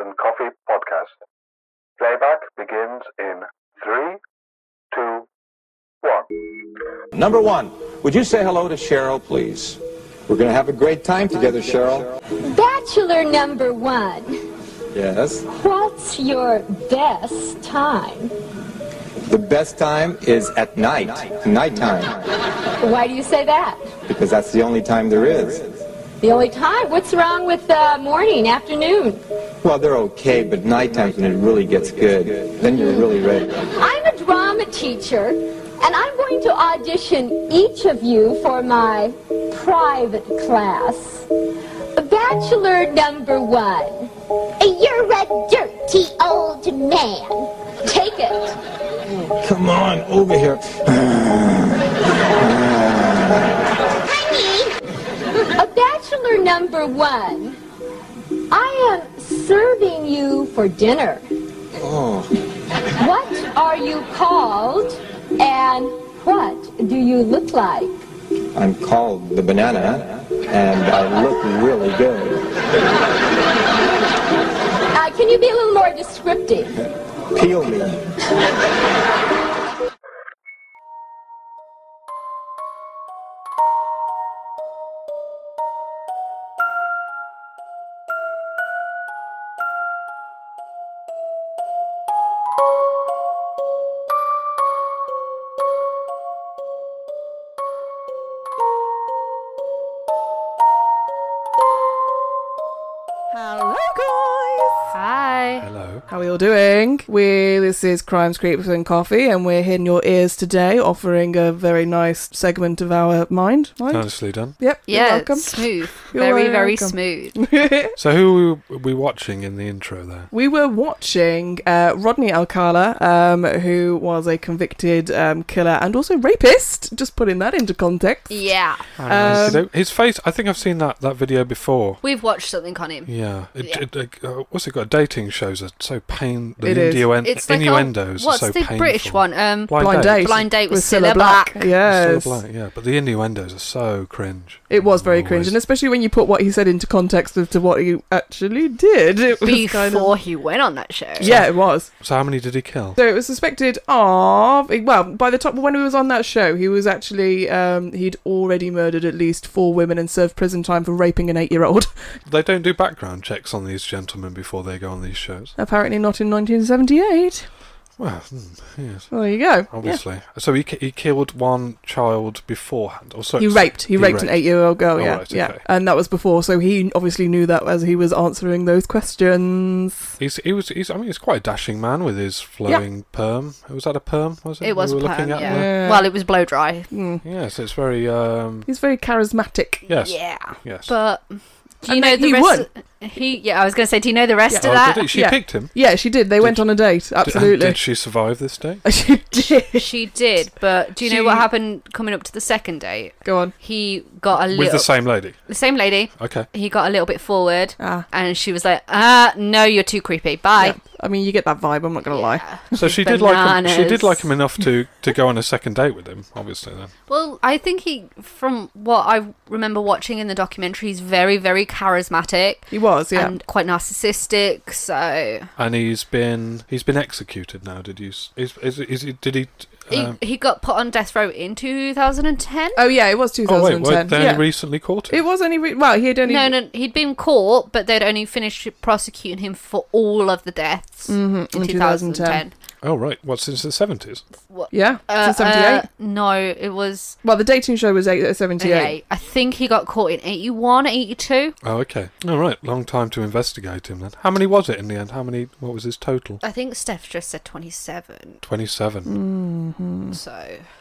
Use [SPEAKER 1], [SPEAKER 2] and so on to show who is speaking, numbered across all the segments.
[SPEAKER 1] and Coffee podcast. Playback begins in three, two, one.
[SPEAKER 2] Number one, would you say hello to Cheryl, please?
[SPEAKER 3] We're going to have a great time together, Cheryl.
[SPEAKER 4] Bachelor number one,
[SPEAKER 3] Yes.
[SPEAKER 4] what's your best time?
[SPEAKER 3] The best time is at night, nighttime,
[SPEAKER 4] Why do you say that?
[SPEAKER 3] because that's the only time there is.
[SPEAKER 4] The only time? What's wrong with uh, morning, afternoon?
[SPEAKER 3] Well, they're okay, but nighttime's when it really gets good. Then you're really ready.
[SPEAKER 4] I'm a drama teacher, and I'm going to audition each of you for my private class. Bachelor number one, you're a dirty old man. Take it.
[SPEAKER 3] Come on, over here.
[SPEAKER 4] A bachelor number one. I am serving you for dinner.
[SPEAKER 3] Oh,
[SPEAKER 4] What are you called and what do you look like?
[SPEAKER 3] I'm called the banana, and I look really good.
[SPEAKER 4] Uh, can you be a little more descriptive?
[SPEAKER 3] Peel me.
[SPEAKER 5] Hello, guys.
[SPEAKER 6] Hi.
[SPEAKER 7] Hello.
[SPEAKER 5] How are you all doing? We this is Crimes, Creeps, and Coffee, and we're here in your ears today, offering a very nice segment of our mind. mind?
[SPEAKER 7] Nicely done.
[SPEAKER 5] Yep. you're
[SPEAKER 6] Yeah,
[SPEAKER 5] welcome.
[SPEAKER 6] smooth.
[SPEAKER 5] You're
[SPEAKER 6] very,
[SPEAKER 5] very
[SPEAKER 6] very
[SPEAKER 5] welcome.
[SPEAKER 6] smooth.
[SPEAKER 7] So who were we watching in the intro there?
[SPEAKER 5] We were watching uh, Rodney Alcala, um, who was a convicted um, killer and also rapist. Just putting that into context.
[SPEAKER 6] Yeah.
[SPEAKER 5] Um,
[SPEAKER 7] Okey-doke. His face. I think I've seen that, that video before.
[SPEAKER 6] We've watched something on him.
[SPEAKER 7] Yeah. It,
[SPEAKER 6] Yeah.
[SPEAKER 7] It, like, uh, what's it got? Dating shows are so pain. The
[SPEAKER 5] It is.
[SPEAKER 7] innuen-
[SPEAKER 6] It's like
[SPEAKER 7] innuendos
[SPEAKER 6] a, What's
[SPEAKER 7] are so
[SPEAKER 6] the
[SPEAKER 7] painful.
[SPEAKER 6] British one? Um,
[SPEAKER 7] Blind,
[SPEAKER 5] Blind date.
[SPEAKER 6] Blind Date with
[SPEAKER 5] Cilla
[SPEAKER 6] Cilla Black.
[SPEAKER 7] Yes.
[SPEAKER 5] Yes.
[SPEAKER 7] Black, yeah, but the innuendos are so cringe.
[SPEAKER 5] It was very cringe,
[SPEAKER 7] Always.
[SPEAKER 5] and especially when you put what he said into context of to what he actually did. It was
[SPEAKER 6] before
[SPEAKER 5] kind of
[SPEAKER 6] he went on that show.
[SPEAKER 5] yeah, it was.
[SPEAKER 7] So how many did he kill?
[SPEAKER 5] So it was suspected of well, by the time when he was on that show, he was actually um, he'd already murdered at least four women and served prison time for raping an eight-year-old.
[SPEAKER 7] They don't do background checks on these gentlemen before they go on these shows.
[SPEAKER 5] Apparently not in 1978.
[SPEAKER 7] Well, hmm, yes.
[SPEAKER 5] Well, there you go.
[SPEAKER 7] Obviously. So he, ki- he killed one child beforehand. Or so,
[SPEAKER 5] He raped. He, raped, an eight-year-old girl.
[SPEAKER 7] Oh,
[SPEAKER 5] yeah,
[SPEAKER 7] right,
[SPEAKER 5] yeah,
[SPEAKER 7] okay.
[SPEAKER 5] and that was before. So he obviously knew that as he was answering those questions.
[SPEAKER 7] He's, he was. He's, I mean, he's quite a dashing man with his flowing perm. Was that a perm? Was it?
[SPEAKER 6] It was
[SPEAKER 7] we were looking
[SPEAKER 6] perm, yeah.
[SPEAKER 7] at Mm. there?
[SPEAKER 5] Yeah.
[SPEAKER 6] Well, it was blow dry.
[SPEAKER 7] Yeah, so it's very. Um,
[SPEAKER 5] He's very charismatic.
[SPEAKER 7] yes.
[SPEAKER 6] Yeah.
[SPEAKER 7] Yes.
[SPEAKER 6] But do you
[SPEAKER 5] And
[SPEAKER 6] know
[SPEAKER 5] then
[SPEAKER 6] the
[SPEAKER 5] he
[SPEAKER 6] rest? He yeah. I was gonna say, do you know the rest
[SPEAKER 7] oh,
[SPEAKER 6] of that?
[SPEAKER 7] did he? She
[SPEAKER 5] yeah.
[SPEAKER 7] picked him.
[SPEAKER 5] Yeah, she did. They went on a date.
[SPEAKER 7] Did- and
[SPEAKER 5] Absolutely.
[SPEAKER 7] Did she survive this day?
[SPEAKER 5] she did.
[SPEAKER 6] She did. But do you know what
[SPEAKER 5] She-
[SPEAKER 6] happened coming up to the second date?
[SPEAKER 5] Go on.
[SPEAKER 6] He got a little
[SPEAKER 7] With the same lady.
[SPEAKER 6] the same lady.
[SPEAKER 7] Okay.
[SPEAKER 6] He got a little bit forward,
[SPEAKER 5] Ah.
[SPEAKER 6] and she was like, "Ah, no, you're too creepy. Bye."
[SPEAKER 5] Yeah. I mean, you get that vibe. I'm not gonna lie.
[SPEAKER 7] So she did like him. She
[SPEAKER 6] Bananas.
[SPEAKER 7] did like him enough to to go on a second date with him. Obviously, then.
[SPEAKER 6] Well, I think he, from what I remember watching in the documentary, he's very, very charismatic
[SPEAKER 5] He was. Yeah.
[SPEAKER 6] and quite narcissistic. So
[SPEAKER 7] And he's been he's been executed now. Did you? s- Is is, is he? Did he?
[SPEAKER 6] he,
[SPEAKER 7] Um,
[SPEAKER 6] he got put on death row in 2010.
[SPEAKER 5] Oh yeah, it was
[SPEAKER 7] oh wait,
[SPEAKER 5] 2010.
[SPEAKER 7] wait, they only
[SPEAKER 5] yeah.
[SPEAKER 7] recently caught him.
[SPEAKER 5] it was only re- well, he had only
[SPEAKER 6] No, no, he'd been caught, but they'd only finished prosecuting him for all of the deaths in,
[SPEAKER 5] Mm-hmm, in
[SPEAKER 6] 2010.
[SPEAKER 5] 2010.
[SPEAKER 7] oh right. What since the seventies?
[SPEAKER 6] What?
[SPEAKER 5] Yeah,
[SPEAKER 6] Uh,
[SPEAKER 5] since 78.
[SPEAKER 6] uh, no, it was
[SPEAKER 5] well, the dating show was eight, uh, 78.
[SPEAKER 6] 88. I think he got caught in 81, 82.
[SPEAKER 7] Oh okay. All right. Long time to investigate him then. How many was it in the end? How many? What was his total?
[SPEAKER 6] I think Steph just said 27.
[SPEAKER 7] Twenty-seven.
[SPEAKER 5] Hmm.
[SPEAKER 6] So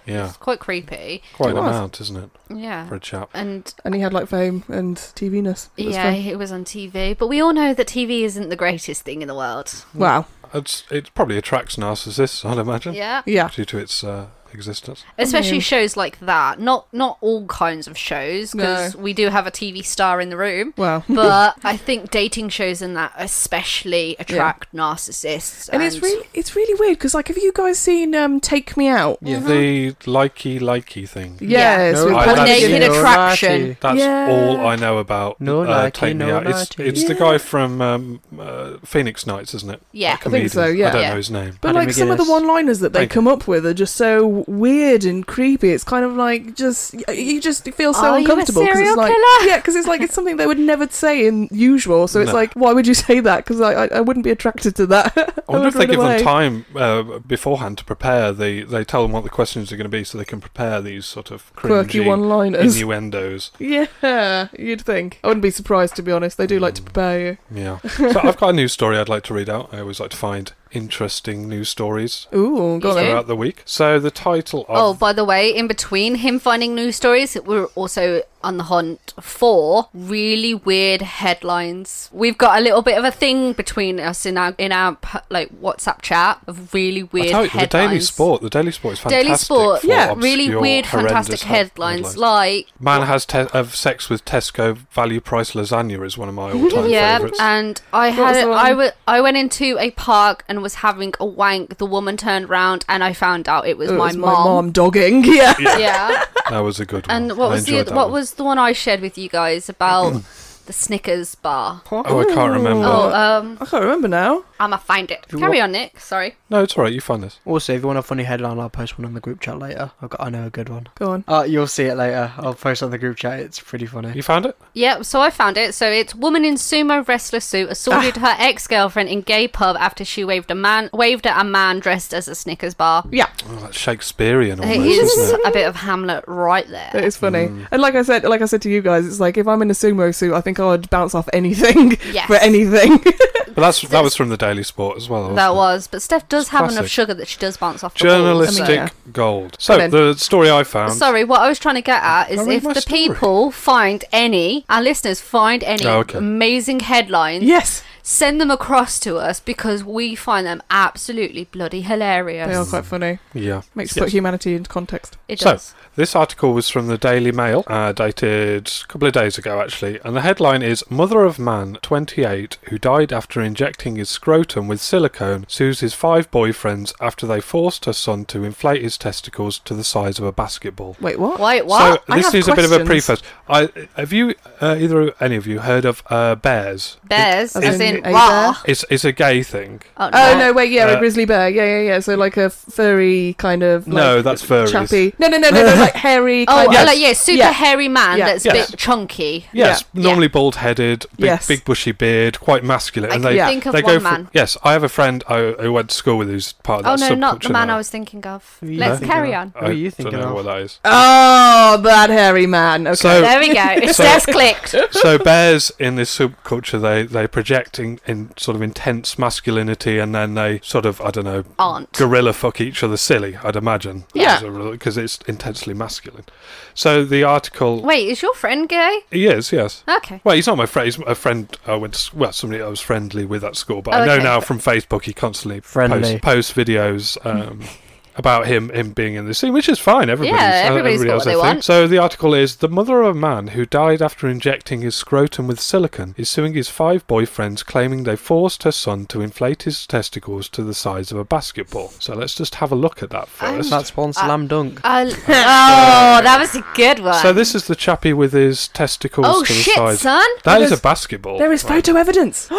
[SPEAKER 7] Yeah.
[SPEAKER 6] it's quite creepy.
[SPEAKER 7] Quite
[SPEAKER 5] It
[SPEAKER 7] an
[SPEAKER 5] was.
[SPEAKER 7] amount, isn't it,
[SPEAKER 6] Yeah.
[SPEAKER 7] for a chap?
[SPEAKER 6] And
[SPEAKER 5] And he had like fame and TV ness. It was
[SPEAKER 6] yeah,
[SPEAKER 5] fun.
[SPEAKER 6] it was on TV. But we all know that TV isn't the greatest thing in the world.
[SPEAKER 5] Wow.
[SPEAKER 7] It's it probably attracts narcissists, I'd imagine.
[SPEAKER 6] Yeah.
[SPEAKER 5] Yeah.
[SPEAKER 7] Due to its uh, existence.
[SPEAKER 6] especially shows like that. Not not all kinds of shows because
[SPEAKER 5] No.
[SPEAKER 6] we do have a TV star in the room.
[SPEAKER 5] Well.
[SPEAKER 6] but I think dating shows and that especially attract narcissists.
[SPEAKER 5] And it's really, it's really weird because, like, have you guys seen um, "Take Me Out"?
[SPEAKER 8] Yeah.
[SPEAKER 7] The likey likey thing.
[SPEAKER 5] Yes,
[SPEAKER 8] No,
[SPEAKER 5] with
[SPEAKER 7] I-
[SPEAKER 5] Paul
[SPEAKER 7] that's-
[SPEAKER 5] Naked
[SPEAKER 6] Naked
[SPEAKER 5] and-
[SPEAKER 8] no
[SPEAKER 6] attraction.
[SPEAKER 8] naughty.
[SPEAKER 7] That's
[SPEAKER 5] Yeah.
[SPEAKER 7] all I know about.
[SPEAKER 8] No
[SPEAKER 7] uh,
[SPEAKER 8] likey,
[SPEAKER 7] take me
[SPEAKER 8] no
[SPEAKER 7] out. It's,
[SPEAKER 8] naughty.
[SPEAKER 7] it's the guy from um, uh, Phoenix Nights, isn't it?
[SPEAKER 6] Yeah.
[SPEAKER 7] That
[SPEAKER 6] I
[SPEAKER 5] think so,
[SPEAKER 7] comedian.
[SPEAKER 5] yeah.
[SPEAKER 7] I don't
[SPEAKER 6] Yeah.
[SPEAKER 7] know his name.
[SPEAKER 5] But
[SPEAKER 8] Adam
[SPEAKER 5] like some of the
[SPEAKER 8] McGuinness.
[SPEAKER 5] one-liners that they
[SPEAKER 7] Thank you.
[SPEAKER 5] come up with are just so weird and creepy. It's kind of like just y- you just feel so
[SPEAKER 6] Are you a
[SPEAKER 5] uncomfortable
[SPEAKER 6] serial
[SPEAKER 5] it's like
[SPEAKER 6] killer?
[SPEAKER 5] yeah, because it's like it's something they would never say in usual. So it's
[SPEAKER 7] No.
[SPEAKER 5] like why would you say that? Because I, I I wouldn't be attracted to that.
[SPEAKER 7] I wonder
[SPEAKER 5] would
[SPEAKER 7] if they
[SPEAKER 5] run
[SPEAKER 7] give
[SPEAKER 5] away.
[SPEAKER 7] them time uh, beforehand to prepare. They they tell them what the questions are going to be, so they can prepare these sort of
[SPEAKER 5] Quirky
[SPEAKER 7] cringy
[SPEAKER 5] one-liners.
[SPEAKER 7] innuendos.
[SPEAKER 5] Yeah, you'd think. I wouldn't be surprised to be honest. They do like to prepare you.
[SPEAKER 7] Yeah. so I've got a news story I'd like to read out. I always like to find interesting news stories
[SPEAKER 5] Ooh,
[SPEAKER 6] Eh?
[SPEAKER 5] got it.
[SPEAKER 7] throughout the week. So the title
[SPEAKER 6] Oh,
[SPEAKER 7] of
[SPEAKER 6] by the way, in between him finding news stories, we're also on the hunt for really weird headlines. We've got a little bit of a thing between us in our in our like WhatsApp chat of really
[SPEAKER 7] I
[SPEAKER 6] Oh, weird
[SPEAKER 7] tell you, the
[SPEAKER 6] headlines.
[SPEAKER 7] Daily Sport. The Daily Sport is fantastic.
[SPEAKER 6] Daily Sport,
[SPEAKER 7] for
[SPEAKER 5] yeah,
[SPEAKER 6] really
[SPEAKER 7] obscure,
[SPEAKER 6] weird, fantastic
[SPEAKER 7] horrendous head-
[SPEAKER 6] headlines, like
[SPEAKER 7] Man has te- have sex with Tesco value price lasagna is one of my all time
[SPEAKER 6] yeah,
[SPEAKER 7] favourites.
[SPEAKER 6] and I
[SPEAKER 5] was
[SPEAKER 6] had
[SPEAKER 5] the
[SPEAKER 6] I
[SPEAKER 5] one?
[SPEAKER 6] wa- I went into a park and was having a wank. The woman turned round and I found out it was,
[SPEAKER 5] It
[SPEAKER 6] my,
[SPEAKER 5] was my
[SPEAKER 6] mom.
[SPEAKER 5] mom dogging. Yeah.
[SPEAKER 6] Yeah,
[SPEAKER 7] that was a good one.
[SPEAKER 6] and what
[SPEAKER 7] I
[SPEAKER 6] was the
[SPEAKER 7] enjoyed
[SPEAKER 6] oth-
[SPEAKER 7] that
[SPEAKER 6] what
[SPEAKER 7] one.
[SPEAKER 6] was the one I shared with you guys about the Snickers bar?
[SPEAKER 7] Oh, I can't remember.
[SPEAKER 6] Oh, um,
[SPEAKER 5] I can't remember now.
[SPEAKER 6] I'ma find it. Carry on, Nick. Sorry.
[SPEAKER 7] No, it's all right. You find this.
[SPEAKER 8] Also, if you want a funny headline, I'll post one on the group chat later. I've got, I know a good one.
[SPEAKER 5] Go on.
[SPEAKER 8] Uh, you'll see it later. I'll post on the group chat. It's pretty funny.
[SPEAKER 7] You found it?
[SPEAKER 6] Yep, so I found it. So it's woman in sumo wrestler suit
[SPEAKER 7] Ah.
[SPEAKER 6] assaulted her ex girlfriend in gay pub after she waved a man waved at a man dressed as a Snickers bar.
[SPEAKER 5] Yeah.
[SPEAKER 7] Oh, that's Shakespearean almost,
[SPEAKER 6] It is
[SPEAKER 7] isn't it?
[SPEAKER 6] a bit of Hamlet right there.
[SPEAKER 5] It is funny,
[SPEAKER 7] Mm.
[SPEAKER 5] and like I said, like I said to you guys, it's like if I'm in a sumo suit, I think I would bounce off anything
[SPEAKER 6] Yes.
[SPEAKER 5] for anything.
[SPEAKER 7] But that's that was from the Daily Sport as well. wasn't it?
[SPEAKER 6] That was, but Steph does have enough
[SPEAKER 7] classic.
[SPEAKER 6] sugar that she does bounce off the walls,
[SPEAKER 7] journalistic
[SPEAKER 5] Yeah.
[SPEAKER 7] gold. So
[SPEAKER 5] then.
[SPEAKER 7] the story I found.
[SPEAKER 6] so- Sorry, what I was trying to get at
[SPEAKER 7] Can
[SPEAKER 6] is
[SPEAKER 7] I read
[SPEAKER 6] if
[SPEAKER 7] my
[SPEAKER 6] the
[SPEAKER 7] story?
[SPEAKER 6] people find any, our listeners find any
[SPEAKER 7] Oh, okay.
[SPEAKER 6] amazing headlines,
[SPEAKER 5] yes,
[SPEAKER 6] send them across to us because we find them absolutely bloody
[SPEAKER 5] they
[SPEAKER 6] hilarious.
[SPEAKER 5] are quite funny.
[SPEAKER 7] Yeah.
[SPEAKER 5] Makes
[SPEAKER 7] Yes.
[SPEAKER 5] put humanity into context.
[SPEAKER 6] It
[SPEAKER 7] So,
[SPEAKER 6] does.
[SPEAKER 7] this article was from the Daily Mail, uh, dated a couple of days ago actually, and the headline is Mother of Man, 28, who died after injecting his scrotum with silicone, sues his five boyfriends after they forced her son to inflate his testicles to the size of a basketball.
[SPEAKER 5] Wait, what?
[SPEAKER 6] Wait, what?
[SPEAKER 7] So,
[SPEAKER 5] I
[SPEAKER 7] this
[SPEAKER 5] have
[SPEAKER 7] is a bit of a preface.
[SPEAKER 5] questions.
[SPEAKER 7] I, have you, uh, either any of you, heard of uh, bears?
[SPEAKER 6] Bears,
[SPEAKER 5] As
[SPEAKER 6] as,
[SPEAKER 5] in
[SPEAKER 6] in,
[SPEAKER 5] a
[SPEAKER 6] raw.
[SPEAKER 5] bear?
[SPEAKER 7] It's, it's a gay thing.
[SPEAKER 6] Oh,
[SPEAKER 5] Oh no, wait, yeah,
[SPEAKER 7] Uh,
[SPEAKER 5] a grizzly bear, yeah, yeah, yeah. So like a furry kind of like,
[SPEAKER 7] No, that's furries.
[SPEAKER 5] chappy. No, no, no, no, no, like hairy.
[SPEAKER 6] Oh,
[SPEAKER 5] Kind
[SPEAKER 6] oh,
[SPEAKER 5] of,
[SPEAKER 6] like, yeah, super
[SPEAKER 5] Yeah.
[SPEAKER 6] hairy man
[SPEAKER 5] Yeah.
[SPEAKER 6] that's
[SPEAKER 7] Yes.
[SPEAKER 6] a bit chunky.
[SPEAKER 7] Yes,
[SPEAKER 6] Yeah.
[SPEAKER 7] normally bald-headed, big,
[SPEAKER 5] Yes.
[SPEAKER 7] big bushy beard, quite masculine.
[SPEAKER 6] I
[SPEAKER 7] and
[SPEAKER 6] can
[SPEAKER 7] they,
[SPEAKER 6] think of
[SPEAKER 7] they
[SPEAKER 6] one
[SPEAKER 7] go for-
[SPEAKER 6] man.
[SPEAKER 7] Yes, I have a friend I, who went to school with who's part of
[SPEAKER 6] Oh
[SPEAKER 7] that
[SPEAKER 6] no, not the
[SPEAKER 7] subculture
[SPEAKER 6] man
[SPEAKER 7] now.
[SPEAKER 6] I was thinking of.
[SPEAKER 8] Who are you
[SPEAKER 6] Let's
[SPEAKER 8] thinking
[SPEAKER 6] carry
[SPEAKER 8] of?
[SPEAKER 6] on.
[SPEAKER 7] I
[SPEAKER 8] Who are you
[SPEAKER 7] don't
[SPEAKER 8] thinking
[SPEAKER 7] know
[SPEAKER 8] of?
[SPEAKER 7] what that is.
[SPEAKER 5] Oh, that hairy man. Okay.
[SPEAKER 7] So-
[SPEAKER 6] There we go.
[SPEAKER 7] So-
[SPEAKER 6] Steph's clicked.
[SPEAKER 7] so bears in this subculture, they they project in, in sort of intense masculinity, and then they sort of I don't know
[SPEAKER 6] Aren't.
[SPEAKER 7] gorilla fuck each other silly. I'd imagine.
[SPEAKER 5] Yeah.
[SPEAKER 7] because it's intensely masculine. So the article.
[SPEAKER 6] Wait, is your friend gay?
[SPEAKER 7] He is, yes.
[SPEAKER 6] Okay.
[SPEAKER 7] Well, he's not my friend. He's a friend I went to, s- well, somebody I was friendly with at school, but
[SPEAKER 6] Oh,
[SPEAKER 7] I know
[SPEAKER 6] okay.
[SPEAKER 7] now from Facebook he constantly
[SPEAKER 8] Friendly.
[SPEAKER 7] posts, posts videos um, about him him being in the scene, which is fine. Everybody's,
[SPEAKER 6] Yeah, everybody's
[SPEAKER 7] everybody
[SPEAKER 6] got
[SPEAKER 7] has
[SPEAKER 6] what
[SPEAKER 7] their
[SPEAKER 6] they
[SPEAKER 7] thing.
[SPEAKER 6] want.
[SPEAKER 7] So the article is The mother of a man who died after injecting his scrotum with silicon is suing his five boyfriends, claiming they forced her son to inflate his testicles to the size of a basketball. So let's just have a look at that first.
[SPEAKER 8] That's
[SPEAKER 6] Uh,
[SPEAKER 8] one slam dunk.
[SPEAKER 6] I'll- oh, that was a good one.
[SPEAKER 7] so this is the chappy with his testicles
[SPEAKER 6] Oh,
[SPEAKER 7] to the
[SPEAKER 6] shit,
[SPEAKER 7] size.
[SPEAKER 6] son.
[SPEAKER 7] That
[SPEAKER 5] It
[SPEAKER 7] is a
[SPEAKER 5] is-
[SPEAKER 7] basketball.
[SPEAKER 5] there is
[SPEAKER 7] Oh, right
[SPEAKER 5] photo evidence.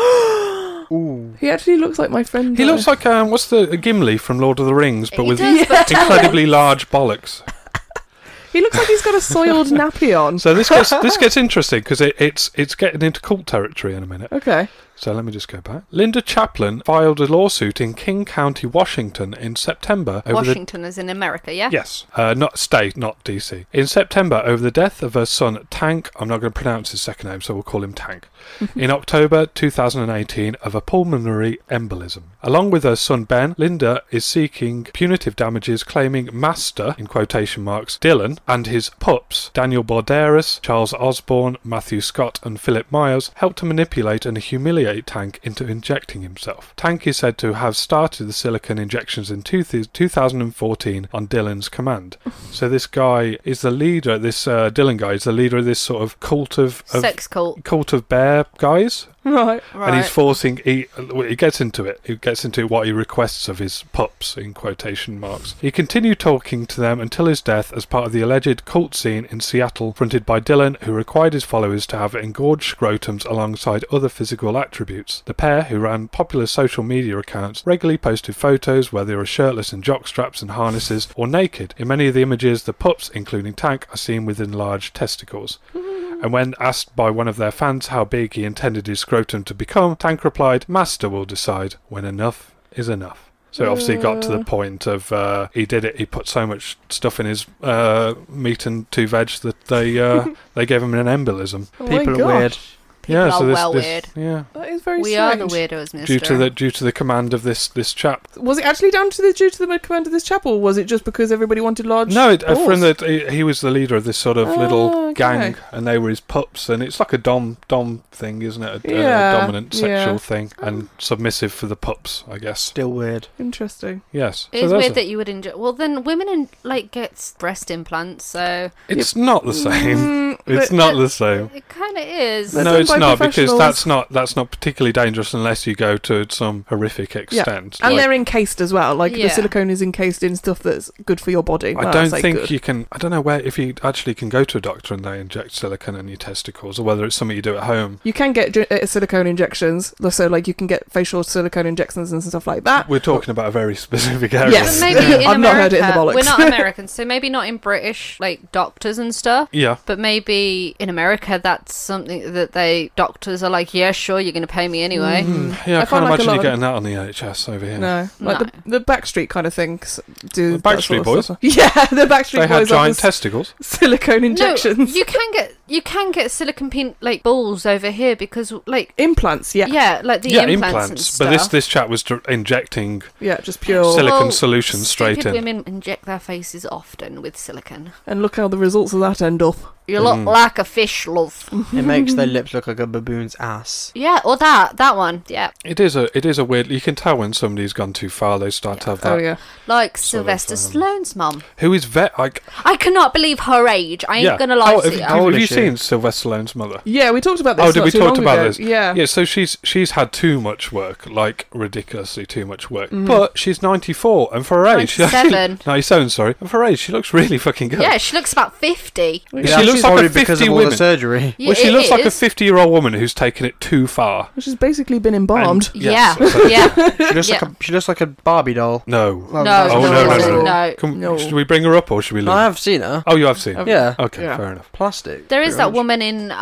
[SPEAKER 5] He actually looks like my friend.
[SPEAKER 7] He
[SPEAKER 5] uh,
[SPEAKER 7] looks like um, what's the Gimli from Lord of the Rings, but
[SPEAKER 6] He
[SPEAKER 7] with
[SPEAKER 6] does, but
[SPEAKER 7] incredibly large bollocks.
[SPEAKER 5] He looks like he's got a soiled nappy on.
[SPEAKER 7] So this gets this gets interesting because it, it's it's getting into cult territory in a minute.
[SPEAKER 5] Okay.
[SPEAKER 7] So let me just go back. Linda Chaplin filed a lawsuit in King County, Washington, in September over the
[SPEAKER 6] Washington is in America, yeah?
[SPEAKER 7] Yes, uh, not state, not DC. In September, over the death of her son Tank, I'm not going to pronounce his second name, so we'll call him Tank. in October 2018, of a pulmonary embolism. Along with her son Ben, Linda is seeking punitive damages, claiming Master in quotation marks Dylan and his pups Daniel Borderas, Charles Osborne, Matthew Scott, and Philip Myers helped to manipulate and humiliate humiliate Tank into injecting himself. Tank is said to have started the silicon injections in two th- 2014 on Dylan's command. so this guy is the leader, this uh, Dylan guy is the leader of this sort of cult of, of
[SPEAKER 6] Sex cult.
[SPEAKER 7] cult of bear guys
[SPEAKER 5] Right.
[SPEAKER 6] Right.
[SPEAKER 7] and he's forcing he well, he gets into it he gets into what he requests of his pups in quotation marks he continued talking to them until his death as part of the alleged cult scene in seattle fronted by dylan who required his followers to have engorged scrotums alongside other physical attributes the pair who ran popular social media accounts regularly posted photos where they were shirtless in jockstraps and harnesses or naked in many of the images the pups including tank are seen with enlarged testicles and when asked by one of their fans how big he intended his scrotum to become, Tank replied, Master will decide when enough is enough. So it obviously got to the
[SPEAKER 6] Mm.
[SPEAKER 7] point of uh, he did it. He put so much stuff in his uh, meat and two veg that they uh, they gave him an embolism.
[SPEAKER 5] Oh my
[SPEAKER 8] People are
[SPEAKER 5] gosh.
[SPEAKER 8] weird.
[SPEAKER 6] People are well weird.
[SPEAKER 7] yeah,
[SPEAKER 5] That is very
[SPEAKER 6] We are
[SPEAKER 5] strange.
[SPEAKER 6] the weirdos, mister.
[SPEAKER 7] due to the due to the command of this this chap.
[SPEAKER 5] Was it actually down to the due to the command of this chapel? or was it just because everybody wanted large?
[SPEAKER 7] No, it, uh,
[SPEAKER 5] balls?
[SPEAKER 7] from the he- he was the leader of this sort of
[SPEAKER 5] Ah,
[SPEAKER 7] little
[SPEAKER 5] okay.
[SPEAKER 7] gang, and they were his pups, and it's like a dom dom thing, isn't it? A, a
[SPEAKER 5] Yeah,
[SPEAKER 7] dominant
[SPEAKER 5] yeah. Oh.
[SPEAKER 7] sexual thing, and submissive for the pups, I guess.
[SPEAKER 8] Still weird.
[SPEAKER 5] Interesting.
[SPEAKER 7] Yes,
[SPEAKER 6] It's
[SPEAKER 7] that's
[SPEAKER 6] weird
[SPEAKER 7] a-
[SPEAKER 6] that you would enjoy. Well, then women in, like get breast implants, so
[SPEAKER 7] it's not the same. it's
[SPEAKER 5] Mm. but-
[SPEAKER 7] not the same.
[SPEAKER 6] it kind of is.
[SPEAKER 5] They're
[SPEAKER 7] No,
[SPEAKER 5] done
[SPEAKER 7] it's
[SPEAKER 5] by
[SPEAKER 7] not because
[SPEAKER 5] professionals.
[SPEAKER 7] that's not that's not particularly dangerous unless you go to some horrific extent.
[SPEAKER 5] and
[SPEAKER 7] Like,
[SPEAKER 5] they're encased as well. Like the
[SPEAKER 6] Yeah.
[SPEAKER 5] silicone is encased in stuff that's good for your body. Well,
[SPEAKER 7] I don't
[SPEAKER 5] say
[SPEAKER 7] think
[SPEAKER 5] good.
[SPEAKER 7] you can. I don't know where if you actually can go to a doctor and they inject silicone in your testicles, or whether it's something you do at home.
[SPEAKER 5] You can get dr- uh, silicone injections, so like you can get facial silicone injections and stuff like that.
[SPEAKER 7] We're talking about a very specific area.
[SPEAKER 5] Yes.
[SPEAKER 6] But maybe in
[SPEAKER 5] I've
[SPEAKER 6] America,
[SPEAKER 5] not heard it in the bollocks.
[SPEAKER 6] we're not Americans, so maybe not in British like doctors and stuff.
[SPEAKER 7] Yeah.
[SPEAKER 6] But maybe in America, that's something that they doctors are like, yeah, sure, you're going to pay me anyway.
[SPEAKER 7] Yeah,
[SPEAKER 5] I
[SPEAKER 7] I,
[SPEAKER 5] find,
[SPEAKER 7] can't
[SPEAKER 5] like, a
[SPEAKER 7] imagine
[SPEAKER 5] lot
[SPEAKER 7] you
[SPEAKER 5] of-
[SPEAKER 7] getting that on the NHS over here.
[SPEAKER 5] No, like The, the Backstreet kind of things do.
[SPEAKER 7] The
[SPEAKER 5] that
[SPEAKER 7] Backstreet
[SPEAKER 5] sort of
[SPEAKER 7] Boys?
[SPEAKER 5] stuff. Yeah,
[SPEAKER 7] They
[SPEAKER 5] the Backstreet Boys.
[SPEAKER 7] had
[SPEAKER 5] have
[SPEAKER 7] giant
[SPEAKER 5] the s-
[SPEAKER 7] testicles.
[SPEAKER 5] silicone injections.
[SPEAKER 6] No, you can get you can get silicon pin like balls over here because like
[SPEAKER 5] implants. Yeah, yeah,
[SPEAKER 6] yeah, like the
[SPEAKER 7] yeah,
[SPEAKER 6] implants,
[SPEAKER 7] implants.
[SPEAKER 6] and stuff.
[SPEAKER 7] But this this chap was dr- injecting.
[SPEAKER 5] just pure.
[SPEAKER 7] Silic- silicon solution straight
[SPEAKER 6] stupid
[SPEAKER 7] in.
[SPEAKER 6] Women inject their faces often with silicon.
[SPEAKER 5] and look how the results of that end up.
[SPEAKER 6] You
[SPEAKER 7] Mm.
[SPEAKER 6] look like a fish, love.
[SPEAKER 8] It makes their lips look like a baboon's ass.
[SPEAKER 6] yeah, or that that one. Yeah,
[SPEAKER 7] It is a it is a weird. You can tell when somebody's gone too far. They start to have that.
[SPEAKER 5] Oh yeah,
[SPEAKER 6] like
[SPEAKER 7] Sort of,
[SPEAKER 6] Sylvester
[SPEAKER 7] um,
[SPEAKER 6] Sloane's mum.
[SPEAKER 7] Who is vet? Like,
[SPEAKER 6] I cannot believe her age. I ain't
[SPEAKER 7] yeah.
[SPEAKER 6] gonna lie
[SPEAKER 7] Oh,
[SPEAKER 6] to
[SPEAKER 7] have,
[SPEAKER 6] you.
[SPEAKER 7] have
[SPEAKER 8] old
[SPEAKER 7] you
[SPEAKER 8] is she?
[SPEAKER 7] seen Sylvester Stallone's mother?
[SPEAKER 5] yeah. We talked about this.
[SPEAKER 7] oh, did
[SPEAKER 5] not
[SPEAKER 7] we
[SPEAKER 5] too
[SPEAKER 7] talk
[SPEAKER 5] long
[SPEAKER 7] about
[SPEAKER 5] ago.
[SPEAKER 7] this?
[SPEAKER 5] Yeah,
[SPEAKER 7] Yeah. So she's she's had too much work, like ridiculously too much work.
[SPEAKER 5] Mm-hmm.
[SPEAKER 7] But she's ninety four, and for her age, she actually-
[SPEAKER 6] 97.
[SPEAKER 7] ninety seven. Sorry, and for her age, she looks really fucking good.
[SPEAKER 6] Yeah, she looks about fifty.
[SPEAKER 7] She looks like a
[SPEAKER 8] Probably because
[SPEAKER 7] fifty
[SPEAKER 8] of all
[SPEAKER 7] woman.
[SPEAKER 8] the surgery.
[SPEAKER 6] Yeah,
[SPEAKER 7] well, she
[SPEAKER 6] it
[SPEAKER 7] looks like a
[SPEAKER 6] is.
[SPEAKER 7] fifty-year-old woman who's taken it too far.
[SPEAKER 5] which has basically been embalmed.
[SPEAKER 7] And-
[SPEAKER 6] Yeah,
[SPEAKER 7] yes, so-
[SPEAKER 6] yeah.
[SPEAKER 8] She looks, like
[SPEAKER 6] Yeah.
[SPEAKER 8] a, she looks like a Barbie doll.
[SPEAKER 7] No.
[SPEAKER 8] Oh,
[SPEAKER 6] No,
[SPEAKER 7] Oh,
[SPEAKER 6] no,
[SPEAKER 7] no, no, no.
[SPEAKER 6] no.
[SPEAKER 7] Can,
[SPEAKER 5] No.
[SPEAKER 7] Should we bring her up or should we leave?
[SPEAKER 8] I have seen her.
[SPEAKER 7] Oh, you have seen.
[SPEAKER 8] Yeah.
[SPEAKER 7] Okay,
[SPEAKER 5] Yeah.
[SPEAKER 7] fair enough.
[SPEAKER 8] Plastic.
[SPEAKER 6] There is
[SPEAKER 8] pretty
[SPEAKER 6] that
[SPEAKER 8] much.
[SPEAKER 6] woman in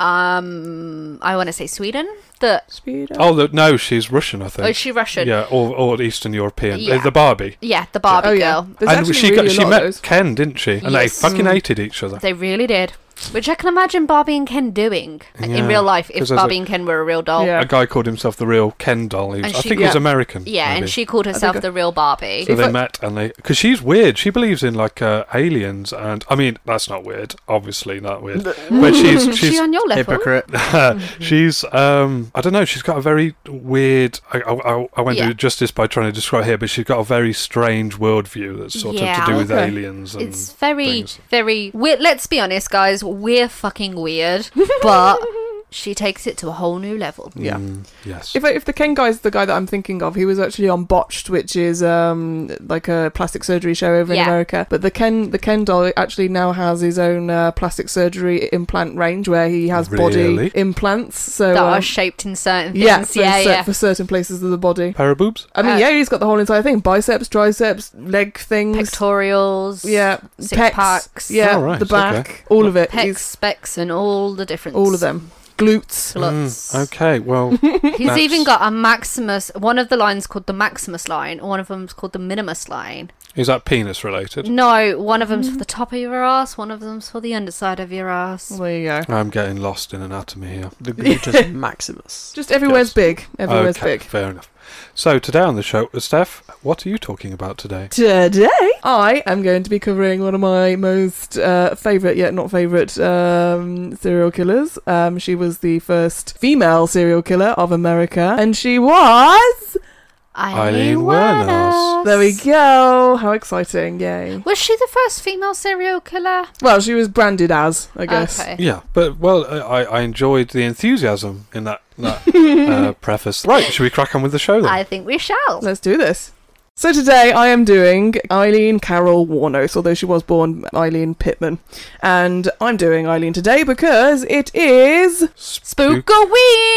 [SPEAKER 6] um, I want to say Sweden. That
[SPEAKER 5] Speed up.
[SPEAKER 7] Oh, the, no, she's Russian, I think.
[SPEAKER 6] oh, is she Russian?
[SPEAKER 7] Yeah, or, or Eastern European.
[SPEAKER 6] Yeah.
[SPEAKER 7] The Barbie.
[SPEAKER 6] Yeah, the Barbie
[SPEAKER 5] Oh, yeah.
[SPEAKER 6] girl.
[SPEAKER 5] There's actually
[SPEAKER 7] and she
[SPEAKER 5] really
[SPEAKER 7] got,
[SPEAKER 5] a
[SPEAKER 7] she
[SPEAKER 5] lot of
[SPEAKER 7] met
[SPEAKER 5] those. Mm.
[SPEAKER 7] Ken, didn't she? And
[SPEAKER 6] Yes.
[SPEAKER 7] they fucking hated each other.
[SPEAKER 6] They really did. Which I can imagine Barbie and Ken doing
[SPEAKER 7] Yeah.
[SPEAKER 6] in real life if
[SPEAKER 7] 'Cause there's
[SPEAKER 6] Barbie
[SPEAKER 7] a-
[SPEAKER 6] and Ken were a real doll.
[SPEAKER 5] Yeah.
[SPEAKER 7] A guy called himself the real Ken doll. He was, I
[SPEAKER 6] And she-
[SPEAKER 7] think he was
[SPEAKER 5] Yeah.
[SPEAKER 7] American.
[SPEAKER 6] Yeah,
[SPEAKER 7] maybe.
[SPEAKER 6] and she called herself
[SPEAKER 5] I-
[SPEAKER 6] the real Barbie.
[SPEAKER 7] So
[SPEAKER 5] If
[SPEAKER 7] they
[SPEAKER 5] I-
[SPEAKER 7] met and they, because she's weird. She believes in like uh, aliens, and I mean that's not weird, obviously not weird. But she's
[SPEAKER 6] Is she
[SPEAKER 7] she's
[SPEAKER 6] on your level?
[SPEAKER 8] Hypocrite.
[SPEAKER 7] she's um I don't know she's got a very weird I I, I- I won't
[SPEAKER 6] Yeah.
[SPEAKER 7] do justice by trying to describe it here but she's got a very strange worldview that's sort of
[SPEAKER 6] Yeah.
[SPEAKER 7] to do with
[SPEAKER 5] Okay.
[SPEAKER 7] aliens and
[SPEAKER 6] It's very,
[SPEAKER 7] things.
[SPEAKER 6] very weird. Let's be honest, guys. We're fucking weird, but she takes it to a whole new level.
[SPEAKER 5] yeah.
[SPEAKER 7] Mm, yes
[SPEAKER 5] If, if the Ken guy's the guy that I'm thinking of, he was actually on Botched, which is um, like a plastic surgery show over in
[SPEAKER 6] Yeah.
[SPEAKER 5] America. But the Ken the Ken doll actually now has his own uh, plastic surgery implant range where he has
[SPEAKER 7] Really?
[SPEAKER 5] body implants. So
[SPEAKER 6] That
[SPEAKER 5] um,
[SPEAKER 6] are shaped in certain things.
[SPEAKER 5] yeah,
[SPEAKER 6] Yeah,
[SPEAKER 5] so
[SPEAKER 6] yeah,
[SPEAKER 5] cer- for certain places of the body.
[SPEAKER 7] pair of boobs
[SPEAKER 5] I mean,
[SPEAKER 6] Uh,
[SPEAKER 5] yeah, he's got the whole entire thing: biceps, triceps, leg things,
[SPEAKER 6] Pectorials.
[SPEAKER 5] yeah,
[SPEAKER 6] six
[SPEAKER 5] pecs,
[SPEAKER 6] packs.
[SPEAKER 5] yeah,
[SPEAKER 7] Oh, right,
[SPEAKER 5] the back,
[SPEAKER 7] okay.
[SPEAKER 5] all of it.
[SPEAKER 6] Pecs,
[SPEAKER 5] He's-
[SPEAKER 6] specs, and all the different.
[SPEAKER 5] all of them, glutes.
[SPEAKER 6] Gluts.
[SPEAKER 7] Mm, okay well
[SPEAKER 6] He's
[SPEAKER 7] That's-
[SPEAKER 6] even got a Maximus. One of the lines called the Maximus line. One of them's called the Minimus line.
[SPEAKER 7] is that penis related
[SPEAKER 6] No, one
[SPEAKER 5] Mm-hmm.
[SPEAKER 6] of them's for the top of your ass. One of them's for the underside of your ass.
[SPEAKER 5] There you go.
[SPEAKER 7] I'm getting lost in anatomy here
[SPEAKER 8] The gluteus maximus.
[SPEAKER 5] Just everywhere's
[SPEAKER 7] Yes.
[SPEAKER 5] big. Everywhere's
[SPEAKER 7] okay
[SPEAKER 5] big.
[SPEAKER 7] fair enough So today on the show, uh, Steph, what are you talking about today?
[SPEAKER 5] Today, I am going to be covering one of my most uh, favourite, yet not favourite, um, serial killers. Um, she was the first female serial killer of America, and she was.
[SPEAKER 7] Eileen Wuornos.
[SPEAKER 5] There we go. How exciting! Yay.
[SPEAKER 6] Was she the first female serial killer?
[SPEAKER 5] Well, she was branded as, I guess.
[SPEAKER 6] Okay.
[SPEAKER 7] Yeah, but well, uh, I, I enjoyed the enthusiasm in that, that uh, preface. Right, should we crack on with the show then?
[SPEAKER 6] I think we shall.
[SPEAKER 5] Let's do this. So today I am doing Eileen Carol Warnos, although she was born Eileen Pittman. And I'm doing Eileen today because it is.
[SPEAKER 6] Spookoween!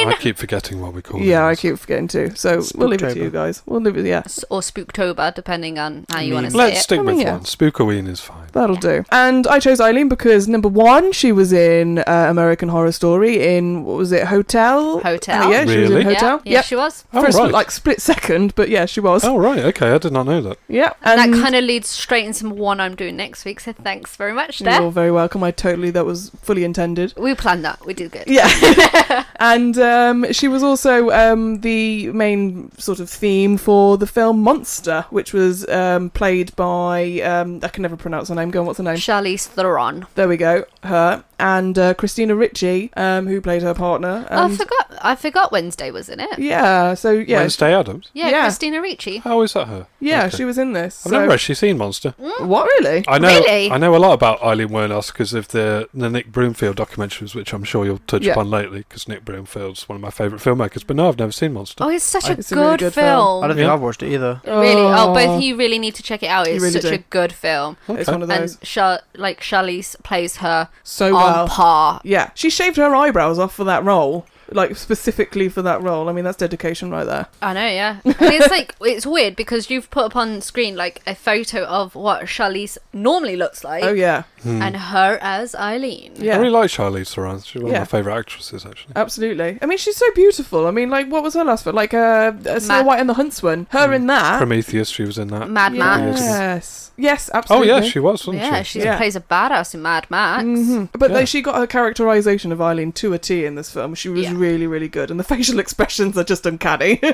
[SPEAKER 7] I keep forgetting what we call
[SPEAKER 5] Yeah, I
[SPEAKER 7] these.
[SPEAKER 5] keep forgetting to. So we'll leave it to you
[SPEAKER 8] Spooktober.
[SPEAKER 5] guys. We'll leave it, yeah.
[SPEAKER 6] S- Or Spooktober, depending on how you want to say
[SPEAKER 7] Let's
[SPEAKER 6] it.
[SPEAKER 7] stick
[SPEAKER 5] I
[SPEAKER 7] with
[SPEAKER 5] mean, yeah.
[SPEAKER 7] one. Spookoween is fine.
[SPEAKER 5] That'll do. And I chose Eileen because number one, she was in uh, American Horror Story in what was it, Hotel?
[SPEAKER 6] Hotel.
[SPEAKER 5] Uh, yeah, she was in
[SPEAKER 7] Really?
[SPEAKER 6] yeah,
[SPEAKER 5] Hotel.
[SPEAKER 6] yeah, she was.
[SPEAKER 7] Oh,
[SPEAKER 5] First,
[SPEAKER 7] right.
[SPEAKER 5] like split second, but yeah, she was.
[SPEAKER 7] Oh, right. Okay, I did not know that.
[SPEAKER 5] Yeah,
[SPEAKER 6] that kind of leads straight into one I'm doing next week. So thanks very much,
[SPEAKER 5] You're
[SPEAKER 6] Steph.
[SPEAKER 5] very welcome. I totally that was fully intended.
[SPEAKER 6] We planned that. We did good.
[SPEAKER 5] Yeah. and um, she was also um, the main sort of theme for the film Monster, which was um, played by, um, I can never pronounce her name. Go on, what's her name?
[SPEAKER 6] Charlize Theron.
[SPEAKER 5] There we go, her. And uh, Christina Ricci, um, who played her partner.
[SPEAKER 6] Oh, I
[SPEAKER 5] And,
[SPEAKER 6] forgot. I forgot Wednesday was in it.
[SPEAKER 5] yeah, so yeah.
[SPEAKER 7] Wednesday Adams.
[SPEAKER 6] Yeah,
[SPEAKER 5] Yeah.
[SPEAKER 6] Christina Ricci.
[SPEAKER 7] How is that her?
[SPEAKER 5] Yeah,
[SPEAKER 7] Okay.
[SPEAKER 5] she was in this.
[SPEAKER 7] I've
[SPEAKER 5] so-
[SPEAKER 7] never actually seen Monster.
[SPEAKER 6] Hmm?
[SPEAKER 5] What, really?
[SPEAKER 7] I know.
[SPEAKER 6] Really?
[SPEAKER 7] I know a lot about Eileen Wernos because of the the Nick Broomfield documentaries, which I'm sure you'll touch
[SPEAKER 5] Yeah.
[SPEAKER 7] upon lately, because Nick Broomfield's one of my favourite filmmakers. But no, I've never seen Monster.
[SPEAKER 6] Oh, it's such a
[SPEAKER 5] It's a
[SPEAKER 6] good,
[SPEAKER 5] really good film.
[SPEAKER 8] I don't think
[SPEAKER 7] Yeah.
[SPEAKER 8] I've watched it either.
[SPEAKER 6] Really? Oh, both
[SPEAKER 5] Oh.
[SPEAKER 6] of you really need to check it out. It's
[SPEAKER 5] really
[SPEAKER 6] such
[SPEAKER 5] do.
[SPEAKER 6] a good film.
[SPEAKER 5] It's one of
[SPEAKER 6] And
[SPEAKER 5] those.
[SPEAKER 6] Char- like Charlize plays her
[SPEAKER 5] so
[SPEAKER 6] on
[SPEAKER 5] well.
[SPEAKER 6] par.
[SPEAKER 5] Yeah, she shaved her eyebrows off for that role. Like, specifically for that role. I mean, that's dedication right there.
[SPEAKER 6] I know, yeah. And it's like it's weird because you've put up on screen like a photo of what Charlize normally looks like,
[SPEAKER 5] Oh, yeah.
[SPEAKER 6] and her as Eileen.
[SPEAKER 5] Yeah.
[SPEAKER 7] I really like Charlize Theron. She's one
[SPEAKER 5] Yeah.
[SPEAKER 7] of my favourite actresses, actually.
[SPEAKER 5] Absolutely. I mean, she's so beautiful. I mean, like, what was her last film? Like, uh, uh, Snow
[SPEAKER 6] Mad-
[SPEAKER 5] White and the Huntsman. Her
[SPEAKER 7] Mm.
[SPEAKER 5] in that.
[SPEAKER 7] Prometheus. She was in that.
[SPEAKER 6] Mad Max.
[SPEAKER 5] Yes. Yes,
[SPEAKER 7] Oh
[SPEAKER 5] absolutely.
[SPEAKER 7] yeah, she was, wasn't
[SPEAKER 6] Yeah,
[SPEAKER 7] she?
[SPEAKER 6] she
[SPEAKER 5] Yeah.
[SPEAKER 6] plays a badass in Mad Max.
[SPEAKER 5] But
[SPEAKER 7] Yeah.
[SPEAKER 5] like, she got her characterization of Eileen to a T in this film. She was
[SPEAKER 6] Yeah.
[SPEAKER 5] really, really good, and the facial expressions are just uncanny.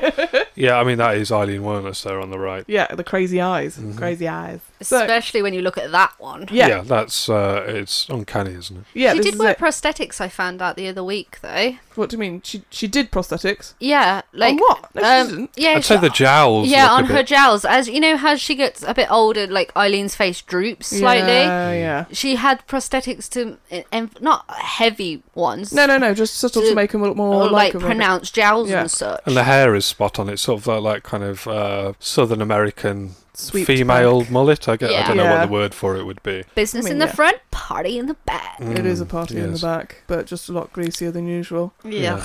[SPEAKER 7] Yeah, I mean that is Eileen Wernos there on the right.
[SPEAKER 5] yeah, the crazy eyes,
[SPEAKER 7] Mm-hmm.
[SPEAKER 5] crazy eyes. So-
[SPEAKER 6] Especially when you look at that one.
[SPEAKER 5] yeah, yeah.
[SPEAKER 7] that's uh, it's uncanny, isn't it?
[SPEAKER 6] she
[SPEAKER 5] this
[SPEAKER 6] did
[SPEAKER 5] is
[SPEAKER 6] wear
[SPEAKER 5] it.
[SPEAKER 6] prosthetics. I found out the other week, though.
[SPEAKER 5] what do you mean? She she did prosthetics.
[SPEAKER 6] Yeah, like
[SPEAKER 5] what? No, she
[SPEAKER 6] um,
[SPEAKER 5] didn't.
[SPEAKER 6] Yeah,
[SPEAKER 7] I'd say
[SPEAKER 6] she-
[SPEAKER 7] the jowls.
[SPEAKER 6] Yeah,
[SPEAKER 7] look a
[SPEAKER 6] on her
[SPEAKER 7] bit-
[SPEAKER 6] jowls. As you know, how she gets a bit older, like Eileen's face droops slightly.
[SPEAKER 5] Yeah,
[SPEAKER 7] Mm.
[SPEAKER 5] yeah.
[SPEAKER 6] She had prosthetics to, and not heavy ones.
[SPEAKER 5] No, no, no. Just subtle to
[SPEAKER 6] To-
[SPEAKER 5] make them look more
[SPEAKER 6] or like
[SPEAKER 5] likeable.
[SPEAKER 6] pronounced jowls
[SPEAKER 5] Yeah.
[SPEAKER 6] and such.
[SPEAKER 7] And the hair is spot on. It's sort of like, like kind of uh, Southern American
[SPEAKER 5] Sweeped
[SPEAKER 7] female
[SPEAKER 5] back.
[SPEAKER 7] mullet. I, get, I
[SPEAKER 6] Yeah.
[SPEAKER 7] don't know
[SPEAKER 5] Yeah.
[SPEAKER 7] what the word for it would be. Mm,
[SPEAKER 6] Business
[SPEAKER 5] I mean,
[SPEAKER 6] in the
[SPEAKER 5] yeah.
[SPEAKER 6] front, party in the back.
[SPEAKER 5] It is a party in the
[SPEAKER 7] yes.
[SPEAKER 5] back, but just a lot greasier than usual.
[SPEAKER 7] Yeah.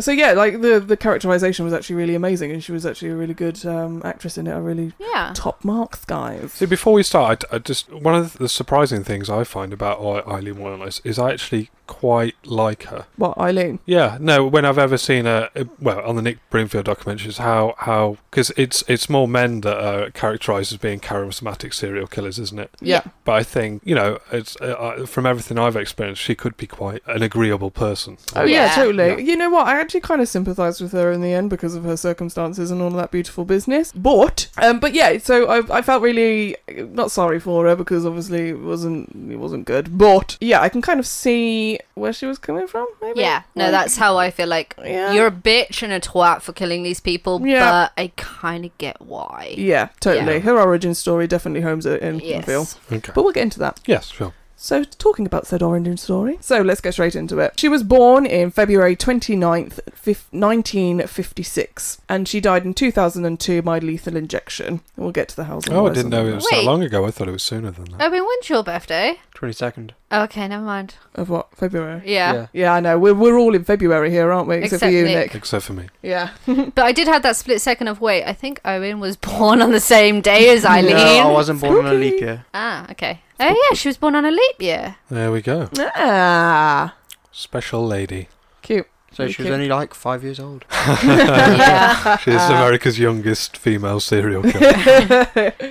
[SPEAKER 5] So yeah, like the the characterization was actually really amazing, and she was actually a really good um, actress in it. I really
[SPEAKER 6] Yeah.
[SPEAKER 5] top marks, guys.
[SPEAKER 7] See, before we start, I, I just one of the surprising things I find about Ei- Eileen Wernos is I actually quite like her.
[SPEAKER 5] What Eileen?
[SPEAKER 7] Yeah, no. When I've ever seen a well on the Nick Broomfield documentaries, how how because it's it's more men that are characterised as being charismatic serial killers, isn't it?
[SPEAKER 5] Yeah.
[SPEAKER 7] But I think you know, it's uh, I- from everything I've experienced, she could be quite an agreeable person.
[SPEAKER 5] Oh yeah,
[SPEAKER 6] Yeah.
[SPEAKER 5] totally.
[SPEAKER 7] Yeah.
[SPEAKER 5] You know what? I actually kind of sympathised with her in the end because of her circumstances and all of that beautiful business. But, um, but yeah. So I, I felt really not sorry for her because obviously it wasn't it wasn't good. But yeah, I can kind of see where she was coming from. Maybe.
[SPEAKER 6] Yeah, no,
[SPEAKER 5] Like,
[SPEAKER 6] that's how I feel. Like
[SPEAKER 5] Yeah.
[SPEAKER 6] you're a bitch and a twat for killing these people,
[SPEAKER 5] Yeah.
[SPEAKER 6] but I kind of get why.
[SPEAKER 5] yeah, totally.
[SPEAKER 6] Yeah.
[SPEAKER 5] Her origin story definitely homes it in. I feel.
[SPEAKER 6] Yes.
[SPEAKER 7] Okay.
[SPEAKER 5] But we'll get into that.
[SPEAKER 7] yes, sure.
[SPEAKER 5] So, talking about said origin story, so let's go straight into it. She was born in February 29th, fif- 1956, and she died in 2002 by lethal injection. We'll get to the housing.
[SPEAKER 7] Oh, I
[SPEAKER 5] laws
[SPEAKER 7] didn't
[SPEAKER 5] and
[SPEAKER 7] know
[SPEAKER 5] all
[SPEAKER 7] it was that
[SPEAKER 6] Wait.
[SPEAKER 7] long ago. I thought it was sooner than that.
[SPEAKER 6] I mean, when's your birthday?
[SPEAKER 8] 22nd.
[SPEAKER 6] Okay, never mind.
[SPEAKER 5] that. Of what? February?
[SPEAKER 6] Yeah.
[SPEAKER 5] Yeah, I know. We're, we're all in February here, aren't we? Except, for
[SPEAKER 6] Except
[SPEAKER 5] you, Nick.
[SPEAKER 6] Nick.
[SPEAKER 7] Except for me.
[SPEAKER 5] Yeah.
[SPEAKER 6] But I did have that split second of wait. I think Owen was born on the same day as Eileen.
[SPEAKER 8] No, I wasn't born on a
[SPEAKER 5] Spooky.
[SPEAKER 8] leap year.
[SPEAKER 6] Ah, okay. Oh yeah, she was born on a leap year.
[SPEAKER 7] There we go.
[SPEAKER 5] ah,
[SPEAKER 7] Special lady.
[SPEAKER 5] cute.
[SPEAKER 8] So she was
[SPEAKER 5] Okay.
[SPEAKER 8] only like five years old.
[SPEAKER 6] yeah,
[SPEAKER 7] She's America's youngest female serial killer.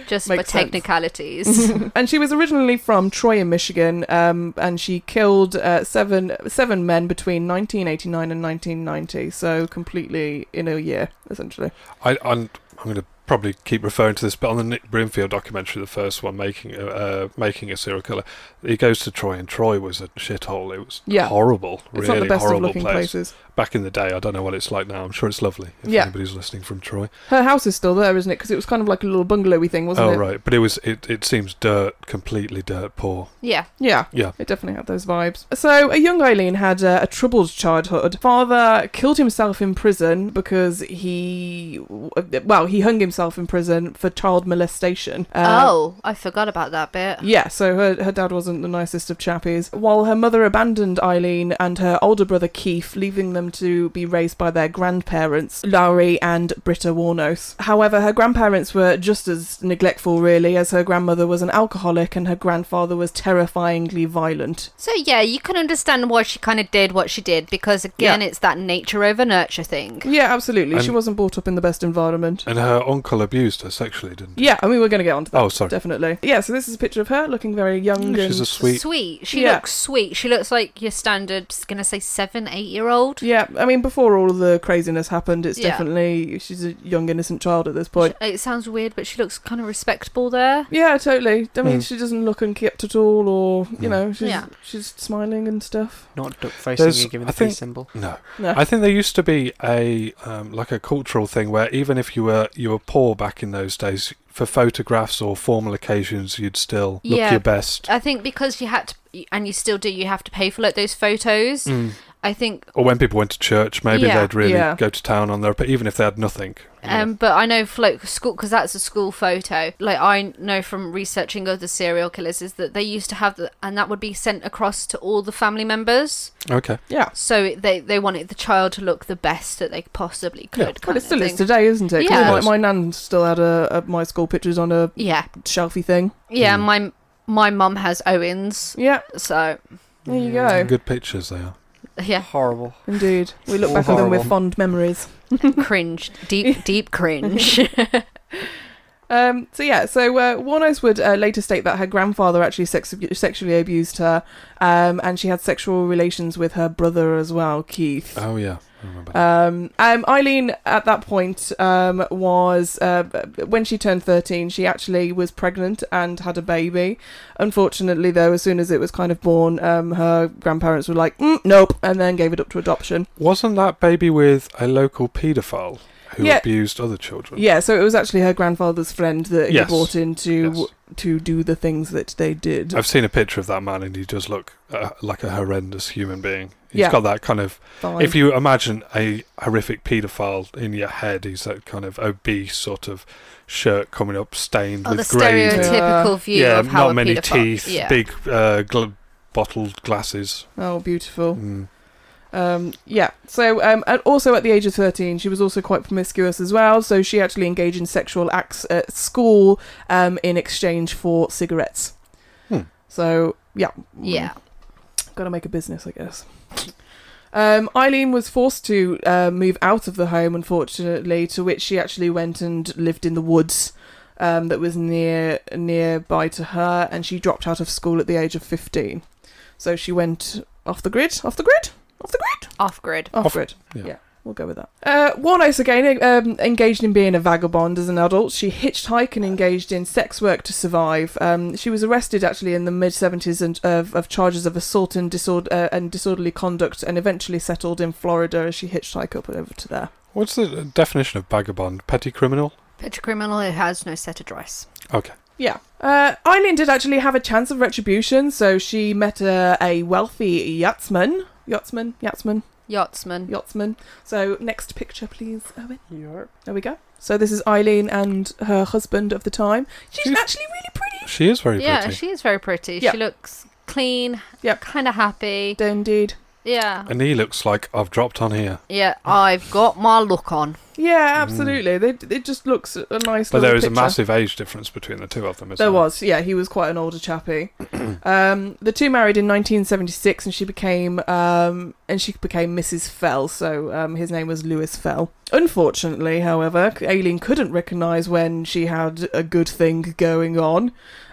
[SPEAKER 6] just for
[SPEAKER 5] Makes sense.
[SPEAKER 6] technicalities.
[SPEAKER 5] and she was originally from Troy in Michigan, um, and she killed uh, seven seven men between 1989 and 1990. So completely in a year, essentially.
[SPEAKER 7] I, I'm, I'm going to probably keep referring to this, but on the Nick Brimfield documentary, the first one, making a, uh, making a serial killer, he goes to Troy, and Troy was a shithole. It was
[SPEAKER 5] Yeah.
[SPEAKER 7] horrible,
[SPEAKER 5] It's
[SPEAKER 7] really
[SPEAKER 5] not the best of
[SPEAKER 7] horrible
[SPEAKER 5] looking
[SPEAKER 7] place.
[SPEAKER 5] places.
[SPEAKER 7] Back in the day, I don't know what it's like now. I'm sure it's lovely. If
[SPEAKER 5] Yeah.
[SPEAKER 7] anybody's listening from Troy,
[SPEAKER 5] Her house is still there, isn't it? Because it was kind of like a little bungalowy thing, wasn't
[SPEAKER 7] oh
[SPEAKER 5] it?
[SPEAKER 7] right, but it was it, it seems dirt, completely dirt poor.
[SPEAKER 6] yeah,
[SPEAKER 5] Yeah.
[SPEAKER 7] Yeah.
[SPEAKER 5] It definitely had those vibes. So, a young Eileen had uh, a troubled childhood. Father killed himself in prison because he, well, he hung himself in prison for child molestation. Uh,
[SPEAKER 6] oh, I forgot about that bit.
[SPEAKER 5] Yeah, so her, her dad wasn't the nicest of chappies. While her mother abandoned Eileen and her older brother Keith, leaving them to be raised by their grandparents, Lowry and Britta Warnos. However, her grandparents were just as neglectful, really, as her grandmother was an alcoholic and her grandfather was terrifyingly violent.
[SPEAKER 6] So yeah, you can understand why she kind of did what she did because again,
[SPEAKER 5] Yeah.
[SPEAKER 6] it's that nature over nurture thing.
[SPEAKER 5] Yeah, absolutely. she
[SPEAKER 7] And-
[SPEAKER 5] wasn't brought up in the best environment.
[SPEAKER 7] And her uncle abused her sexually, didn't he?
[SPEAKER 5] yeah, I mean, we're going to get onto that.
[SPEAKER 7] Oh, sorry.
[SPEAKER 5] Definitely. Yeah, so this is a picture of her looking very young and.
[SPEAKER 7] She's a sweet.
[SPEAKER 6] She
[SPEAKER 5] Yeah.
[SPEAKER 6] looks sweet. She looks like your standard, just gonna say seven, eight year old.
[SPEAKER 5] yeah, I mean, before all of the craziness happened, it's
[SPEAKER 6] Yeah.
[SPEAKER 5] definitely. She's a young, innocent child at this point.
[SPEAKER 6] It sounds weird, but she looks kind of respectable there.
[SPEAKER 5] Yeah, totally. I mean, she doesn't look unkept at all, or you know, she's
[SPEAKER 6] Yeah.
[SPEAKER 5] she's smiling and stuff.
[SPEAKER 8] Not duck facing
[SPEAKER 7] There's-
[SPEAKER 8] and giving
[SPEAKER 7] I
[SPEAKER 8] the peace
[SPEAKER 7] think-
[SPEAKER 8] symbol.
[SPEAKER 7] No,
[SPEAKER 5] No.
[SPEAKER 7] I think there used to be a um, like a cultural thing where even if you were you were poor back in those days, for photographs or formal occasions, you'd still look
[SPEAKER 6] Yeah.
[SPEAKER 7] your best.
[SPEAKER 5] Uh,
[SPEAKER 6] I think because you had to, and you still do, you have to pay for like those photos.
[SPEAKER 5] Mm.
[SPEAKER 6] I think,
[SPEAKER 7] Or when people went to church, maybe
[SPEAKER 6] Yeah.
[SPEAKER 7] they'd really
[SPEAKER 5] Yeah.
[SPEAKER 7] go to town on their, but even if they had nothing. you know.
[SPEAKER 6] um, but I know for like school because that's a school photo. Like I know from researching other serial killers is that they used to have the, and that would be sent across to all the family members.
[SPEAKER 7] Okay.
[SPEAKER 5] Yeah,
[SPEAKER 6] So it- they they wanted the child to look the best that they possibly could.
[SPEAKER 7] Well,
[SPEAKER 5] but
[SPEAKER 6] kind
[SPEAKER 5] it still
[SPEAKER 6] of
[SPEAKER 5] is
[SPEAKER 6] thing.
[SPEAKER 5] today, isn't it? 'Cause
[SPEAKER 6] Yeah.
[SPEAKER 5] My, my nan still had a, a my school pictures on a
[SPEAKER 6] Yeah,
[SPEAKER 5] shelfie thing.
[SPEAKER 6] yeah.
[SPEAKER 7] Hmm.
[SPEAKER 6] My my mum has Owens,
[SPEAKER 5] Yeah,
[SPEAKER 6] so
[SPEAKER 5] there you go.
[SPEAKER 7] Good pictures they are.
[SPEAKER 6] yeah,
[SPEAKER 8] Horrible.
[SPEAKER 5] Indeed, we look
[SPEAKER 8] All
[SPEAKER 5] back on them with
[SPEAKER 8] horrible.
[SPEAKER 5] fond memories.
[SPEAKER 6] cringe, deep deep cringe.
[SPEAKER 5] Um, so yeah, so uh, Warnos would uh, later state that her grandfather actually sex- sexually abused her, um, and she had sexual relations with her brother as well, Keith.
[SPEAKER 7] Oh yeah, I remember.
[SPEAKER 5] Um, um, Eileen at that point um, was uh, when she turned 13 she actually was pregnant and had a baby unfortunately though as soon as it was kind of born um, her grandparents were like mm, nope and then gave it up to adoption
[SPEAKER 7] Wasn't that baby with a local paedophile who
[SPEAKER 5] Yeah.
[SPEAKER 7] abused other children?
[SPEAKER 5] yeah so it was actually her grandfather's friend that
[SPEAKER 7] Yes.
[SPEAKER 5] he brought in to
[SPEAKER 7] Yes.
[SPEAKER 5] to do the things that they did
[SPEAKER 7] I've seen a picture of that man, and he does look uh, like a horrendous human being. He's
[SPEAKER 5] Yeah.
[SPEAKER 7] got that kind of
[SPEAKER 5] Fine.
[SPEAKER 7] If you imagine a horrific paedophile in your head, he's that kind of obese sort of shirt coming up stained
[SPEAKER 6] oh, the
[SPEAKER 7] with gravy.
[SPEAKER 5] stereotype
[SPEAKER 6] stereotypical view
[SPEAKER 7] yeah,
[SPEAKER 6] of how
[SPEAKER 7] not
[SPEAKER 6] a
[SPEAKER 7] many
[SPEAKER 6] paedophile-
[SPEAKER 7] teeth,
[SPEAKER 6] Yeah.
[SPEAKER 7] big uh, gl- bottled glasses.
[SPEAKER 5] oh beautiful
[SPEAKER 7] Mm.
[SPEAKER 5] Um, yeah. So, um, and also at the age of 13, she was also quite promiscuous as well. So she actually engaged in sexual acts at school um, in exchange for cigarettes.
[SPEAKER 7] Hmm.
[SPEAKER 5] So, yeah.
[SPEAKER 6] yeah.
[SPEAKER 5] Got to make a business, I guess. Um, Eileen was forced to uh, move out of the home, unfortunately, to which she actually went and lived in the woods um, that was near nearby to her, and she dropped out of school at the age of 15. So she went off the grid, off the grid, off the grid.
[SPEAKER 6] off grid.
[SPEAKER 5] Off,
[SPEAKER 7] Off-
[SPEAKER 5] grid.
[SPEAKER 7] yeah.
[SPEAKER 5] Oh, Yeah. We'll go with that. Uh, Warnos again um, engaged in being a vagabond as an adult. She hitchhiked and engaged in sex work to survive. Um, she was arrested actually in the mid seventies and uh, of, of charges of assault and disorder uh, and disorderly conduct, and eventually settled in Florida as she hitchhiked up over to there.
[SPEAKER 7] What's the definition of vagabond? Petty criminal?
[SPEAKER 6] Pitch criminal who has no set address.
[SPEAKER 7] Okay.
[SPEAKER 5] Yeah. Uh, Eileen did actually have a chance of retribution, so she met a, a wealthy yachtsman. Yachtsman, yachtsman,
[SPEAKER 6] Yachtsman.
[SPEAKER 5] yachtsman. So, next picture, please, Owen. There we go. So this is Eileen and her husband of the time. She's,
[SPEAKER 7] She's-
[SPEAKER 5] actually really pretty.
[SPEAKER 7] She is very
[SPEAKER 6] yeah,
[SPEAKER 7] pretty.
[SPEAKER 6] she is very pretty.
[SPEAKER 5] Yeah.
[SPEAKER 6] She looks clean.
[SPEAKER 5] Yep.
[SPEAKER 6] Kind of happy.
[SPEAKER 5] Indeed.
[SPEAKER 6] Yeah.
[SPEAKER 7] And he looks like I've dropped on here.
[SPEAKER 6] Yeah, I've got my look on.
[SPEAKER 5] Yeah, absolutely. They, it just looks a nice.
[SPEAKER 7] Mm. But
[SPEAKER 5] little
[SPEAKER 7] there is a
[SPEAKER 5] picture.
[SPEAKER 7] massive age difference between the two of them, isn't
[SPEAKER 5] There was, yeah, he was quite an older chappie. um, the two married in 1976, and she became um, and she became Mrs. Fell. So um, his name was Lewis Fell. Unfortunately, however, Aileen couldn't recognise when she had a good thing going on,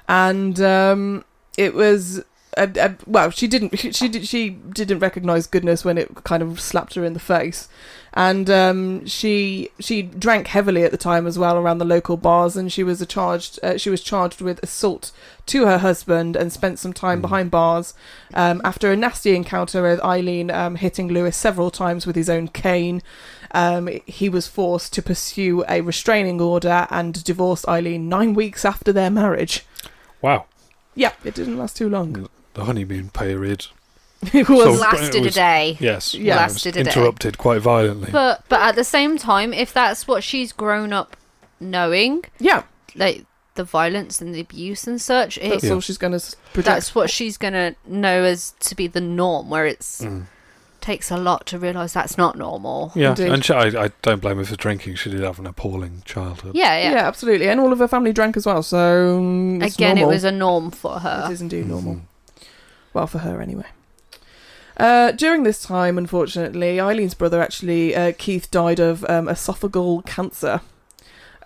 [SPEAKER 5] and um, it was. Uh, uh, well, she didn't. She did, she didn't recognise goodness when it kind of slapped her in the face, and um, she she drank heavily at the time as well around the local bars, and she was a charged uh, she was charged with assault to her husband and spent some time behind bars um, after a nasty encounter with Eileen um, hitting Lewis several times with his own cane. Um, he was forced to pursue a restraining order and divorced Eileen nine weeks after their marriage.
[SPEAKER 7] Wow.
[SPEAKER 5] Yeah, it didn't last too long.
[SPEAKER 7] The honeymoon period.
[SPEAKER 5] It was
[SPEAKER 7] So-
[SPEAKER 6] Lasted
[SPEAKER 7] Oh, it
[SPEAKER 6] a
[SPEAKER 7] was-
[SPEAKER 6] day.
[SPEAKER 7] Yes.
[SPEAKER 5] Yeah.
[SPEAKER 7] it was
[SPEAKER 6] Lasted a day.
[SPEAKER 7] interrupted quite violently.
[SPEAKER 6] But but at the same time, if that's what she's grown up knowing,
[SPEAKER 5] yeah,
[SPEAKER 6] like the violence and the abuse and such, it,
[SPEAKER 5] that's all she's going to project.
[SPEAKER 6] that's what she's gonna know as to be the norm. Where it's
[SPEAKER 7] Mm.
[SPEAKER 6] takes a lot to realise that's not normal.
[SPEAKER 7] yeah.
[SPEAKER 5] Indeed.
[SPEAKER 7] And she, I, I don't blame her for drinking. She did have an appalling childhood.
[SPEAKER 6] Yeah, yeah.
[SPEAKER 5] Yeah. absolutely, and all of her family drank as well. So um, it's
[SPEAKER 6] Again,
[SPEAKER 5] normal.
[SPEAKER 6] it was a norm for her.
[SPEAKER 5] It is indeed normal. Well, for her anyway. Uh, during this time, unfortunately, Eileen's brother actually, uh, Keith, died of um, esophageal cancer.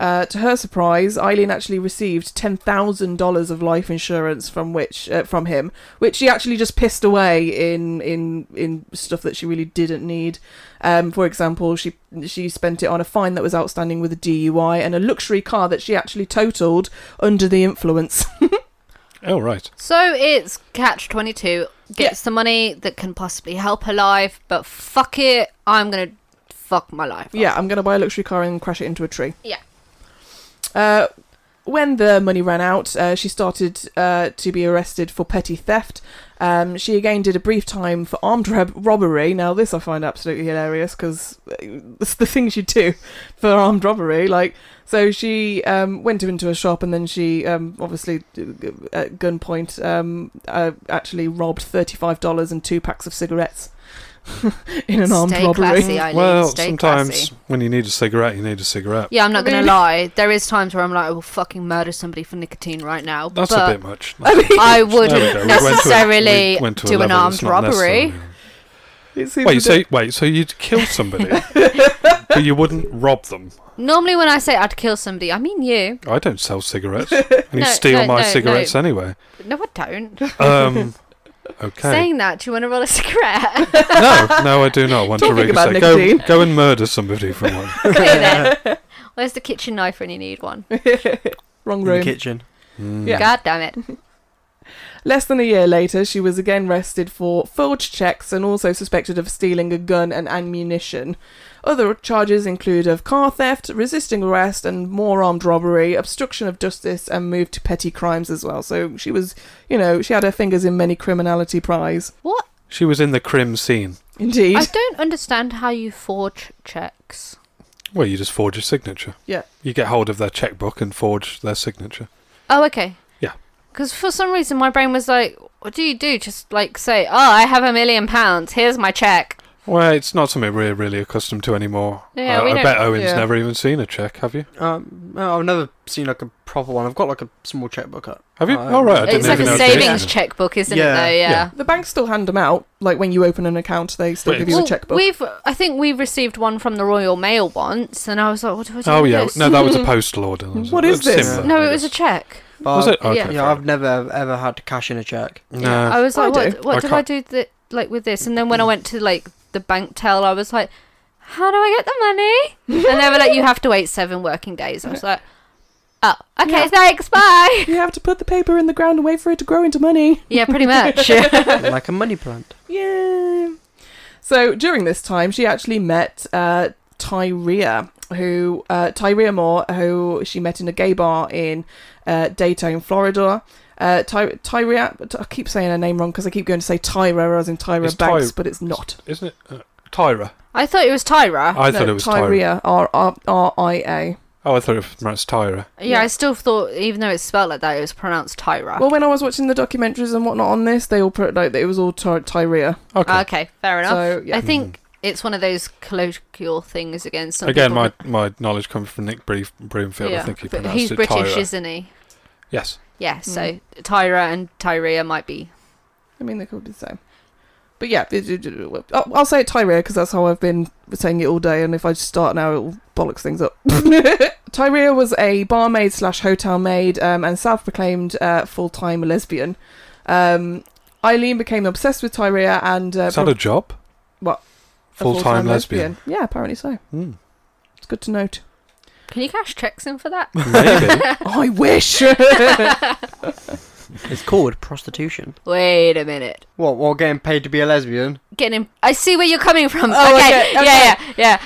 [SPEAKER 5] Uh, to her surprise, Eileen actually received ten thousand dollars of life insurance from which uh, from him, which she actually just pissed away in in in stuff that she really didn't need. Um, for example, she she spent it on a fine that was outstanding with a DUI and a luxury car that she actually totaled under the influence.
[SPEAKER 7] Oh, right.
[SPEAKER 6] So it's catch twenty two. Gets the money that can possibly help her life, but fuck it, I'm gonna fuck my life. up.
[SPEAKER 5] Yeah, I'm going to buy a luxury car and crash it into a tree.
[SPEAKER 6] Yeah.
[SPEAKER 5] Uh, when the money ran out, uh, she started uh, to be arrested for petty theft. Um, she again did a brief time for armed rob- robbery. Now, this I find absolutely hilarious because it's the things you do for armed robbery. Like, so she um, went into a shop and then she um, obviously at gunpoint um, uh, actually robbed thirty-five dollars and two packs of cigarettes in an armed
[SPEAKER 6] Stay
[SPEAKER 5] robbery.
[SPEAKER 6] classy, Eileen.
[SPEAKER 7] well,
[SPEAKER 6] Stay
[SPEAKER 7] sometimes
[SPEAKER 6] classy.
[SPEAKER 7] when you need a cigarette, you need a cigarette.
[SPEAKER 6] Yeah, I'm not gonna
[SPEAKER 5] Really?
[SPEAKER 6] lie. There is times where I'm like, I will fucking murder somebody for nicotine right now.
[SPEAKER 7] That's
[SPEAKER 6] but
[SPEAKER 7] a bit much. That's a bit
[SPEAKER 6] I
[SPEAKER 7] much. There we
[SPEAKER 6] wouldn't
[SPEAKER 7] go. We went to a-
[SPEAKER 6] necessarily
[SPEAKER 7] we went to a
[SPEAKER 6] do an
[SPEAKER 7] level
[SPEAKER 6] armed
[SPEAKER 7] that's not
[SPEAKER 6] robbery.
[SPEAKER 7] necessarily-
[SPEAKER 5] It seems
[SPEAKER 7] Wait,
[SPEAKER 5] ridiculous.
[SPEAKER 7] so wait, so you'd kill somebody, but you wouldn't rob them.
[SPEAKER 6] Normally, when I say I'd kill somebody, I mean you.
[SPEAKER 7] I don't sell cigarettes. And you
[SPEAKER 6] No,
[SPEAKER 7] steal
[SPEAKER 6] no,
[SPEAKER 7] my
[SPEAKER 6] no,
[SPEAKER 7] cigarettes
[SPEAKER 6] no.
[SPEAKER 7] anyway.
[SPEAKER 6] No, I don't.
[SPEAKER 7] Um, okay.
[SPEAKER 6] Saying that, do you want to roll a cigarette?
[SPEAKER 7] no, no, I do not want
[SPEAKER 5] Talking
[SPEAKER 7] to read
[SPEAKER 5] about
[SPEAKER 7] a go,
[SPEAKER 5] nicotine.
[SPEAKER 7] go and murder somebody for one.
[SPEAKER 6] Here then. Where's the kitchen knife when you need one?
[SPEAKER 5] Wrong
[SPEAKER 8] In the
[SPEAKER 5] room.
[SPEAKER 8] kitchen.
[SPEAKER 5] Yeah.
[SPEAKER 7] Mm.
[SPEAKER 6] God damn it.
[SPEAKER 5] Less than a year later, she was again arrested for forged checks and also suspected of stealing a gun and ammunition. Other charges include of car theft, resisting arrest, and more armed robbery, obstruction of justice, and moved to petty crimes as well. So she was, you know, she had her fingers in many criminality pies.
[SPEAKER 6] What?
[SPEAKER 7] She was in the crim scene.
[SPEAKER 5] Indeed.
[SPEAKER 6] I don't understand how you forge checks.
[SPEAKER 7] Well, you just forge a signature.
[SPEAKER 5] yeah.
[SPEAKER 7] You get hold of their checkbook and forge their signature.
[SPEAKER 6] Oh, okay.
[SPEAKER 7] Yeah.
[SPEAKER 6] Because for some reason, my brain was like, what do you do? Just like say, oh, I have a million pounds. Here's my check.
[SPEAKER 7] Well, it's not something we're really accustomed to anymore.
[SPEAKER 6] Yeah,
[SPEAKER 7] I,
[SPEAKER 6] we
[SPEAKER 7] I
[SPEAKER 6] don't-
[SPEAKER 7] bet Owen's
[SPEAKER 5] yeah.
[SPEAKER 7] never even seen a check, have you?
[SPEAKER 8] Um, no, I've never seen like a proper one. I've got like a small checkbook. Up.
[SPEAKER 7] Have you?
[SPEAKER 8] Um,
[SPEAKER 7] All right, I didn't
[SPEAKER 6] It's like
[SPEAKER 7] even
[SPEAKER 6] a
[SPEAKER 7] know it did.
[SPEAKER 6] savings checkbook, isn't
[SPEAKER 8] Yeah.
[SPEAKER 6] it, though? Yeah.
[SPEAKER 7] Yeah.
[SPEAKER 5] The banks still hand them out. Like when you open an account, they still
[SPEAKER 7] Wait.
[SPEAKER 5] give you a
[SPEAKER 6] Well,
[SPEAKER 5] checkbook.
[SPEAKER 6] We've, I think we received one from the Royal Mail once, and I was like, "What do I do?"
[SPEAKER 7] Oh
[SPEAKER 6] with
[SPEAKER 7] yeah,
[SPEAKER 6] this?
[SPEAKER 7] no, that was a postal order. wasn't it?
[SPEAKER 5] What is
[SPEAKER 7] It's
[SPEAKER 5] this?
[SPEAKER 7] similar,
[SPEAKER 6] No,
[SPEAKER 7] I
[SPEAKER 6] it was a
[SPEAKER 7] guess.
[SPEAKER 6] check.
[SPEAKER 8] But
[SPEAKER 7] Was it?
[SPEAKER 6] Yeah.
[SPEAKER 7] Okay,
[SPEAKER 6] Yeah,
[SPEAKER 8] Yeah,
[SPEAKER 7] fair
[SPEAKER 8] I've never ever had to cash in a check.
[SPEAKER 7] enough.
[SPEAKER 6] Yeah.
[SPEAKER 7] No.
[SPEAKER 6] I was
[SPEAKER 5] I
[SPEAKER 6] like,
[SPEAKER 5] do.
[SPEAKER 6] "What? What
[SPEAKER 7] I
[SPEAKER 6] do I
[SPEAKER 7] can't-
[SPEAKER 6] do th- like with this?" And then when I went to like the bank tell, I was like, "How do I get the money?" and they were like, "You have to wait seven working days." I was like, "Oh, okay, thanks, bye."
[SPEAKER 5] you have to put the paper in the ground and wait for it to grow into money.
[SPEAKER 6] yeah, pretty much.
[SPEAKER 8] like a money plant.
[SPEAKER 5] Yeah. So during this time, she actually met uh, Tyria, who uh, Tyria Moore, who she met in a gay bar in uh, Dayton, Florida. Uh, Ty- Tyria, I keep saying her name wrong because I keep going to say Tyra as in Tyra
[SPEAKER 7] It's
[SPEAKER 5] Banks,
[SPEAKER 7] Ty-
[SPEAKER 5] but it's not.
[SPEAKER 7] Isn't it uh, Tyra?
[SPEAKER 6] I thought it was Tyra.
[SPEAKER 7] I
[SPEAKER 5] No,
[SPEAKER 7] thought it was Tyra.
[SPEAKER 5] Tyria, R R R I A.
[SPEAKER 7] Oh, I thought it was Tyra.
[SPEAKER 6] Yeah, I still thought, even though it's spelled like that, it was pronounced Tyra.
[SPEAKER 5] Well, when I was watching the documentaries and whatnot on this, they all put like that it was all ty- Tyria.
[SPEAKER 7] Okay. Hmm.
[SPEAKER 6] okay, fair enough.
[SPEAKER 5] So, yeah.
[SPEAKER 6] I think it's one of those colloquial things again. Some
[SPEAKER 7] Again,
[SPEAKER 6] people-
[SPEAKER 7] my, my knowledge comes from Nick Brief, Broomfield. I think he
[SPEAKER 6] but
[SPEAKER 7] pronounced
[SPEAKER 6] he's
[SPEAKER 7] it
[SPEAKER 6] British,
[SPEAKER 7] Tyra.
[SPEAKER 6] isn't he?
[SPEAKER 7] Yes.
[SPEAKER 6] Yeah, so Tyra and Tyria might be.
[SPEAKER 5] I mean, they could be the same. But yeah, it- it- it- I'll I'll say it Tyria because that's how I've been saying it all day, and if I just start now, it'll bollocks things up. Tyria was a barmaid slash hotel maid um, and self-proclaimed uh, full-time lesbian. Um, Eileen became obsessed with Tyria and uh,
[SPEAKER 7] Is that
[SPEAKER 5] pro-
[SPEAKER 7] a job?
[SPEAKER 5] What? a
[SPEAKER 7] Full time lesbian.
[SPEAKER 5] Yeah, apparently so.
[SPEAKER 7] Mm.
[SPEAKER 5] It's good to note.
[SPEAKER 6] Can you cash checks in for that?
[SPEAKER 7] Maybe.
[SPEAKER 5] I wish.
[SPEAKER 8] It's called prostitution.
[SPEAKER 6] Wait a minute.
[SPEAKER 8] What? While getting paid to be a lesbian?
[SPEAKER 6] Getting. Him- I see where you're coming from.
[SPEAKER 5] Oh,
[SPEAKER 6] okay.
[SPEAKER 5] okay, okay.
[SPEAKER 6] Yeah, yeah, yeah.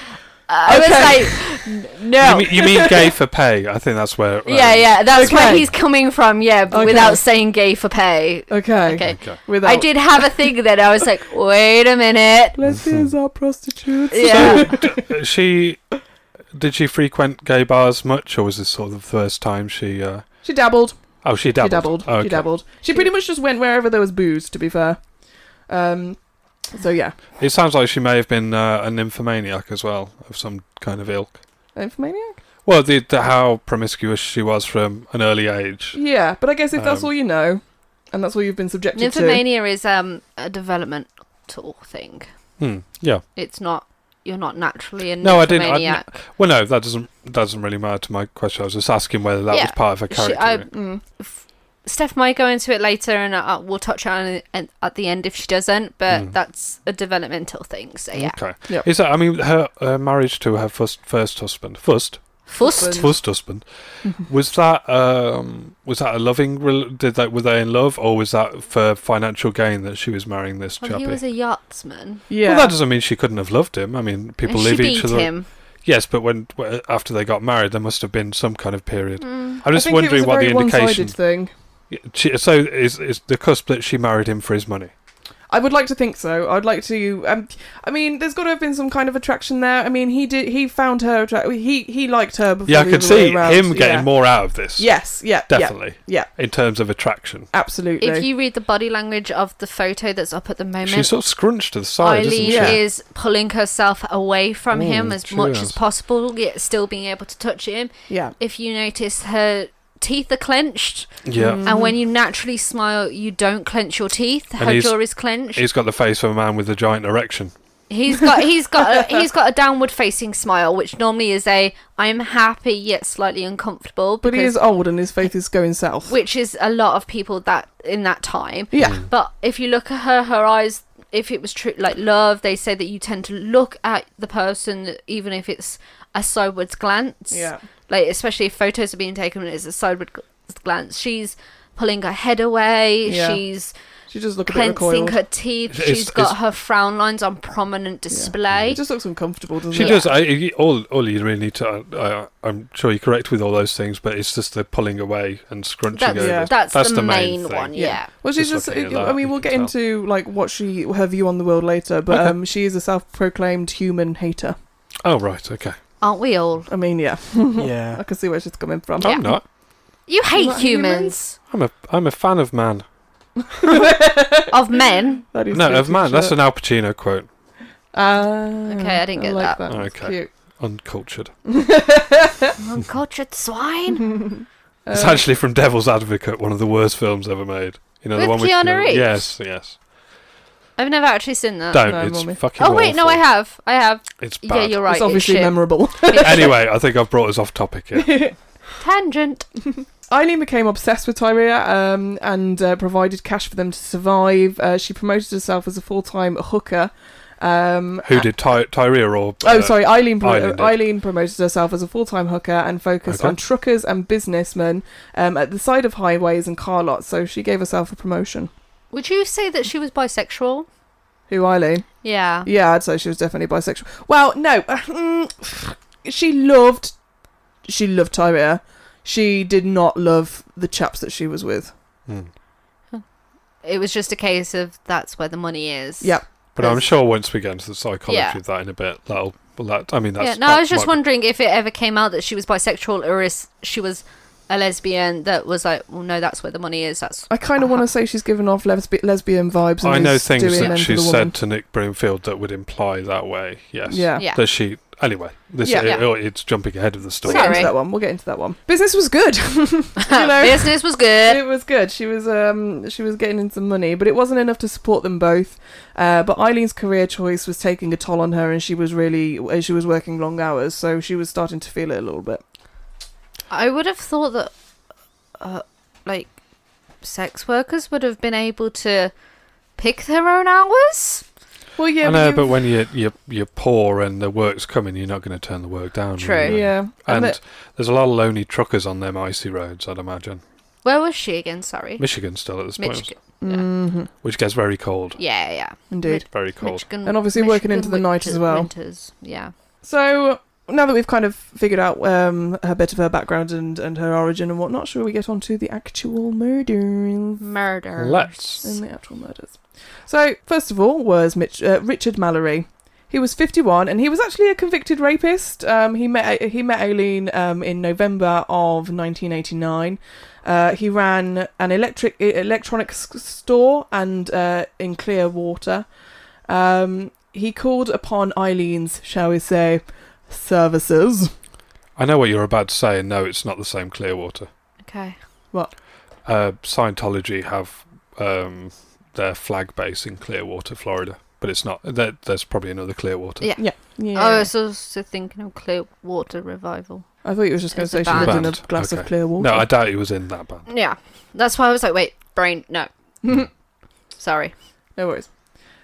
[SPEAKER 6] I was like, n- no.
[SPEAKER 7] you, mean, you mean gay for pay? I think that's where. um,
[SPEAKER 6] yeah, yeah. That's where
[SPEAKER 5] Okay.
[SPEAKER 6] he's coming from. Yeah, but
[SPEAKER 5] Okay.
[SPEAKER 6] without saying gay for pay.
[SPEAKER 5] okay.
[SPEAKER 6] Okay.
[SPEAKER 7] Okay.
[SPEAKER 5] Without
[SPEAKER 6] I did have a thing then. I was like, wait a minute.
[SPEAKER 5] Lesbians are prostitutes.
[SPEAKER 6] Yeah.
[SPEAKER 7] Uh, She did she frequent gay bars much, or was this sort of the first time she? Uh,
[SPEAKER 5] She dabbled.
[SPEAKER 7] oh, she dabbled.
[SPEAKER 5] She dabbled.
[SPEAKER 7] Okay.
[SPEAKER 5] She dabbled. She pretty much just went wherever there was booze. To be fair. Um. So yeah,
[SPEAKER 7] It sounds like she may have been uh, a nymphomaniac as well, of some kind of ilk.
[SPEAKER 5] infomaniac.
[SPEAKER 7] Well, the, the how promiscuous she was from an early age.
[SPEAKER 5] Yeah, but I guess if that's
[SPEAKER 7] Um,
[SPEAKER 5] all you know, and that's all you've been subjected
[SPEAKER 6] Nymphomania is um, a developmental thing.
[SPEAKER 7] Hmm. Yeah.
[SPEAKER 6] It's not. You're not naturally a
[SPEAKER 7] No, I didn't- I-
[SPEAKER 6] nymphomaniac.
[SPEAKER 7] Well, no, that doesn't doesn't really matter to my question. I was just asking whether that
[SPEAKER 6] Yeah.
[SPEAKER 7] was part of her
[SPEAKER 6] She-
[SPEAKER 7] character.
[SPEAKER 6] I-
[SPEAKER 5] to. Mm.
[SPEAKER 6] Steph might go into it later, and uh, we'll touch on it at- at the end if she doesn't. But that's a developmental thing. So yeah,
[SPEAKER 7] Hmm. Okay.
[SPEAKER 5] Yep.
[SPEAKER 7] Is that? I mean, her uh, marriage to her first first husband, first
[SPEAKER 6] first.
[SPEAKER 7] first husband, was that um was that a loving? rel- Did that were they in love, or was that for financial gain that she was marrying this
[SPEAKER 6] Well,
[SPEAKER 7] chappie?
[SPEAKER 6] he was a yachtsman.
[SPEAKER 5] Yeah.
[SPEAKER 7] Well, that doesn't mean she couldn't have loved him. I mean, people
[SPEAKER 6] and she
[SPEAKER 7] leave
[SPEAKER 6] beat
[SPEAKER 7] each other.
[SPEAKER 6] him.
[SPEAKER 7] Yes, but when w- after they got married, there must have been some kind of period. I'm
[SPEAKER 5] Mm. I
[SPEAKER 7] just
[SPEAKER 5] think it was
[SPEAKER 7] wondering
[SPEAKER 5] a
[SPEAKER 7] what the
[SPEAKER 5] very
[SPEAKER 7] indication.
[SPEAKER 5] one-sided thing.
[SPEAKER 7] Yeah, She, so is is the cusp that she married him for his money?
[SPEAKER 5] I would like to think so. I'd like to. Um, I mean, there's got to have been some kind of attraction there. I mean, he did. He found her. Attra- he he liked her. Before
[SPEAKER 7] Yeah, I
[SPEAKER 5] the
[SPEAKER 7] could
[SPEAKER 5] other way
[SPEAKER 7] see
[SPEAKER 5] around.
[SPEAKER 7] him getting
[SPEAKER 5] Yeah.
[SPEAKER 7] more out of this.
[SPEAKER 5] Yes. Yeah. Definitely.
[SPEAKER 7] definitely
[SPEAKER 5] Yeah.
[SPEAKER 7] in terms of attraction.
[SPEAKER 5] absolutely.
[SPEAKER 6] If you read the body language of the photo that's up at the moment,
[SPEAKER 7] She's sort of scrunched to the side,
[SPEAKER 6] Eileen
[SPEAKER 7] isn't she?
[SPEAKER 6] is pulling herself away from him
[SPEAKER 7] Mm,
[SPEAKER 6] as
[SPEAKER 7] she
[SPEAKER 6] much as
[SPEAKER 7] is.
[SPEAKER 6] possible, yet still being able to touch him.
[SPEAKER 5] yeah.
[SPEAKER 6] If you notice, her teeth are clenched,
[SPEAKER 7] Yeah.
[SPEAKER 5] Mm.
[SPEAKER 6] and when you naturally smile, you don't clench your teeth.
[SPEAKER 7] And
[SPEAKER 6] her
[SPEAKER 7] he's-
[SPEAKER 6] jaw is clenched.
[SPEAKER 7] He's got the face of a man with a giant erection.
[SPEAKER 6] He's got he's got a, he's got a downward facing smile, which normally is a I'm happy yet slightly uncomfortable.
[SPEAKER 5] But he
[SPEAKER 6] because-
[SPEAKER 5] is old and his faith is going south.
[SPEAKER 6] which is a lot of people that in that time.
[SPEAKER 5] yeah.
[SPEAKER 7] Hmm.
[SPEAKER 6] But if you look at her, her eyes. If it was true, like love, they say that you tend to look at the person, even if it's a sideways glance.
[SPEAKER 5] Yeah.
[SPEAKER 6] Like especially if photos are being taken, and it's a sideways gl- glance. She's pulling her head away.
[SPEAKER 5] Yeah.
[SPEAKER 6] She's
[SPEAKER 5] She just look a bit
[SPEAKER 6] cleansing
[SPEAKER 5] recoiled.
[SPEAKER 6] her teeth.
[SPEAKER 7] It's-
[SPEAKER 6] She's got
[SPEAKER 7] it's-
[SPEAKER 6] her frown lines on prominent display.
[SPEAKER 5] It just looks uncomfortable, doesn't
[SPEAKER 7] She
[SPEAKER 5] it?
[SPEAKER 7] does. uh, I, you- all, all you really need to. Uh, uh, I'm sure you're correct with all those things, but it's just the pulling away and scrunching
[SPEAKER 6] That's,
[SPEAKER 7] over.
[SPEAKER 5] Yeah.
[SPEAKER 6] that's, the, main,
[SPEAKER 7] thing.
[SPEAKER 6] one, yeah.
[SPEAKER 5] Well, she's
[SPEAKER 7] Just
[SPEAKER 5] just.
[SPEAKER 7] looking at
[SPEAKER 5] I
[SPEAKER 7] that,
[SPEAKER 5] mean,
[SPEAKER 7] you
[SPEAKER 5] we'll
[SPEAKER 7] can
[SPEAKER 5] get
[SPEAKER 7] tell.
[SPEAKER 5] into like what she her view on the world later, but um, she is a self-proclaimed human hater.
[SPEAKER 7] Oh right, okay.
[SPEAKER 6] Aren't we all?
[SPEAKER 5] I mean, yeah, I
[SPEAKER 8] Yeah.
[SPEAKER 5] can see where she's coming from.
[SPEAKER 6] Yeah.
[SPEAKER 7] I'm not.
[SPEAKER 6] You hate
[SPEAKER 5] not
[SPEAKER 6] humans.
[SPEAKER 5] humans?
[SPEAKER 7] I'm a I'm a fan of man.
[SPEAKER 6] of men.
[SPEAKER 5] That is
[SPEAKER 7] No,
[SPEAKER 5] good
[SPEAKER 7] of man. That's
[SPEAKER 5] t-shirt.
[SPEAKER 7] an Al Pacino quote.
[SPEAKER 5] Ah,
[SPEAKER 6] Okay, I didn't get
[SPEAKER 5] like
[SPEAKER 6] that.
[SPEAKER 5] That's
[SPEAKER 7] Okay.
[SPEAKER 5] cute.
[SPEAKER 7] Uncultured.
[SPEAKER 6] Uncultured swine.
[SPEAKER 7] it's
[SPEAKER 5] Um,
[SPEAKER 6] Uh.
[SPEAKER 7] actually from Devil's Advocate, one of the worst films ever made. You know the
[SPEAKER 6] With
[SPEAKER 7] one with
[SPEAKER 6] Keanu Reeves?
[SPEAKER 7] Yes, yes.
[SPEAKER 6] I've never actually seen that.
[SPEAKER 7] Don't.
[SPEAKER 5] no,
[SPEAKER 7] it's
[SPEAKER 5] mommy.
[SPEAKER 7] fucking.
[SPEAKER 6] Oh wait, no, I
[SPEAKER 7] awful.
[SPEAKER 6] have. I have.
[SPEAKER 7] It's bad.
[SPEAKER 6] Yeah, you're right.
[SPEAKER 5] It's obviously
[SPEAKER 6] shit.
[SPEAKER 5] memorable.
[SPEAKER 7] Anyway, I think I've brought us off topic here.
[SPEAKER 6] Tangent.
[SPEAKER 5] Eileen became obsessed with Tyria um, and uh, provided cash for them to survive. Uh, she promoted herself as a full-time hooker. Um,
[SPEAKER 7] Who did Ty- Tyria or?
[SPEAKER 5] Oh,
[SPEAKER 7] uh,
[SPEAKER 5] sorry. Eileen, pro-
[SPEAKER 7] Eileen
[SPEAKER 5] Eileen,
[SPEAKER 7] did.
[SPEAKER 5] promoted herself as a full time hooker and focused
[SPEAKER 7] Okay.
[SPEAKER 5] on truckers and businessmen um, at the side of highways and car lots. So she gave herself a promotion.
[SPEAKER 6] Would you say that she was bisexual?
[SPEAKER 5] Who, Eileen?
[SPEAKER 6] Yeah.
[SPEAKER 5] Yeah, I'd say she was definitely bisexual. Well, no. mm, she loved. She loved Tyria. She did not love the chaps that she was with.
[SPEAKER 7] Uh, hmm.
[SPEAKER 6] It was just a case of that's where the money is.
[SPEAKER 5] Yep.
[SPEAKER 7] But I'm sure once we get into the psychology
[SPEAKER 6] Yeah.
[SPEAKER 7] of that in a bit, that'll Well, that I mean that's
[SPEAKER 6] yeah, no,
[SPEAKER 7] that
[SPEAKER 6] I was just
[SPEAKER 7] might be-
[SPEAKER 6] wondering if it ever came out that she was bisexual or is she was a lesbian that was like, well, no, that's where the money is. That's
[SPEAKER 5] I kind of want to say she's giving off lesb- lesbian vibes. And
[SPEAKER 7] I know
[SPEAKER 5] is
[SPEAKER 7] things
[SPEAKER 5] doing
[SPEAKER 7] that
[SPEAKER 5] them for
[SPEAKER 7] she
[SPEAKER 5] the woman.
[SPEAKER 7] said to Nick Broomfield that would imply that way. Yes.
[SPEAKER 5] Yeah.
[SPEAKER 6] Yeah.
[SPEAKER 7] That she. Anyway, this
[SPEAKER 5] Yeah.
[SPEAKER 7] it- it's jumping ahead of the
[SPEAKER 5] We'll
[SPEAKER 7] story.
[SPEAKER 5] get into
[SPEAKER 6] Sorry.
[SPEAKER 5] that one. We'll get into that one. Business was good. you know?
[SPEAKER 6] business was good.
[SPEAKER 5] it was good. She was um she was getting in some money, but it wasn't enough to support them both. Uh, but Eileen's career choice was taking a toll on her, and she was really uh, she was working long hours, so she was starting to feel it a little bit.
[SPEAKER 6] I would have thought that, uh, like, sex workers would have been able to pick their own hours.
[SPEAKER 5] Well, yeah,
[SPEAKER 7] I know, but when you you you're poor and the work's coming, you're not going to turn the work down.
[SPEAKER 6] True.
[SPEAKER 7] really.
[SPEAKER 5] yeah,
[SPEAKER 7] And
[SPEAKER 5] and that-
[SPEAKER 7] there's a lot of lonely truckers on them icy roads, I'd imagine.
[SPEAKER 6] Where was she again? Sorry,
[SPEAKER 7] Michigan still at this point,
[SPEAKER 6] Michigan. Yeah.
[SPEAKER 7] which gets very cold.
[SPEAKER 6] yeah, yeah.
[SPEAKER 5] Mm. Mm-hmm, indeed.
[SPEAKER 7] Very cold.
[SPEAKER 6] Michigan,
[SPEAKER 5] And obviously working into the night
[SPEAKER 6] winter-
[SPEAKER 5] as well.
[SPEAKER 6] Winters. Yeah.
[SPEAKER 5] So now that we've kind of figured out um a bit of her background and and her origin and whatnot, shall we get on to the actual murders?
[SPEAKER 6] Murder.
[SPEAKER 7] Let's.
[SPEAKER 5] in the actual murders. So, first of all, was Mitch, uh, Richard Mallory. He was 51, and he was actually a convicted rapist. Um, he met he met Aileen um, in November of 1989. Uh, he ran an electric e- electronics store and uh, in Clearwater. Um, he called upon Eileen's, shall we say, services.
[SPEAKER 7] I know what you're about to say, and no, it's not the same Clearwater.
[SPEAKER 6] Okay.
[SPEAKER 7] Uh, Scientology have um, their flag base in Clearwater, Florida, but it's not. There, there's probably another Clearwater.
[SPEAKER 6] Yeah.
[SPEAKER 5] Yeah, yeah.
[SPEAKER 6] Oh, I was also thinking of Clearwater Revival.
[SPEAKER 5] I thought you were just going to
[SPEAKER 6] It's
[SPEAKER 5] say
[SPEAKER 6] a
[SPEAKER 5] she lived in a
[SPEAKER 7] band.
[SPEAKER 5] glass of
[SPEAKER 7] Okay.
[SPEAKER 5] clear water.
[SPEAKER 7] No, I doubt he was in that band.
[SPEAKER 6] Yeah. That's why I was like, wait, brain, no. Sorry.
[SPEAKER 5] No worries.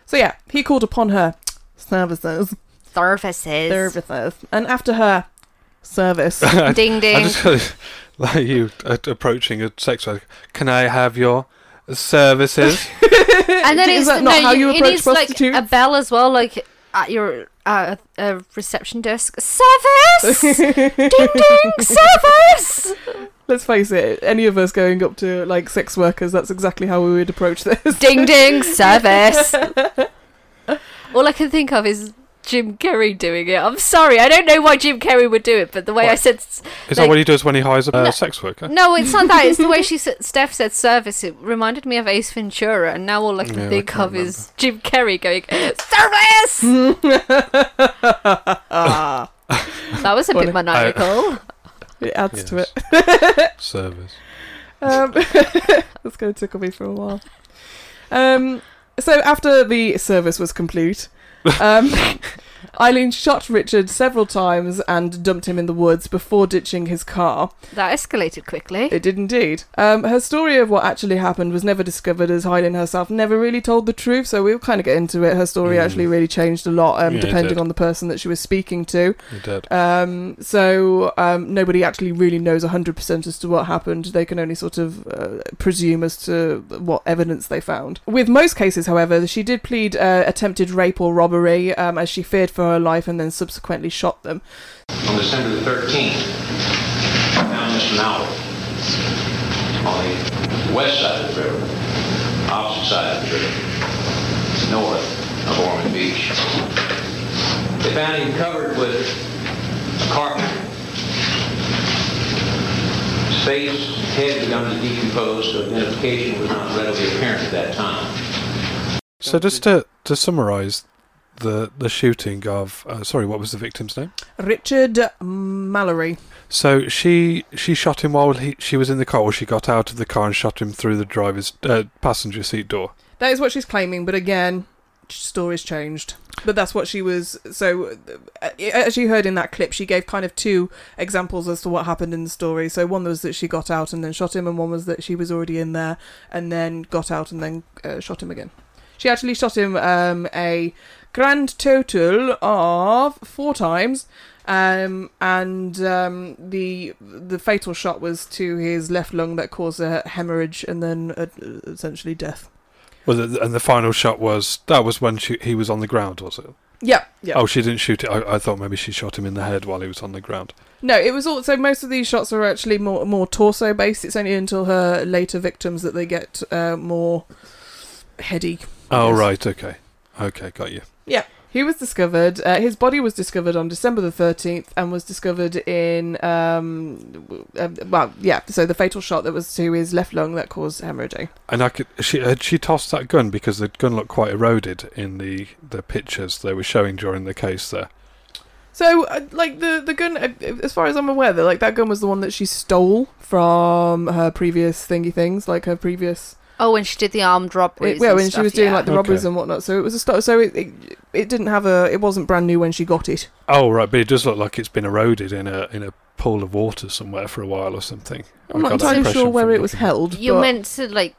[SPEAKER 5] So yeah, he called upon her services,
[SPEAKER 6] Services.
[SPEAKER 5] services, and after her service,
[SPEAKER 6] Ding
[SPEAKER 7] I
[SPEAKER 6] ding.
[SPEAKER 7] just like you uh, approaching a sex worker. Can I have your services?
[SPEAKER 6] and then
[SPEAKER 5] Is
[SPEAKER 6] it's
[SPEAKER 5] that not how you
[SPEAKER 6] it
[SPEAKER 5] approach
[SPEAKER 6] needs, like a
[SPEAKER 5] prostitutes?
[SPEAKER 6] bell as well, like at your uh, uh, reception desk. Service. ding ding. Service.
[SPEAKER 5] let's face it, any of us going up to like sex workers, that's exactly how we would approach this.
[SPEAKER 6] Ding ding. Service. All I can think of is. Jim Carrey doing it. I'm sorry, I don't know why Jim Carrey would do it, but the way I
[SPEAKER 7] What?
[SPEAKER 6] said s-
[SPEAKER 7] Is
[SPEAKER 6] Like-
[SPEAKER 7] that what he does when he hires a uh, sex worker?
[SPEAKER 6] No, it's not that. It's the way she said, Steph said service. It reminded me of Ace Ventura, and now all I can
[SPEAKER 7] Yeah, I
[SPEAKER 6] think
[SPEAKER 7] can't
[SPEAKER 6] of is Jim Carrey going service. that was a
[SPEAKER 5] Funny.
[SPEAKER 6] bit maniacal.
[SPEAKER 5] It adds to it.
[SPEAKER 7] Yes. Service.
[SPEAKER 5] Um, that's going to tickle me for a while. Um, so after the service was complete, um, Eileen shot Richard several times and dumped him in the woods before ditching his car.
[SPEAKER 6] that escalated quickly.
[SPEAKER 5] It did indeed. Um, her story of what actually happened was never discovered, as Hyland herself never really told the truth. So we'll kind of get into it. Her story
[SPEAKER 7] Mm.
[SPEAKER 5] actually really changed a lot, um,
[SPEAKER 7] Yeah, it
[SPEAKER 5] depending
[SPEAKER 7] did.
[SPEAKER 5] on the person that she was speaking to.
[SPEAKER 7] He did.
[SPEAKER 5] Um, so um, nobody actually really knows 100% as to what happened. They can only sort of uh, presume as to what evidence they found. With most cases, however, she did plead uh, attempted rape or robbery, um, as she feared for her life, and then subsequently shot them.
[SPEAKER 9] On December the 13th, found Mr. Mauer on the west side of the river, opposite side of the river, north of Ormond Beach. They found him covered with a carpet. His face, head begun to decompose, so identification was not readily apparent at that time.
[SPEAKER 7] So just to to summarise the the shooting of uh, sorry, what was the victim's name?
[SPEAKER 5] Richard Mallory.
[SPEAKER 7] So she she shot him while he she was in the car. Or she got out of the car and shot him through the driver's uh, passenger seat door.
[SPEAKER 5] That is what she's claiming, but again, story's changed. But that's what she was. So, uh, as you heard in that clip, she gave kind of two examples as to what happened in the story. So, one was that she got out and then shot him, and one was that she was already in there and then got out and then uh, shot him again. She actually shot him um, a grand total of four times, um, and um, the the fatal shot was to his left lung that caused a hemorrhage and then uh, essentially death.
[SPEAKER 7] Well, the, and the final shot was that was when she, he was on the ground, was it?
[SPEAKER 5] Yeah, yeah.
[SPEAKER 7] Oh, she didn't shoot it. I, I thought maybe she shot him in the head while he was on the ground.
[SPEAKER 5] No, it was all. So most of these shots are actually more more torso based. It's only until her later victims that they get uh, more heady.
[SPEAKER 7] Oh
[SPEAKER 5] Yes.
[SPEAKER 7] right, Oh, okay, okay, got you.
[SPEAKER 5] Yeah. He was discovered. Uh, his body was discovered on December the thirteenth, and was discovered in um, w- uh, well, yeah. So the fatal shot that was to his left lung that caused hemorrhaging.
[SPEAKER 7] And I could she had she tossed that gun because the gun looked quite eroded in the the pictures they were showing during the case there.
[SPEAKER 5] So, uh, like the the gun, uh, as far as I'm aware, though, like that gun was the one that she stole from her previous thingy things, like her previous.
[SPEAKER 6] Oh, when she did the armed robberies.
[SPEAKER 5] It, yeah,
[SPEAKER 6] and
[SPEAKER 5] when she
[SPEAKER 6] stuff,
[SPEAKER 5] was doing
[SPEAKER 6] yeah.
[SPEAKER 5] like the robberies
[SPEAKER 7] Okay.
[SPEAKER 5] and whatnot. So it was a sto- so it, it it didn't have a it wasn't brand new when she got it.
[SPEAKER 7] Oh right, but it does look like it's been eroded in a in a pool of water somewhere for a while or something.
[SPEAKER 5] I'm
[SPEAKER 7] I
[SPEAKER 5] not
[SPEAKER 7] got that
[SPEAKER 5] entirely sure
[SPEAKER 7] impression
[SPEAKER 5] where
[SPEAKER 7] from
[SPEAKER 5] it was
[SPEAKER 7] looking-
[SPEAKER 5] held.
[SPEAKER 6] You
[SPEAKER 5] but-
[SPEAKER 6] meant to like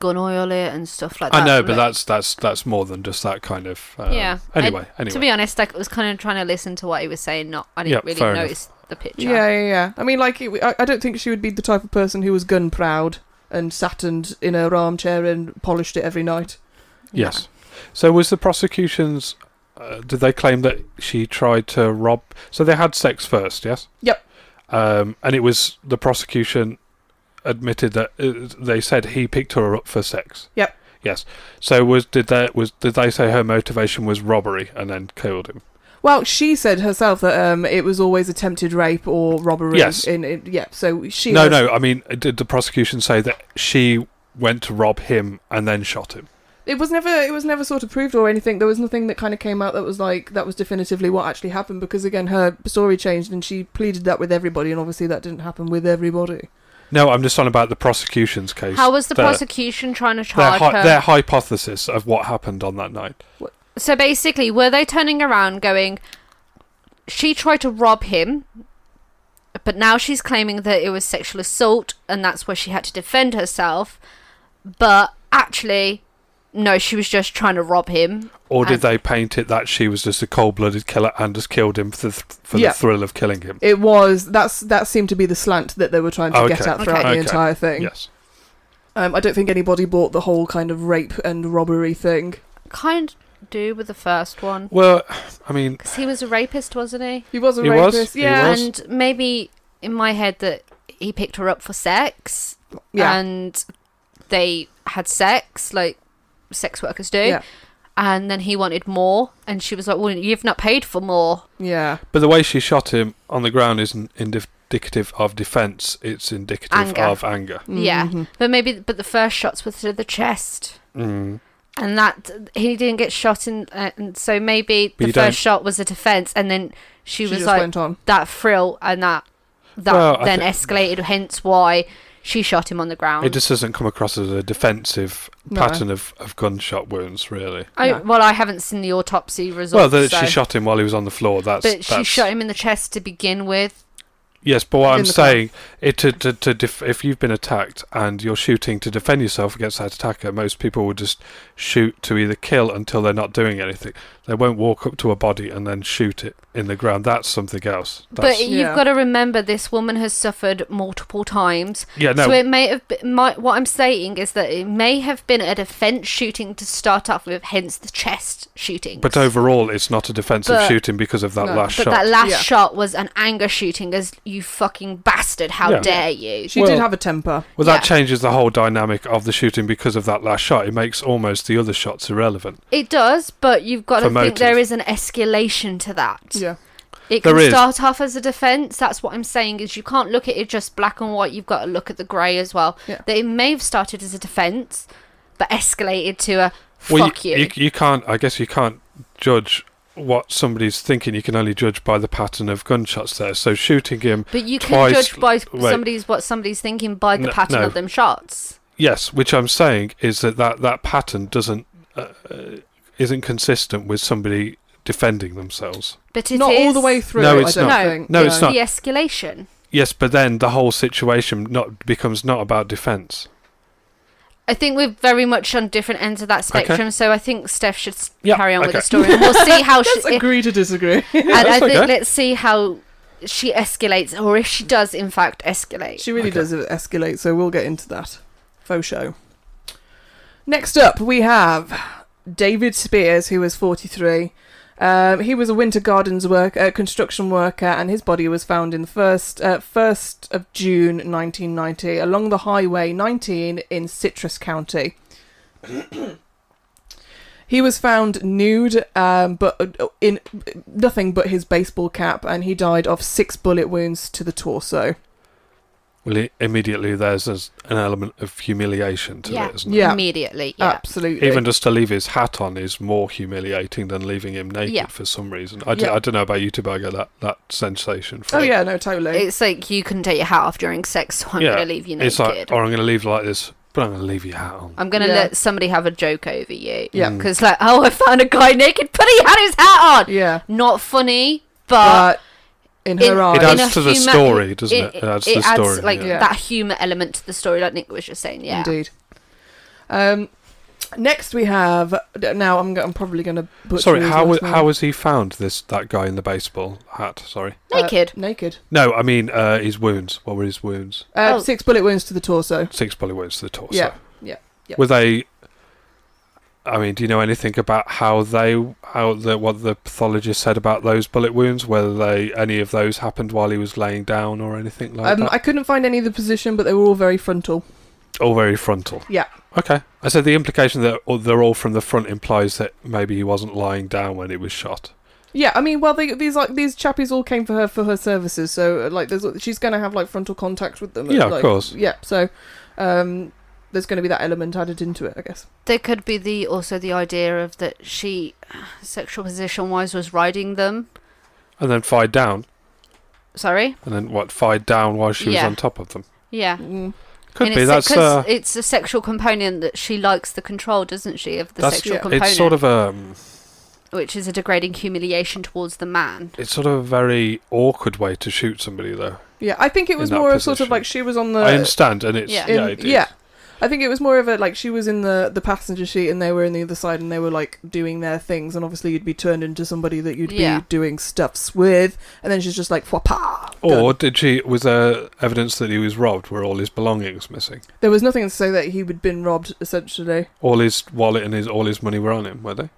[SPEAKER 6] gun oil it and stuff like that.
[SPEAKER 7] I know, but
[SPEAKER 6] like-
[SPEAKER 7] that's that's that's more than just that kind of. Um,
[SPEAKER 6] yeah. I-
[SPEAKER 7] Anyway, anyway.
[SPEAKER 6] To be honest, like, I was kind of trying to listen to what he was saying. Not, I didn't
[SPEAKER 7] Yeah,
[SPEAKER 6] really
[SPEAKER 7] fair enough.
[SPEAKER 6] notice the picture.
[SPEAKER 5] Yeah, yeah, yeah. I mean, like, it, I, I don't think she would be the type of person who was gun proud and sat and in her armchair and polished it every night.
[SPEAKER 7] Yes. So was the prosecution's? Uh, did they claim that she tried to rob? So they had sex first, yes.
[SPEAKER 5] Yep.
[SPEAKER 7] Um, and it was the prosecution admitted that uh, they said he picked her up for sex.
[SPEAKER 5] Yep.
[SPEAKER 7] Yes. So was did they was did they say her motivation was robbery and then killed him?
[SPEAKER 5] Well, she said herself that um, it was always attempted rape or robbery.
[SPEAKER 7] Yes.
[SPEAKER 5] In, in, yeah. So she.
[SPEAKER 7] No,
[SPEAKER 5] has-
[SPEAKER 7] no. I mean, did the prosecution say that she went to rob him and then shot him?
[SPEAKER 5] It was never. It was never sort of proved or anything. There was nothing that kind of came out that was like that was definitively what actually happened because again her story changed and she pleaded that with everybody and obviously that didn't happen with everybody.
[SPEAKER 7] No, I'm just on about the prosecution's case.
[SPEAKER 6] How was the
[SPEAKER 7] Their-
[SPEAKER 6] prosecution trying to
[SPEAKER 7] Their,
[SPEAKER 6] charge
[SPEAKER 7] hy-
[SPEAKER 6] her?
[SPEAKER 7] their hypothesis of what happened on that night.
[SPEAKER 6] So basically, were they turning around going, she tried to rob him, but now she's claiming that it was sexual assault and that's where she had to defend herself. But actually, no, she was just trying to rob him.
[SPEAKER 7] Or did
[SPEAKER 6] And-
[SPEAKER 7] they paint it that she was just a cold-blooded killer and just killed him for the, for
[SPEAKER 5] Yeah.
[SPEAKER 7] the thrill of killing him?
[SPEAKER 5] It was that's that seemed to be the slant that they were trying to
[SPEAKER 7] Okay.
[SPEAKER 5] get at throughout
[SPEAKER 7] Okay.
[SPEAKER 5] the entire thing.
[SPEAKER 7] Yes.
[SPEAKER 5] Um, I don't think anybody bought the whole kind of rape and robbery thing.
[SPEAKER 6] Kind of do with the first one.
[SPEAKER 7] Well, I mean,
[SPEAKER 6] Because he was a rapist, wasn't he?
[SPEAKER 5] He was a
[SPEAKER 7] He was,
[SPEAKER 5] rapist.
[SPEAKER 7] he
[SPEAKER 5] yeah,
[SPEAKER 7] was.
[SPEAKER 6] And maybe in my head that he picked her up for sex
[SPEAKER 5] yeah,
[SPEAKER 6] and they had sex like sex workers do.
[SPEAKER 5] Yeah.
[SPEAKER 6] And then he wanted more, and she was like, "Well, you've not paid for more."
[SPEAKER 5] yeah.
[SPEAKER 7] but the way she shot him on the ground isn't indicative of defence. It's indicative
[SPEAKER 6] Anger.
[SPEAKER 7] of anger. Mm-hmm.
[SPEAKER 6] Yeah, but maybe, but the first shots were to the chest,
[SPEAKER 7] Mm.
[SPEAKER 6] and that he didn't get shot in. Uh, and so maybe
[SPEAKER 7] But
[SPEAKER 6] the
[SPEAKER 7] you
[SPEAKER 6] first
[SPEAKER 7] don't-
[SPEAKER 6] shot was a defense, and then she,
[SPEAKER 5] She
[SPEAKER 6] was
[SPEAKER 5] just
[SPEAKER 6] like
[SPEAKER 5] went on.
[SPEAKER 6] that frill, and that that
[SPEAKER 7] Well, I
[SPEAKER 6] then
[SPEAKER 7] think-
[SPEAKER 6] escalated. Hence why she shot him on the ground.
[SPEAKER 7] It just doesn't come across as a defensive
[SPEAKER 5] No.
[SPEAKER 7] pattern of, of gunshot wounds, really.
[SPEAKER 6] I,
[SPEAKER 5] Yeah.
[SPEAKER 6] Well, I haven't seen the autopsy results.
[SPEAKER 7] Well, that
[SPEAKER 6] so-
[SPEAKER 7] she shot him while he was on the floor. That's
[SPEAKER 6] But she
[SPEAKER 7] that's-
[SPEAKER 6] shot him in the chest to begin with.
[SPEAKER 7] Yes, but what
[SPEAKER 5] In
[SPEAKER 7] I'm
[SPEAKER 5] the car.
[SPEAKER 7] saying, it to, to, to def- if you've been attacked and you're shooting to defend yourself against that attacker, most people would just shoot to either kill until they're not doing anything. They won't walk up to a body and then shoot it in the ground. That's something else. That's,
[SPEAKER 6] but
[SPEAKER 5] Yeah.
[SPEAKER 6] you've got to remember, this woman has suffered multiple times.
[SPEAKER 7] yeah, no,
[SPEAKER 6] So it may have. Been, my, what I'm saying is that it may have been a defense shooting to start off with, hence the chest shooting.
[SPEAKER 7] but overall, it's not a defensive
[SPEAKER 6] But-
[SPEAKER 7] shooting because of that
[SPEAKER 5] No.
[SPEAKER 7] last
[SPEAKER 6] But
[SPEAKER 7] shot.
[SPEAKER 6] that last
[SPEAKER 5] Yeah.
[SPEAKER 6] shot was an anger shooting, as you fucking bastard! How
[SPEAKER 7] Yeah.
[SPEAKER 6] dare you?
[SPEAKER 5] She
[SPEAKER 7] Well-
[SPEAKER 5] did have a temper.
[SPEAKER 7] well, that
[SPEAKER 6] yeah.
[SPEAKER 7] changes the whole dynamic of the shooting because of that last shot. It makes almost the other shots irrelevant.
[SPEAKER 6] It does, but you've got
[SPEAKER 7] For
[SPEAKER 6] to
[SPEAKER 7] motive.
[SPEAKER 6] think there is an escalation to that.
[SPEAKER 5] Yeah,
[SPEAKER 6] It
[SPEAKER 7] There
[SPEAKER 6] can
[SPEAKER 7] is.
[SPEAKER 6] start off as a defense. That's what I'm saying is you can't look at it just black and white. You've got to look at the grey as well.
[SPEAKER 5] Yeah.
[SPEAKER 6] That it may have started as a defense, but escalated to a
[SPEAKER 7] Well,
[SPEAKER 6] fuck
[SPEAKER 7] you, you. You can't. I guess you can't judge what somebody's thinking. You can only judge by the pattern of gunshots there. So shooting him,
[SPEAKER 6] But you
[SPEAKER 7] twice-
[SPEAKER 6] can judge by
[SPEAKER 7] wait.
[SPEAKER 6] somebody's what somebody's thinking by the
[SPEAKER 7] No,
[SPEAKER 6] pattern
[SPEAKER 7] no.
[SPEAKER 6] of them shots.
[SPEAKER 7] yes, which I'm saying is that that, that pattern doesn't uh, uh, isn't consistent with somebody defending themselves.
[SPEAKER 6] But it is
[SPEAKER 5] not all the way through.
[SPEAKER 7] No,
[SPEAKER 5] it,
[SPEAKER 7] it's
[SPEAKER 5] I don't
[SPEAKER 7] not.
[SPEAKER 6] No.
[SPEAKER 5] think.
[SPEAKER 7] No, it's
[SPEAKER 6] the
[SPEAKER 7] not.
[SPEAKER 6] escalation.
[SPEAKER 7] Yes, but then the whole situation not becomes not about defense.
[SPEAKER 6] I think we're very much on different ends of that
[SPEAKER 7] Okay.
[SPEAKER 6] spectrum. So I think Steph should s
[SPEAKER 7] Yeah,
[SPEAKER 6] carry on with the
[SPEAKER 7] okay.
[SPEAKER 6] story. And we'll see how she.
[SPEAKER 5] Let's agree to disagree.
[SPEAKER 6] and I
[SPEAKER 7] that's
[SPEAKER 6] think
[SPEAKER 7] okay.
[SPEAKER 6] let's see how she escalates, or if she does in fact escalate.
[SPEAKER 5] she really does escalate, so we'll get into that. Faux show. Next up, we have David Spears, who is 43. Um, he was a winter gardens work, uh, construction worker, and his body was found in the first uh, first of June 1990 along the Highway 19 in Citrus County. He was found nude, um, but uh, in nothing but his baseball cap, and he died of six bullet wounds to the torso.
[SPEAKER 7] Well, i immediately there's there's an element of humiliation to
[SPEAKER 6] Yeah.
[SPEAKER 7] it, isn't it?
[SPEAKER 5] Yeah.
[SPEAKER 6] Immediately. Yeah.
[SPEAKER 5] Absolutely.
[SPEAKER 7] Even just to leave his hat on is more humiliating than leaving him naked
[SPEAKER 6] Yeah.
[SPEAKER 7] for some reason. I,
[SPEAKER 5] Yeah.
[SPEAKER 7] don't know about you two, but I get that, that sensation.
[SPEAKER 5] oh
[SPEAKER 7] From it.
[SPEAKER 5] yeah, no, totally.
[SPEAKER 6] It's like you can take your hat off during sex, so I'm
[SPEAKER 7] Yeah.
[SPEAKER 6] going to leave you naked.
[SPEAKER 7] It's like, or I'm going to leave like this, but I'm going to leave your hat on.
[SPEAKER 6] I'm gonna
[SPEAKER 5] Yeah.
[SPEAKER 6] let somebody have a joke over you.
[SPEAKER 5] Yeah. Mm.
[SPEAKER 6] Because like, oh, I found a guy naked, but he had his hat on.
[SPEAKER 5] yeah,
[SPEAKER 6] Not funny, but,
[SPEAKER 5] but in
[SPEAKER 6] uh, in-
[SPEAKER 5] her
[SPEAKER 7] It adds
[SPEAKER 5] eyes,
[SPEAKER 6] in a
[SPEAKER 7] to the
[SPEAKER 6] huma-
[SPEAKER 7] story, doesn't it? It adds to the story,
[SPEAKER 6] like
[SPEAKER 5] yeah.
[SPEAKER 6] that humor element to the story, like Nick was just saying. Yeah.
[SPEAKER 5] indeed. Um, next we have now. I'm, go- I'm probably going to butcher
[SPEAKER 7] Sorry,
[SPEAKER 5] his
[SPEAKER 7] how
[SPEAKER 5] last
[SPEAKER 7] was
[SPEAKER 5] name.
[SPEAKER 7] how was he found? This that guy in the baseball hat. Sorry,
[SPEAKER 5] Uh,
[SPEAKER 6] Naked.
[SPEAKER 5] naked.
[SPEAKER 7] no, I mean uh, his wounds. What were his wounds?
[SPEAKER 5] Uh,
[SPEAKER 6] Oh.
[SPEAKER 5] Six bullet wounds to the torso.
[SPEAKER 7] Six bullet wounds to the torso.
[SPEAKER 5] Yeah, yeah, yeah.
[SPEAKER 7] Were they? I mean, do you know anything about how they how the what the pathologist said about those bullet wounds? Whether they any of those happened while he was laying down or anything like
[SPEAKER 5] Um,
[SPEAKER 7] that?
[SPEAKER 5] I couldn't find any of the position, but they were all very frontal.
[SPEAKER 7] All very frontal.
[SPEAKER 5] Yeah,
[SPEAKER 7] Okay. I said the implication that all- they're all from the front implies that maybe he wasn't lying down when he was shot.
[SPEAKER 5] yeah. I mean, well, they, these like these chappies all came for her for her services, so uh, like, there's she's going to have like frontal contact with them.
[SPEAKER 7] Yeah, of
[SPEAKER 5] like-
[SPEAKER 7] course.
[SPEAKER 5] Yeah, so um, there's going to be that element added into it, I guess.
[SPEAKER 6] There could be the also the idea of that she, sexual position wise, was riding them.
[SPEAKER 7] And then fired down,
[SPEAKER 6] Sorry.
[SPEAKER 7] and then what? Fired down while she was
[SPEAKER 6] Yeah.
[SPEAKER 7] on top of them.
[SPEAKER 6] Yeah.
[SPEAKER 5] Mm.
[SPEAKER 7] Could
[SPEAKER 6] and
[SPEAKER 7] be.
[SPEAKER 6] it's
[SPEAKER 7] That's uh,
[SPEAKER 6] because it's a sexual component that she likes the control, doesn't she, of the
[SPEAKER 7] That's-
[SPEAKER 6] sexual
[SPEAKER 5] yeah.
[SPEAKER 6] component,
[SPEAKER 7] It's sort of um,
[SPEAKER 6] which is a degrading humiliation towards the man.
[SPEAKER 7] it's sort of a very awkward way to shoot somebody, though.
[SPEAKER 5] Yeah, I think it
[SPEAKER 7] In
[SPEAKER 5] was
[SPEAKER 7] that
[SPEAKER 5] more of sort of
[SPEAKER 7] position.
[SPEAKER 5] like she was on the.
[SPEAKER 7] I understand, and it's yeah,
[SPEAKER 6] yeah.
[SPEAKER 5] in-
[SPEAKER 7] it is.
[SPEAKER 5] yeah. I think it was more of a like she was in the the passenger seat and they were in the other side and they were like doing their things and obviously you'd be turned into somebody that you'd
[SPEAKER 6] Yeah.
[SPEAKER 5] be doing stuffs with and then she's just like whapa.
[SPEAKER 7] Or did she? Was there evidence that he was robbed? Were all his belongings missing?
[SPEAKER 5] There was nothing to say that he had been robbed, essentially.
[SPEAKER 7] All his wallet and his all his money were on him, were they?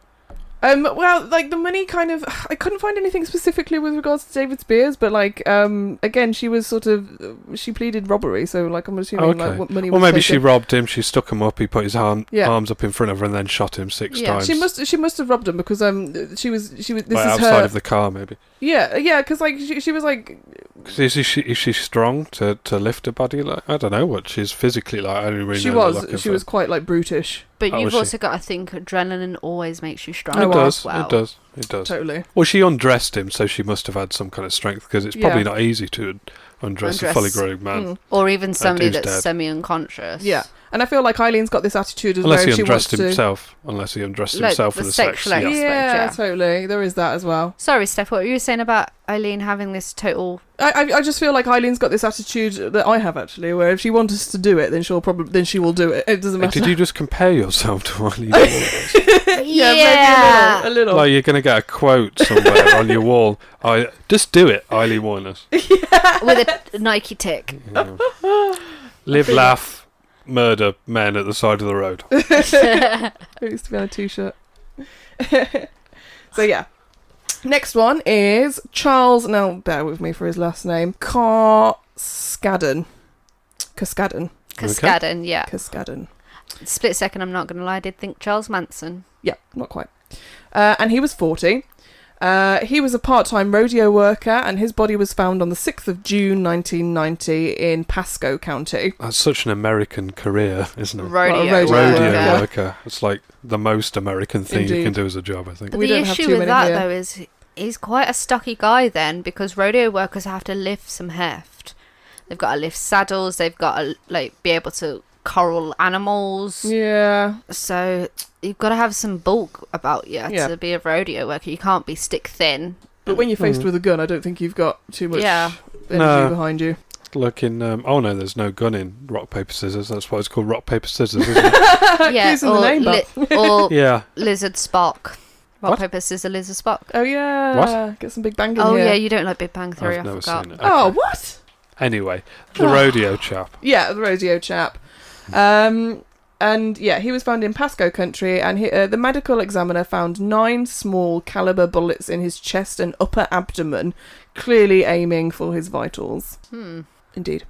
[SPEAKER 5] Um, well, like the money kind of, I couldn't find anything specifically with regards to David Spears, but like, um, again, she was sort of, she pleaded robbery, so like I'm assuming
[SPEAKER 7] Okay.
[SPEAKER 5] like what money
[SPEAKER 7] Or
[SPEAKER 5] was
[SPEAKER 7] maybe she
[SPEAKER 5] taken.
[SPEAKER 7] robbed him. She stuck him up. He put his arm,
[SPEAKER 5] Yeah.
[SPEAKER 7] arms up in front of her and then shot him six
[SPEAKER 6] Yeah.
[SPEAKER 7] times.
[SPEAKER 5] She must she must have robbed him because um she was she was this
[SPEAKER 7] Like,
[SPEAKER 5] is
[SPEAKER 7] outside
[SPEAKER 5] her
[SPEAKER 7] of the car, maybe.
[SPEAKER 5] yeah yeah because like she, she was like
[SPEAKER 7] 'Cause Is she is she strong to, to lift a body? Like I don't know what she's physically like. I only really
[SPEAKER 5] she
[SPEAKER 7] know the look
[SPEAKER 5] was
[SPEAKER 7] of
[SPEAKER 5] she
[SPEAKER 7] her.
[SPEAKER 5] was quite like brutish
[SPEAKER 6] But
[SPEAKER 7] Oh,
[SPEAKER 6] you've
[SPEAKER 7] was she?
[SPEAKER 6] also got to think adrenaline always makes you stronger.
[SPEAKER 7] It
[SPEAKER 5] Oh,
[SPEAKER 7] does.
[SPEAKER 6] As well.
[SPEAKER 7] It does. It does.
[SPEAKER 5] totally
[SPEAKER 7] Well, she undressed him, so she must have had some kind of strength because it's probably
[SPEAKER 5] Yeah.
[SPEAKER 7] not easy to undress, a
[SPEAKER 6] Undress.
[SPEAKER 7] fully grown man.
[SPEAKER 5] Mm.
[SPEAKER 6] Or even somebody
[SPEAKER 7] dude's
[SPEAKER 6] that's
[SPEAKER 7] dead.
[SPEAKER 6] semi-unconscious.
[SPEAKER 5] yeah and I feel like Eileen's got this attitude as
[SPEAKER 7] Unless
[SPEAKER 5] well
[SPEAKER 7] he
[SPEAKER 5] she wants
[SPEAKER 7] undressed
[SPEAKER 5] to
[SPEAKER 7] himself. Unless he undressed
[SPEAKER 6] Like,
[SPEAKER 7] himself
[SPEAKER 6] the
[SPEAKER 7] for the sex.
[SPEAKER 6] sexual
[SPEAKER 7] yeah.
[SPEAKER 6] act.
[SPEAKER 5] yeah,
[SPEAKER 6] yeah.
[SPEAKER 5] totally there is that as well
[SPEAKER 6] Sorry, Steph. What were you saying about Eileen having this total?
[SPEAKER 5] I, I I just feel like Eileen's got this attitude that I have actually where if she wants us to do it then she'll probably then she will do it it doesn't
[SPEAKER 7] Hey,
[SPEAKER 5] matter
[SPEAKER 7] Did you just compare yourself to Eileen? Wall?
[SPEAKER 5] yeah,
[SPEAKER 6] Yeah.
[SPEAKER 5] maybe a little, a little.
[SPEAKER 7] like you're going to get a quote somewhere on your wall. I just do it, Eileen Warners.
[SPEAKER 6] with a Nike tick.
[SPEAKER 7] Yeah. Live, laugh, murder men at the side of the road.
[SPEAKER 5] it used to be on a t-shirt so yeah next one is Charles now bear with me for his last name Cascaden Cascaden
[SPEAKER 6] Cascadin, yeah.
[SPEAKER 5] Cascaden
[SPEAKER 6] Split second, I'm not going to lie. I did think Charles Manson.
[SPEAKER 5] Yeah, not quite. Uh, and he was 40. Uh, he was a part time rodeo worker, and his body was found on the 6th of June 1990 in Pasco County.
[SPEAKER 7] That's such an American career, isn't it?
[SPEAKER 6] Rodeo.
[SPEAKER 5] rodeo
[SPEAKER 7] Rodeo
[SPEAKER 5] worker.
[SPEAKER 7] worker. It's like the most American thing you
[SPEAKER 5] Indeed.
[SPEAKER 7] can do as a job, I think.
[SPEAKER 6] But
[SPEAKER 5] We
[SPEAKER 6] the
[SPEAKER 5] don't have
[SPEAKER 6] issue
[SPEAKER 5] too
[SPEAKER 6] with
[SPEAKER 5] many
[SPEAKER 6] that,
[SPEAKER 5] here.
[SPEAKER 6] though, is he's quite a stocky guy then because rodeo workers have to lift some heft. They've got to lift saddles. They've got to like be able to corral animals.
[SPEAKER 5] Yeah,
[SPEAKER 6] So you've got to have some bulk about you
[SPEAKER 5] Yeah.
[SPEAKER 6] to be a rodeo worker. You can't be stick thin.
[SPEAKER 5] but when you're faced with a gun, I don't think you've got too much
[SPEAKER 6] Yeah.
[SPEAKER 5] energy
[SPEAKER 7] Hmm. No.
[SPEAKER 5] behind you.
[SPEAKER 7] Look in. Um, oh no, there's no gun in rock paper scissors. That's why it's called rock paper scissors, isn't it?
[SPEAKER 6] yeah,
[SPEAKER 5] clues in the name,
[SPEAKER 6] or
[SPEAKER 7] yeah.
[SPEAKER 6] lizard spark. Rock
[SPEAKER 7] What?
[SPEAKER 6] paper scissors, lizard spark.
[SPEAKER 5] Oh, yeah.
[SPEAKER 7] What?
[SPEAKER 5] Get some Big Bang in
[SPEAKER 6] Oh
[SPEAKER 5] here.
[SPEAKER 6] yeah, you don't like Big Bang Theory.
[SPEAKER 7] I've
[SPEAKER 6] I
[SPEAKER 7] never
[SPEAKER 6] forgot.
[SPEAKER 7] seen it.
[SPEAKER 5] Oh,
[SPEAKER 7] Okay.
[SPEAKER 5] what?
[SPEAKER 7] Anyway, the rodeo chap.
[SPEAKER 5] Yeah, the rodeo chap. Um, and yeah, he was found in Pasco Country, and he, uh, the medical examiner found nine small caliber bullets in his chest and upper abdomen, clearly aiming for his vitals.
[SPEAKER 6] Hmm.
[SPEAKER 5] Indeed,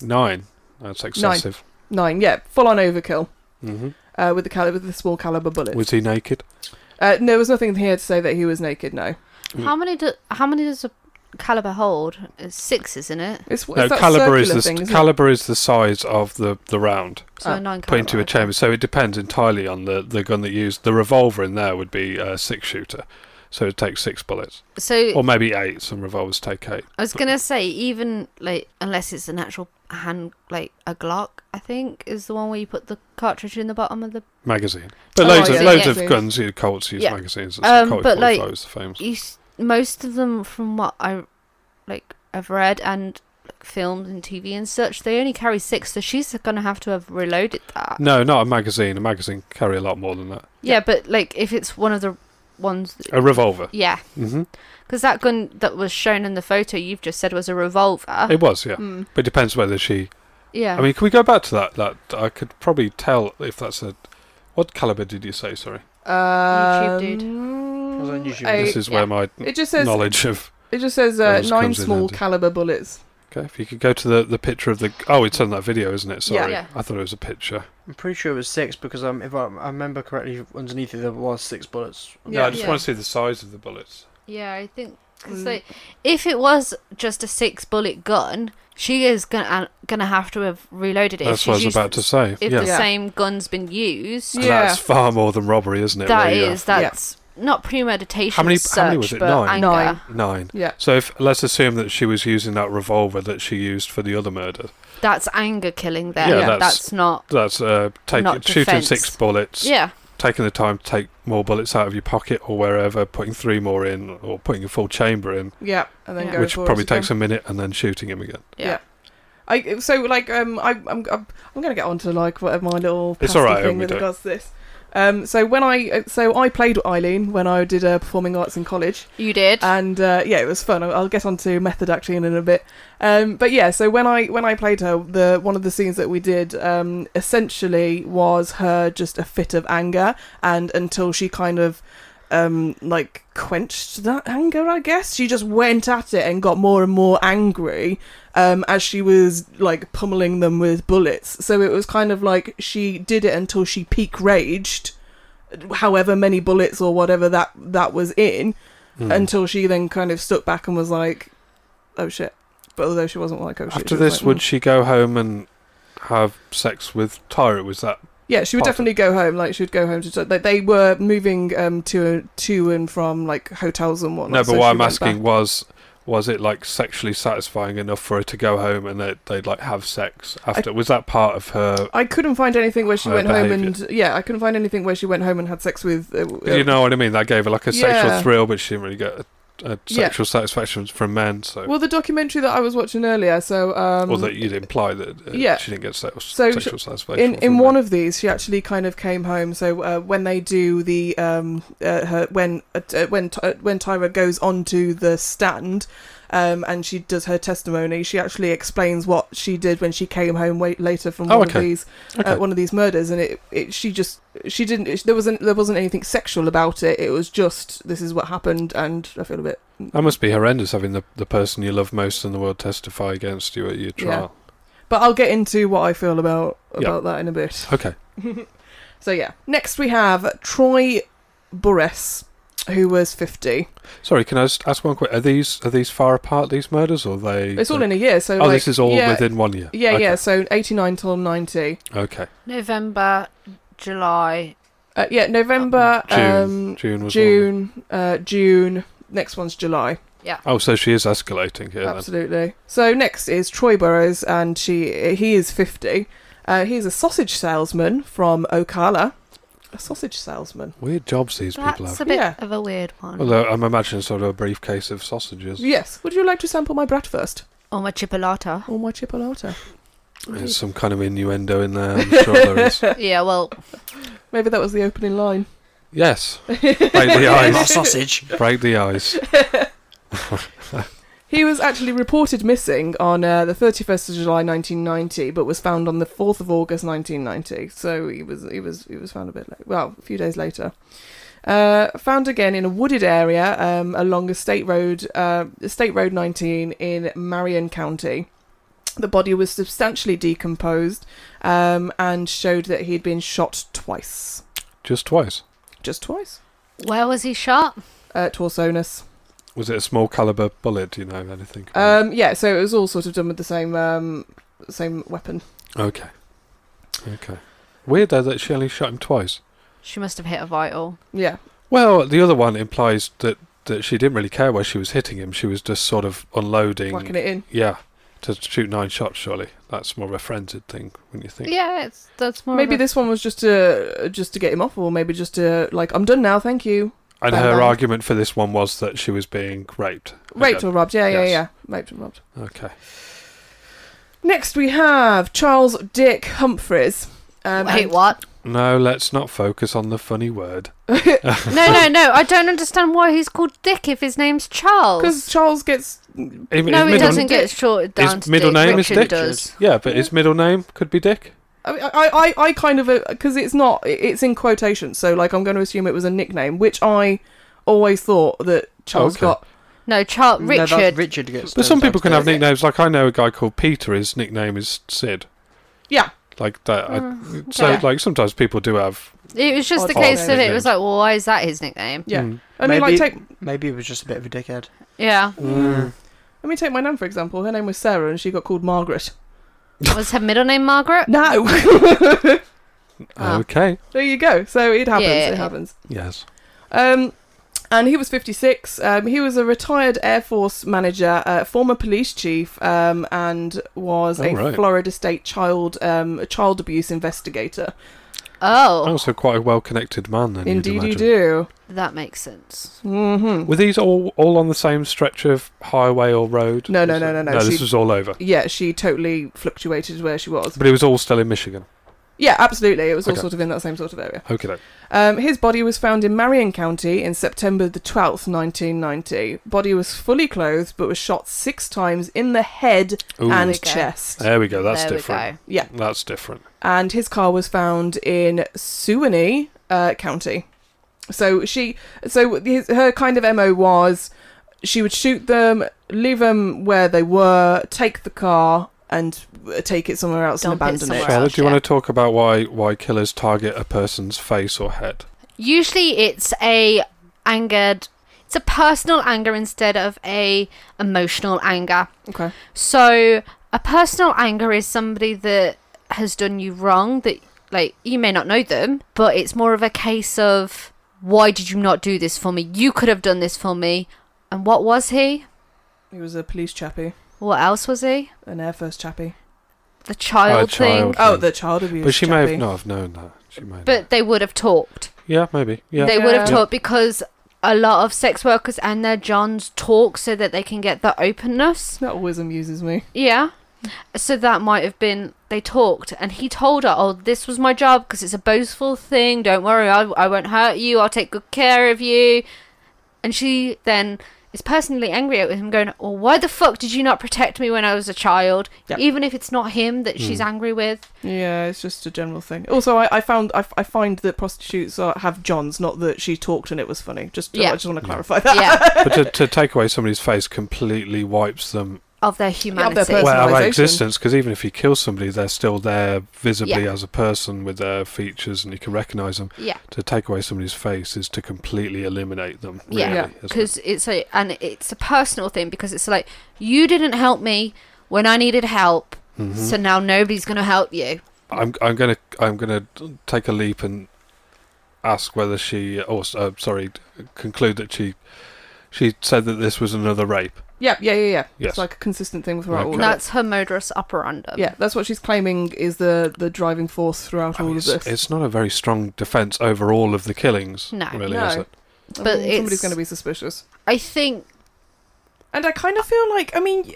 [SPEAKER 7] Nine. That's excessive.
[SPEAKER 5] nine. Yeah, full on overkill.
[SPEAKER 7] Mm-hmm.
[SPEAKER 5] uh, with the cali- with the small caliber bullets.
[SPEAKER 7] Was he naked?
[SPEAKER 5] uh, no, there was nothing here to say that he was naked. No,
[SPEAKER 7] Mm.
[SPEAKER 6] How many do, How many does a caliber hold? It's six, isn't it?
[SPEAKER 5] it's, it's
[SPEAKER 7] No,
[SPEAKER 5] that
[SPEAKER 7] caliber is
[SPEAKER 5] circular
[SPEAKER 7] the
[SPEAKER 5] thing, isn't it?
[SPEAKER 7] caliber is the size of the the round
[SPEAKER 6] So a nine
[SPEAKER 7] put into
[SPEAKER 6] caliber,
[SPEAKER 7] Uh, a
[SPEAKER 6] okay.
[SPEAKER 7] chamber. So it depends entirely on the the gun that you used. The revolver in there would be a six shooter, so it takes six bullets,
[SPEAKER 6] So
[SPEAKER 7] or maybe eight. Some revolvers take eight.
[SPEAKER 6] I was gonna say even like unless it's an actual hand like a Glock, I think is the one where you put the cartridge in the bottom of the.
[SPEAKER 7] Magazine, but
[SPEAKER 5] Oh,
[SPEAKER 7] loads
[SPEAKER 6] yeah,
[SPEAKER 7] of loads
[SPEAKER 5] yeah.
[SPEAKER 7] of guns. You Colts use
[SPEAKER 6] Yeah.
[SPEAKER 7] magazines.
[SPEAKER 6] Um,
[SPEAKER 7] Colt
[SPEAKER 6] but, like,
[SPEAKER 7] 45 is the famous.
[SPEAKER 6] You s- most of them from what I like I've read and films and TV and such, they only carry six. So she's gonna have to have reloaded that.
[SPEAKER 7] No, not a magazine. A magazine carry a lot more than that.
[SPEAKER 6] Yeah, but like if it's one of the ones, that,
[SPEAKER 7] A revolver.
[SPEAKER 6] yeah,
[SPEAKER 7] hmm
[SPEAKER 6] because that gun that was shown in the photo you've just said was a revolver.
[SPEAKER 7] It was, yeah. But it depends whether she.
[SPEAKER 6] yeah,
[SPEAKER 7] I mean, can we go back to that? That I could probably tell if that's a. What caliber did you say? Sorry,
[SPEAKER 5] Um,
[SPEAKER 6] YouTube dude.
[SPEAKER 8] was on YouTube.
[SPEAKER 5] I-
[SPEAKER 7] this is where
[SPEAKER 6] Oh, yeah.
[SPEAKER 7] my
[SPEAKER 5] Um, it just says
[SPEAKER 7] knowledge of.
[SPEAKER 5] it just says
[SPEAKER 7] That
[SPEAKER 5] uh,
[SPEAKER 7] just
[SPEAKER 5] nine
[SPEAKER 7] comes in
[SPEAKER 5] small
[SPEAKER 7] handy.
[SPEAKER 5] caliber bullets.
[SPEAKER 7] Okay, if you could go to the, the picture of the. Oh, it's on that video, isn't it?
[SPEAKER 5] Yeah.
[SPEAKER 7] Sorry,
[SPEAKER 6] Yeah.
[SPEAKER 7] I thought it was a picture.
[SPEAKER 8] I'm pretty sure it was six because um, if I, I remember correctly, underneath it there was six bullets.
[SPEAKER 7] no,
[SPEAKER 5] Yeah.
[SPEAKER 7] I just
[SPEAKER 6] Yeah.
[SPEAKER 7] want to see the size of the bullets.
[SPEAKER 6] Yeah, I think 'cause,
[SPEAKER 5] Mm.
[SPEAKER 6] like if it was just a six bullet gun, she is gonna uh, gonna have to have reloaded it. if
[SPEAKER 7] that's what I was
[SPEAKER 6] she's used-
[SPEAKER 7] about to say.
[SPEAKER 6] If
[SPEAKER 7] yeah,
[SPEAKER 6] the
[SPEAKER 5] Yeah.
[SPEAKER 6] same gun's been used,
[SPEAKER 5] Yeah.
[SPEAKER 7] And that's far more than robbery, isn't it?
[SPEAKER 6] that
[SPEAKER 7] where you-
[SPEAKER 6] is that's not premeditation.
[SPEAKER 7] How many-
[SPEAKER 6] as
[SPEAKER 7] how many was
[SPEAKER 6] such,
[SPEAKER 7] it?
[SPEAKER 6] but
[SPEAKER 7] Nine?
[SPEAKER 6] anger.
[SPEAKER 5] Nine.
[SPEAKER 7] nine.
[SPEAKER 5] Yeah.
[SPEAKER 7] So if let's assume that she was using that revolver that she used for the other murder.
[SPEAKER 6] That's anger killing. There,
[SPEAKER 7] Yeah,
[SPEAKER 6] that's,
[SPEAKER 7] that's-
[SPEAKER 6] not.
[SPEAKER 7] That's uh, take,
[SPEAKER 6] Not
[SPEAKER 7] shooting
[SPEAKER 6] defense.
[SPEAKER 7] six bullets.
[SPEAKER 6] Yeah,
[SPEAKER 7] taking the time to take more bullets out of your pocket or wherever, putting three more in, or putting a full chamber in,
[SPEAKER 5] Yeah, and then
[SPEAKER 6] Yeah.
[SPEAKER 5] go
[SPEAKER 7] which
[SPEAKER 5] forwards
[SPEAKER 7] probably
[SPEAKER 5] again.
[SPEAKER 7] takes a minute, and then shooting him again.
[SPEAKER 6] yeah.
[SPEAKER 5] I so like um I I'm I'm, I'm going to get onto like whatever my little
[SPEAKER 7] It's
[SPEAKER 5] pasty
[SPEAKER 7] all right,
[SPEAKER 5] thing
[SPEAKER 7] we
[SPEAKER 5] with
[SPEAKER 7] do it.
[SPEAKER 5] regards to this. Um, so when I so I played with Eileen when I did uh, performing arts in college,
[SPEAKER 6] You did.
[SPEAKER 5] and uh, yeah, it was fun. I'll, I'll get onto method acting in a bit. Um, but yeah, so when I when I played her, the one of the scenes that we did um, essentially was her just a fit of anger, and until she kind of um, like quenched that anger, I guess she just went at it and got more and more angry um, as she was like pummeling them with bullets. So it was kind of like she did it until she peak raged, however many bullets or whatever that that was in
[SPEAKER 7] Hmm.
[SPEAKER 5] until she then kind of stuck back and was like, "Oh shit!" But although she wasn't like, "Oh shit,"
[SPEAKER 7] After
[SPEAKER 5] she was
[SPEAKER 7] this,
[SPEAKER 5] like,
[SPEAKER 7] would
[SPEAKER 5] "Mm."
[SPEAKER 7] she go home and have sex with Tyra? Was that
[SPEAKER 5] yeah, she would
[SPEAKER 7] part of-
[SPEAKER 5] definitely go home. Like she would go home to. They, they were moving um to to and from like hotels and whatnot.
[SPEAKER 7] no? But
[SPEAKER 5] so
[SPEAKER 7] what
[SPEAKER 5] she
[SPEAKER 7] I'm
[SPEAKER 5] went
[SPEAKER 7] asking
[SPEAKER 5] back.
[SPEAKER 7] was, was it like sexually satisfying enough for her to go home and they'd, they'd like have sex after? was that part of her?
[SPEAKER 5] I couldn't find anything where she
[SPEAKER 7] Her
[SPEAKER 5] went home
[SPEAKER 7] behaviour.
[SPEAKER 5] and yeah, I couldn't find anything where she went home and had sex with. Uh, uh,
[SPEAKER 7] you know what I mean? That gave her like a sexual
[SPEAKER 5] Yeah.
[SPEAKER 7] thrill, but she didn't really get a, a
[SPEAKER 5] Yeah.
[SPEAKER 7] sexual satisfaction from men. So,
[SPEAKER 5] Well, the documentary that I was watching earlier, so um,
[SPEAKER 7] or that you'd imply that uh,
[SPEAKER 5] yeah.
[SPEAKER 7] she didn't get sex,
[SPEAKER 5] So
[SPEAKER 7] sexual satisfaction.
[SPEAKER 5] in in
[SPEAKER 7] from
[SPEAKER 5] one
[SPEAKER 7] men.
[SPEAKER 5] of these she actually kind of came home so uh, when they do the um uh, her, when uh, uh, when Ty- uh, when Tyra goes onto the stand um and she does her testimony she actually explains what she did when she came home wait, later from
[SPEAKER 7] Oh,
[SPEAKER 5] one
[SPEAKER 7] okay.
[SPEAKER 5] of these
[SPEAKER 7] Okay.
[SPEAKER 5] uh, one of these murders and it, it she just she didn't it, there wasn't there wasn't anything sexual about it it was just this is what happened and I feel a bit
[SPEAKER 7] That must be horrendous having the, the person you love most in the world testify against you at your trial.
[SPEAKER 5] but I'll get into what I feel about
[SPEAKER 7] Yeah.
[SPEAKER 5] about that in a bit
[SPEAKER 7] Okay.
[SPEAKER 5] So yeah. Next we have Troy Burress, who was fifty.
[SPEAKER 7] Sorry, can I just ask one quick? Are these are these far apart these murders or they?
[SPEAKER 5] It's all in a year, so
[SPEAKER 7] Oh,
[SPEAKER 5] like,
[SPEAKER 7] this is all
[SPEAKER 5] yeah,
[SPEAKER 7] within one year.
[SPEAKER 5] Yeah,
[SPEAKER 7] okay.
[SPEAKER 5] yeah. So eighty nine till ninety.
[SPEAKER 7] Okay.
[SPEAKER 6] November, July.
[SPEAKER 5] Uh, yeah, November,
[SPEAKER 7] June.
[SPEAKER 5] um,
[SPEAKER 7] June was One.
[SPEAKER 5] June, uh, June. Next one's July.
[SPEAKER 7] Oh, so she is escalating here. Then.
[SPEAKER 5] Absolutely. So next is Troy Burrows, and she he is fifty. Uh, he's a sausage salesman from Ocala. A sausage salesman.
[SPEAKER 7] Weird jobs these people
[SPEAKER 6] That's
[SPEAKER 7] have.
[SPEAKER 6] a bit
[SPEAKER 5] Yeah.
[SPEAKER 6] of a weird one.
[SPEAKER 7] Although I'm imagining sort of a briefcase of sausages
[SPEAKER 5] Yes. Would you like to sample my bratwurst
[SPEAKER 6] or Oh, my chipolata.
[SPEAKER 5] or my chipolata?
[SPEAKER 7] There's some kind of innuendo in there. I'm sure there is.
[SPEAKER 6] yeah, well,
[SPEAKER 5] Maybe that was the opening line.
[SPEAKER 7] Yes. Break the
[SPEAKER 8] My
[SPEAKER 7] ice.
[SPEAKER 8] sausage.
[SPEAKER 7] Break the ice.
[SPEAKER 5] He was actually reported missing on uh, the 31st of July 1990, but was found on the 4th of August 1990. So he was he was he was found a bit late. Well, a few days later. Uh, found again in a wooded area um, along a state road, uh, State Road 19 in Marion County. The body was substantially decomposed um, and showed that he'd been shot twice.
[SPEAKER 7] Just twice.
[SPEAKER 5] Just twice.
[SPEAKER 6] Where was he shot?
[SPEAKER 5] Uh, Torsonus.
[SPEAKER 7] Was it a small caliber bullet? Do you know anything? about
[SPEAKER 5] Um, yeah, so it was all sort of done with the same um, same weapon.
[SPEAKER 7] it? okay. Okay. Weird though that she only shot him twice.
[SPEAKER 6] She must have hit a vital.
[SPEAKER 5] Yeah.
[SPEAKER 7] Well, the other one implies that, that she didn't really care where she was hitting him. She was just sort of unloading.
[SPEAKER 5] Whacking it in.
[SPEAKER 7] Yeah, to shoot nine shots, surely. That's more of a frenzied thing, wouldn't you think?
[SPEAKER 6] Yeah, it's, that's more.
[SPEAKER 5] Maybe
[SPEAKER 6] of a-
[SPEAKER 5] this one was just to uh, just to get him off, or maybe just to like, I'm done now, thank you.
[SPEAKER 7] And
[SPEAKER 5] Bang,
[SPEAKER 7] her
[SPEAKER 5] bang.
[SPEAKER 7] argument for this one was that she was being raped.
[SPEAKER 5] Raped or
[SPEAKER 7] Again.
[SPEAKER 5] robbed? Yeah, yeah,
[SPEAKER 7] Yes.
[SPEAKER 5] yeah. Raped or robbed.
[SPEAKER 7] Okay.
[SPEAKER 5] Next we have Charles Dick Humphreys. Um,
[SPEAKER 6] Wait,
[SPEAKER 5] and-
[SPEAKER 6] what?
[SPEAKER 7] No, let's not focus on the funny word.
[SPEAKER 6] No, no, no. I don't understand why he's called Dick if his name's Charles.
[SPEAKER 5] Because Charles gets
[SPEAKER 7] His
[SPEAKER 6] no, he
[SPEAKER 7] middle-
[SPEAKER 6] doesn't get shorted down
[SPEAKER 7] His
[SPEAKER 6] to
[SPEAKER 7] middle
[SPEAKER 6] Dick.
[SPEAKER 7] name
[SPEAKER 6] Richard
[SPEAKER 7] is Dick.
[SPEAKER 6] Does.
[SPEAKER 7] Yeah, but his middle name could be Dick.
[SPEAKER 5] I, mean, I, I, I kind of because it's not it- it's in quotations, so like I'm going to assume it was a nickname, which I always thought that Charles
[SPEAKER 7] Okay.
[SPEAKER 5] got.
[SPEAKER 6] No, Charles
[SPEAKER 8] No, that's-
[SPEAKER 6] Richard.
[SPEAKER 8] Richard gets.
[SPEAKER 7] But some
[SPEAKER 8] turned
[SPEAKER 7] people
[SPEAKER 8] down
[SPEAKER 7] can
[SPEAKER 8] to
[SPEAKER 7] have
[SPEAKER 8] Dick.
[SPEAKER 7] nicknames. Like I know a guy called Peter. His nickname is Sid.
[SPEAKER 5] Yeah,
[SPEAKER 7] Like that. I- so
[SPEAKER 5] Hmm. yeah.
[SPEAKER 7] like sometimes people do have.
[SPEAKER 6] it was just
[SPEAKER 5] Odd
[SPEAKER 6] the case that it
[SPEAKER 7] nicknames.
[SPEAKER 6] was like, well, why is that his nickname?
[SPEAKER 5] yeah.
[SPEAKER 7] Mm.
[SPEAKER 5] I
[SPEAKER 8] maybe,
[SPEAKER 5] mean, like take
[SPEAKER 8] maybe it was just a bit of a dickhead.
[SPEAKER 6] Yeah,
[SPEAKER 5] let me take my nan for example. Her name was Sarah, and she got called Margaret.
[SPEAKER 6] was her middle name Margaret?
[SPEAKER 5] No,
[SPEAKER 6] Ah.
[SPEAKER 7] Okay.
[SPEAKER 5] there you go. So it happens.
[SPEAKER 6] Yeah.
[SPEAKER 5] It happens.
[SPEAKER 7] Yes.
[SPEAKER 5] Um, and he was 56. Um, he was a retired Air Force manager, uh, former police chief, um, and was a
[SPEAKER 7] Oh, right.
[SPEAKER 5] Florida state child um, a child abuse investigator.
[SPEAKER 6] Oh,
[SPEAKER 7] Also, quite a well-connected man. Then, you'd
[SPEAKER 5] Indeed, you
[SPEAKER 7] imagine.
[SPEAKER 5] do.
[SPEAKER 6] that makes sense.
[SPEAKER 7] Were these all all on the same stretch of highway or road?
[SPEAKER 5] No, no,
[SPEAKER 7] Was
[SPEAKER 5] no,
[SPEAKER 7] it-
[SPEAKER 5] no, no.
[SPEAKER 7] No, this
[SPEAKER 5] She-
[SPEAKER 7] was all over.
[SPEAKER 5] yeah, she totally fluctuated where she was.
[SPEAKER 7] But it was all still in Michigan.
[SPEAKER 5] Yeah, absolutely. It was all
[SPEAKER 7] Okay.
[SPEAKER 5] sort of in that same sort of area.
[SPEAKER 7] Okay, then.
[SPEAKER 5] Um, his body was found in Marion County in September the 12th, 1990. Body was fully clothed but was shot six times in the head
[SPEAKER 7] Ooh.
[SPEAKER 5] and
[SPEAKER 6] Okay.
[SPEAKER 5] chest.
[SPEAKER 7] There we go. That's
[SPEAKER 6] there
[SPEAKER 7] different.
[SPEAKER 5] Yeah.
[SPEAKER 7] That's different.
[SPEAKER 5] And his car was found in Suwannee uh, County. So she, so his, her kind of mo was, she would shoot them, leave them where they were, take the car, and uh, take it somewhere else
[SPEAKER 6] Dump it
[SPEAKER 5] and abandon it.
[SPEAKER 6] somewhere
[SPEAKER 7] Charlotte,
[SPEAKER 6] else,
[SPEAKER 7] do you
[SPEAKER 6] yeah.
[SPEAKER 7] want to talk about why why killers target a person's face or head?
[SPEAKER 6] we go. Usually, it's a angered. It's a personal anger instead of a emotional anger.
[SPEAKER 5] Okay.
[SPEAKER 6] So a personal anger is somebody that has done you wrong that like you may not know them, but it's more of a case of why did you not do this for me? You could have done this for me. And what was he?
[SPEAKER 5] He was a police chappie,
[SPEAKER 6] What else was he?
[SPEAKER 5] an Air Force chappie.
[SPEAKER 6] The child,
[SPEAKER 7] child.
[SPEAKER 6] thing.
[SPEAKER 5] Oh, the child abuse.
[SPEAKER 7] But she may
[SPEAKER 5] chappie.
[SPEAKER 7] have not have known that. She may. not.
[SPEAKER 6] But they would have talked.
[SPEAKER 7] yeah, maybe. Yeah.
[SPEAKER 6] They would
[SPEAKER 5] Yeah.
[SPEAKER 6] have talked because a lot of sex workers and their johns talk so that they can get the openness.
[SPEAKER 5] That always amuses me.
[SPEAKER 6] Yeah. So that might have been they talked, and he told her, "Oh, this was my job because it's a boastful thing. Don't worry, I, I won't hurt you. I'll take good care of you." And she then is personally angry at him, going, "Well, why the fuck did you not protect me when I was a child?
[SPEAKER 5] Yep.
[SPEAKER 6] Even if it's not him that she's angry with."
[SPEAKER 5] Yeah, it's just a general thing. Also, I, I found I, I find that prostitutes are, have johns, not that she talked and it was funny. Just
[SPEAKER 6] Yeah.
[SPEAKER 5] I just want to clarify that.
[SPEAKER 6] Yeah,
[SPEAKER 7] but to, to take away somebody's face completely wipes them
[SPEAKER 6] of their
[SPEAKER 5] of their
[SPEAKER 6] humanity.
[SPEAKER 5] person-
[SPEAKER 7] well, out of
[SPEAKER 5] Personalisation.
[SPEAKER 7] existence. Because even if you kill somebody, they're still there visibly
[SPEAKER 6] Yeah.
[SPEAKER 7] as a person with their features, and you can recognise them.
[SPEAKER 6] yeah.
[SPEAKER 7] to take away somebody's face is to completely eliminate them. Really,
[SPEAKER 6] Yeah,
[SPEAKER 7] isn't it?
[SPEAKER 6] because it's a and it's a personal thing because it's like you didn't help me when I needed help, so now nobody's gonna help you.
[SPEAKER 7] Mm-hmm. I'm I'm gonna I'm gonna take a leap and ask whether she or uh, sorry conclude that she she said that this was another rape.
[SPEAKER 5] yeah, yeah, yeah. yeah.
[SPEAKER 7] Yes.
[SPEAKER 5] It's like a consistent thing throughout all
[SPEAKER 7] Okay.
[SPEAKER 5] of
[SPEAKER 6] That's um, her modus operandum.
[SPEAKER 5] it. Yeah, that's what she's claiming is the the driving force throughout
[SPEAKER 7] I mean,
[SPEAKER 5] all of
[SPEAKER 7] it's,
[SPEAKER 5] this.
[SPEAKER 7] Oh, it's not a very strong defence over all of the killings.
[SPEAKER 6] No.
[SPEAKER 7] really,
[SPEAKER 5] No.
[SPEAKER 7] is it?
[SPEAKER 5] I
[SPEAKER 6] but
[SPEAKER 5] mean,
[SPEAKER 6] it's-
[SPEAKER 5] somebody's going to be suspicious.
[SPEAKER 6] I think
[SPEAKER 5] And I kind of feel like, I mean,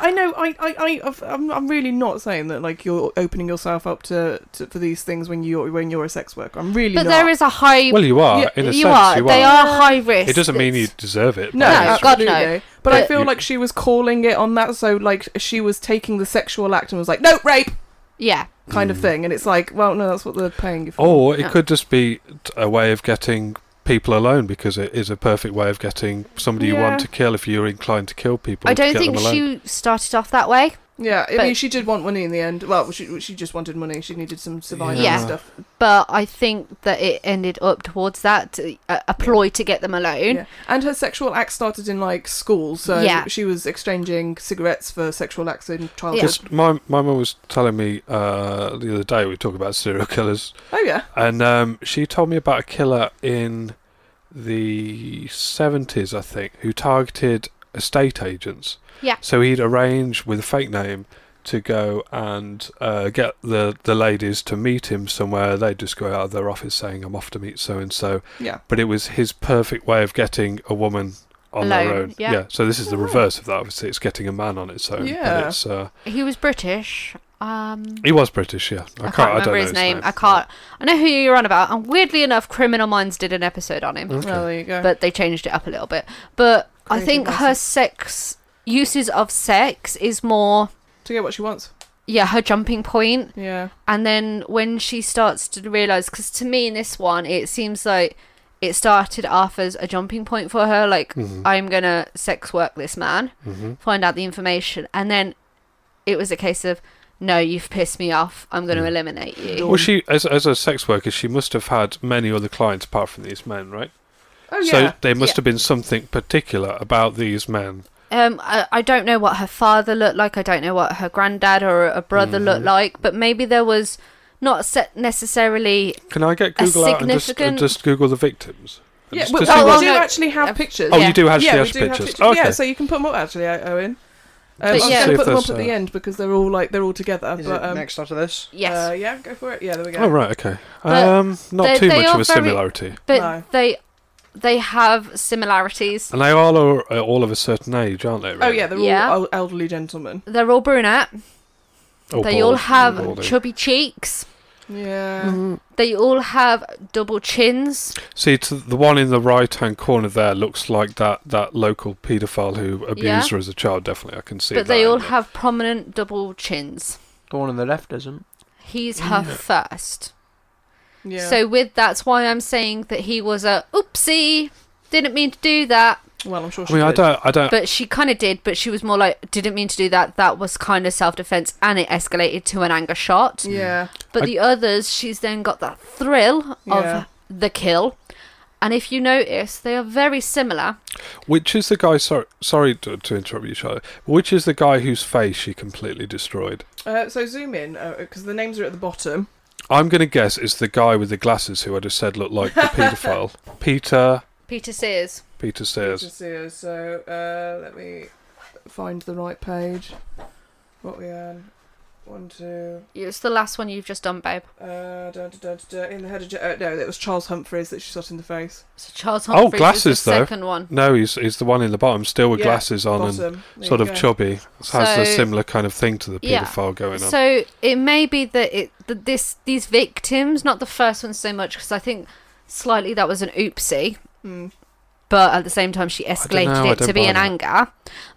[SPEAKER 5] I know, I, I, I, I'm, I'm really not saying that like you're opening yourself up to, to for these things when you're when you're a sex worker. I'm really
[SPEAKER 6] but
[SPEAKER 5] not.
[SPEAKER 6] there is a high
[SPEAKER 7] Well, you are
[SPEAKER 5] Yeah,
[SPEAKER 7] in a
[SPEAKER 6] you
[SPEAKER 7] sense.
[SPEAKER 6] are
[SPEAKER 7] You
[SPEAKER 6] they
[SPEAKER 7] are.
[SPEAKER 6] are high risk.
[SPEAKER 7] It doesn't mean you
[SPEAKER 6] It's-
[SPEAKER 7] deserve it.
[SPEAKER 5] No,
[SPEAKER 6] No,
[SPEAKER 7] but it's-
[SPEAKER 6] God,
[SPEAKER 5] absolutely.
[SPEAKER 6] no.
[SPEAKER 5] But, I
[SPEAKER 6] But-
[SPEAKER 5] feel like she was calling it on that, so like she was taking the sexual act and was like, "No, rape,"
[SPEAKER 6] Yeah.
[SPEAKER 5] kind
[SPEAKER 7] Mm.
[SPEAKER 5] of thing. And it's like, well, no, that's what they're paying you for.
[SPEAKER 7] Or it
[SPEAKER 6] No.
[SPEAKER 7] could just be t- a way of getting people alone because it is a perfect way of getting somebody you
[SPEAKER 5] Yeah.
[SPEAKER 7] want to kill if you're inclined to kill people.
[SPEAKER 6] I
[SPEAKER 7] to
[SPEAKER 6] don't
[SPEAKER 7] get
[SPEAKER 6] think
[SPEAKER 7] them alone.
[SPEAKER 6] she started off that way.
[SPEAKER 5] Yeah, I
[SPEAKER 6] But-
[SPEAKER 5] mean, she did want money in the end. Well, she she just wanted money. She needed some survival
[SPEAKER 6] Yeah.
[SPEAKER 5] and stuff.
[SPEAKER 6] But I think that it ended up towards that uh, a, a ploy to get them alone.
[SPEAKER 5] Yeah. And her sexual acts started in like school, so
[SPEAKER 6] Yeah.
[SPEAKER 5] she was exchanging cigarettes for sexual acts in childhood.
[SPEAKER 7] Because my my mum was telling me uh, the other day we talk about serial killers,
[SPEAKER 5] Oh yeah,
[SPEAKER 7] and um, she told me about a killer in the seventies, I think, who targeted estate agents.
[SPEAKER 6] Yeah.
[SPEAKER 7] So he'd arrange with a fake name to go and uh, get the the ladies to meet him somewhere. They'd just go out of their office saying, "I'm off to meet so and so,"
[SPEAKER 5] yeah.
[SPEAKER 7] but it was his perfect way of getting a woman. On their
[SPEAKER 6] Alone,
[SPEAKER 7] own,
[SPEAKER 6] yeah. Oh.
[SPEAKER 7] So this is the reverse of that. Obviously, it's getting a man on its own.
[SPEAKER 5] Yeah.
[SPEAKER 7] But it's, uh,
[SPEAKER 6] He was British. Um,
[SPEAKER 7] he was British, yeah. I,
[SPEAKER 6] I
[SPEAKER 7] can't,
[SPEAKER 6] can't
[SPEAKER 7] I don't
[SPEAKER 6] remember
[SPEAKER 7] know
[SPEAKER 6] his, name. I can't. I know who you're on about. And weirdly enough, Criminal Minds did an episode on
[SPEAKER 7] Mm.
[SPEAKER 6] him,
[SPEAKER 5] Well, there you go.
[SPEAKER 6] but they changed it up a little bit. But I
[SPEAKER 5] Creative
[SPEAKER 6] think her
[SPEAKER 5] license.
[SPEAKER 6] sex uses of sex is more,
[SPEAKER 5] to get what she wants.
[SPEAKER 6] yeah, her jumping point.
[SPEAKER 5] Yeah,
[SPEAKER 6] And then when she starts to realize, because to me in this one, it seems like it started off as a jumping point for her, like I'm gonna sex work this man, find out the information, and then it was a case of no, you've pissed me off. I'm gonna eliminate you.
[SPEAKER 7] Well, she, as, as a sex worker, she must have had many other clients apart from these men, right?
[SPEAKER 5] Oh yeah.
[SPEAKER 7] So there must
[SPEAKER 6] Yeah.
[SPEAKER 7] have been something particular about these men.
[SPEAKER 6] Um, I, I don't know what her father looked like. I don't know what her granddad or her brother looked like, but maybe there was not set necessarily.
[SPEAKER 7] Can I get Google out and just, and
[SPEAKER 6] significant-
[SPEAKER 7] just Google the victims?
[SPEAKER 5] yeah,
[SPEAKER 7] Just
[SPEAKER 5] well,
[SPEAKER 7] to
[SPEAKER 5] we,
[SPEAKER 7] see
[SPEAKER 6] well,
[SPEAKER 7] what-
[SPEAKER 5] do
[SPEAKER 6] no.
[SPEAKER 5] actually have pictures.
[SPEAKER 7] oh,
[SPEAKER 6] yeah.
[SPEAKER 7] you do actually
[SPEAKER 5] yeah,
[SPEAKER 7] have
[SPEAKER 5] we do
[SPEAKER 7] pictures.
[SPEAKER 5] have pictures.
[SPEAKER 7] Okay.
[SPEAKER 5] Yeah, so you can put them up actually, I- Owen. Um, I was
[SPEAKER 6] yeah.
[SPEAKER 5] going
[SPEAKER 6] See
[SPEAKER 5] to
[SPEAKER 7] if
[SPEAKER 5] put them up
[SPEAKER 7] there's,
[SPEAKER 5] at the
[SPEAKER 7] uh,
[SPEAKER 5] end because they're all like they're all together.
[SPEAKER 8] Is
[SPEAKER 5] but
[SPEAKER 8] it
[SPEAKER 5] um,
[SPEAKER 8] next after this?
[SPEAKER 6] Yes,
[SPEAKER 5] uh, yeah, go for it. Yeah, there we go.
[SPEAKER 7] Oh, right, okay.
[SPEAKER 6] But
[SPEAKER 7] Um, not
[SPEAKER 6] they-
[SPEAKER 7] too
[SPEAKER 6] they
[SPEAKER 7] much of
[SPEAKER 6] are
[SPEAKER 7] a
[SPEAKER 6] very-
[SPEAKER 7] similarity.
[SPEAKER 6] but
[SPEAKER 5] no.
[SPEAKER 6] they they have similarities.
[SPEAKER 7] And they all are uh, all of a certain age, aren't they?
[SPEAKER 5] Oh
[SPEAKER 7] really?
[SPEAKER 5] yeah, they're
[SPEAKER 6] Yeah.
[SPEAKER 5] all el- elderly gentlemen.
[SPEAKER 6] They're all brunette.
[SPEAKER 7] Or
[SPEAKER 6] they
[SPEAKER 7] bald,
[SPEAKER 6] all have
[SPEAKER 7] baldy.
[SPEAKER 6] chubby cheeks.
[SPEAKER 5] Yeah.
[SPEAKER 6] They all have double chins.
[SPEAKER 7] See, to the one in the right-hand corner there looks like that, that local paedophile who abused
[SPEAKER 6] Yeah.
[SPEAKER 7] her as a child. Definitely, I can see.
[SPEAKER 6] but
[SPEAKER 7] that
[SPEAKER 6] they all
[SPEAKER 7] in there.
[SPEAKER 6] have prominent double chins.
[SPEAKER 8] The one on the left doesn't.
[SPEAKER 6] He's her first.
[SPEAKER 5] Yeah.
[SPEAKER 6] So with that's why I'm saying that he was a oopsie. Didn't mean to do that.
[SPEAKER 5] well, I'm sure.
[SPEAKER 7] I
[SPEAKER 5] She
[SPEAKER 7] mean, I
[SPEAKER 5] did.
[SPEAKER 7] don't, I don't,
[SPEAKER 6] But she kind of did, but she was more like, didn't mean to do that. That was kind of self defense, and it escalated to an anger shot.
[SPEAKER 5] Yeah.
[SPEAKER 6] But
[SPEAKER 7] I-
[SPEAKER 6] the others, she's then got that thrill
[SPEAKER 5] Yeah.
[SPEAKER 6] of the kill. And if you notice, they are very similar.
[SPEAKER 7] Which is the guy? Sorry, sorry to, to interrupt you, Charlotte. Which is the guy whose face she completely destroyed?
[SPEAKER 5] Uh, so zoom in because the names are at the bottom.
[SPEAKER 7] I'm going to guess it's the guy with the glasses who I just said looked like the paedophile, Peter.
[SPEAKER 6] Peter Sears.
[SPEAKER 7] Peter Sears.
[SPEAKER 5] Just here, so uh, let me find the right page. What we on? One, two.
[SPEAKER 6] It's the last one you've just done, babe.
[SPEAKER 5] Uh, dun, dun, dun, dun, dun, in the head of. Uh, no, it was Charles Humphreys that she shot in the face.
[SPEAKER 6] So Charles
[SPEAKER 7] Oh,
[SPEAKER 6] Humphreys was
[SPEAKER 7] glasses,
[SPEAKER 6] the
[SPEAKER 7] though.
[SPEAKER 6] second one.
[SPEAKER 7] No, he's he's the one in the bottom, still with
[SPEAKER 5] Yeah,
[SPEAKER 7] glasses on
[SPEAKER 5] bottom.
[SPEAKER 7] and
[SPEAKER 5] There
[SPEAKER 7] sort
[SPEAKER 5] you
[SPEAKER 7] of
[SPEAKER 5] go.
[SPEAKER 7] chubby. has a
[SPEAKER 6] So-
[SPEAKER 7] similar kind of thing to the
[SPEAKER 6] Yeah.
[SPEAKER 7] paedophile going on.
[SPEAKER 6] So it may be that it that this these victims, not the first one so much, because I think slightly that was an oopsie, but at the same time she escalated
[SPEAKER 7] know, I
[SPEAKER 6] it
[SPEAKER 7] don't
[SPEAKER 6] to be
[SPEAKER 7] buy
[SPEAKER 6] an
[SPEAKER 7] that.
[SPEAKER 6] anger.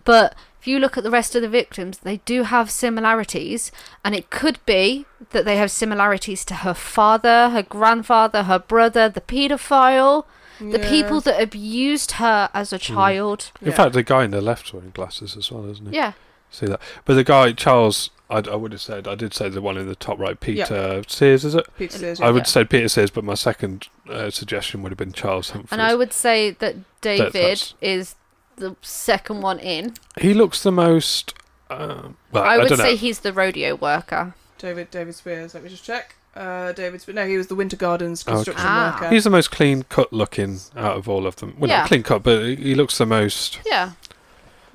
[SPEAKER 6] But if you look at the rest of the victims, they do have similarities, and it could be that they have similarities to her father, her grandfather, her brother, the paedophile, the
[SPEAKER 5] Yeah.
[SPEAKER 6] people that abused her as
[SPEAKER 7] Hmm.
[SPEAKER 6] a child.
[SPEAKER 7] in fact, the guy in the left's wearing glasses as well, isn't he?
[SPEAKER 6] Yeah.
[SPEAKER 7] See that, but the guy Charles, I, I would have said, I did say the one in the top right, Peter Sears, is it?
[SPEAKER 5] Peter Sears.
[SPEAKER 7] I
[SPEAKER 5] yeah.
[SPEAKER 7] would say Peter Sears, but my second uh, suggestion would have been Charles Humphreys.
[SPEAKER 6] And I would say that David
[SPEAKER 7] that's-
[SPEAKER 6] is the second one in.
[SPEAKER 7] He looks the most. Um, well, I,
[SPEAKER 6] I would
[SPEAKER 7] don't
[SPEAKER 6] say
[SPEAKER 7] know.
[SPEAKER 6] he's the rodeo worker.
[SPEAKER 5] David David Spears. Let me just check. Uh, David Spears. No, he was the Winter Gardens construction
[SPEAKER 6] Ah.
[SPEAKER 5] worker.
[SPEAKER 7] Oh, He's the most clean cut looking out of all of them. Well,
[SPEAKER 6] Yeah.
[SPEAKER 7] not clean cut, but he he looks the most.
[SPEAKER 6] Yeah.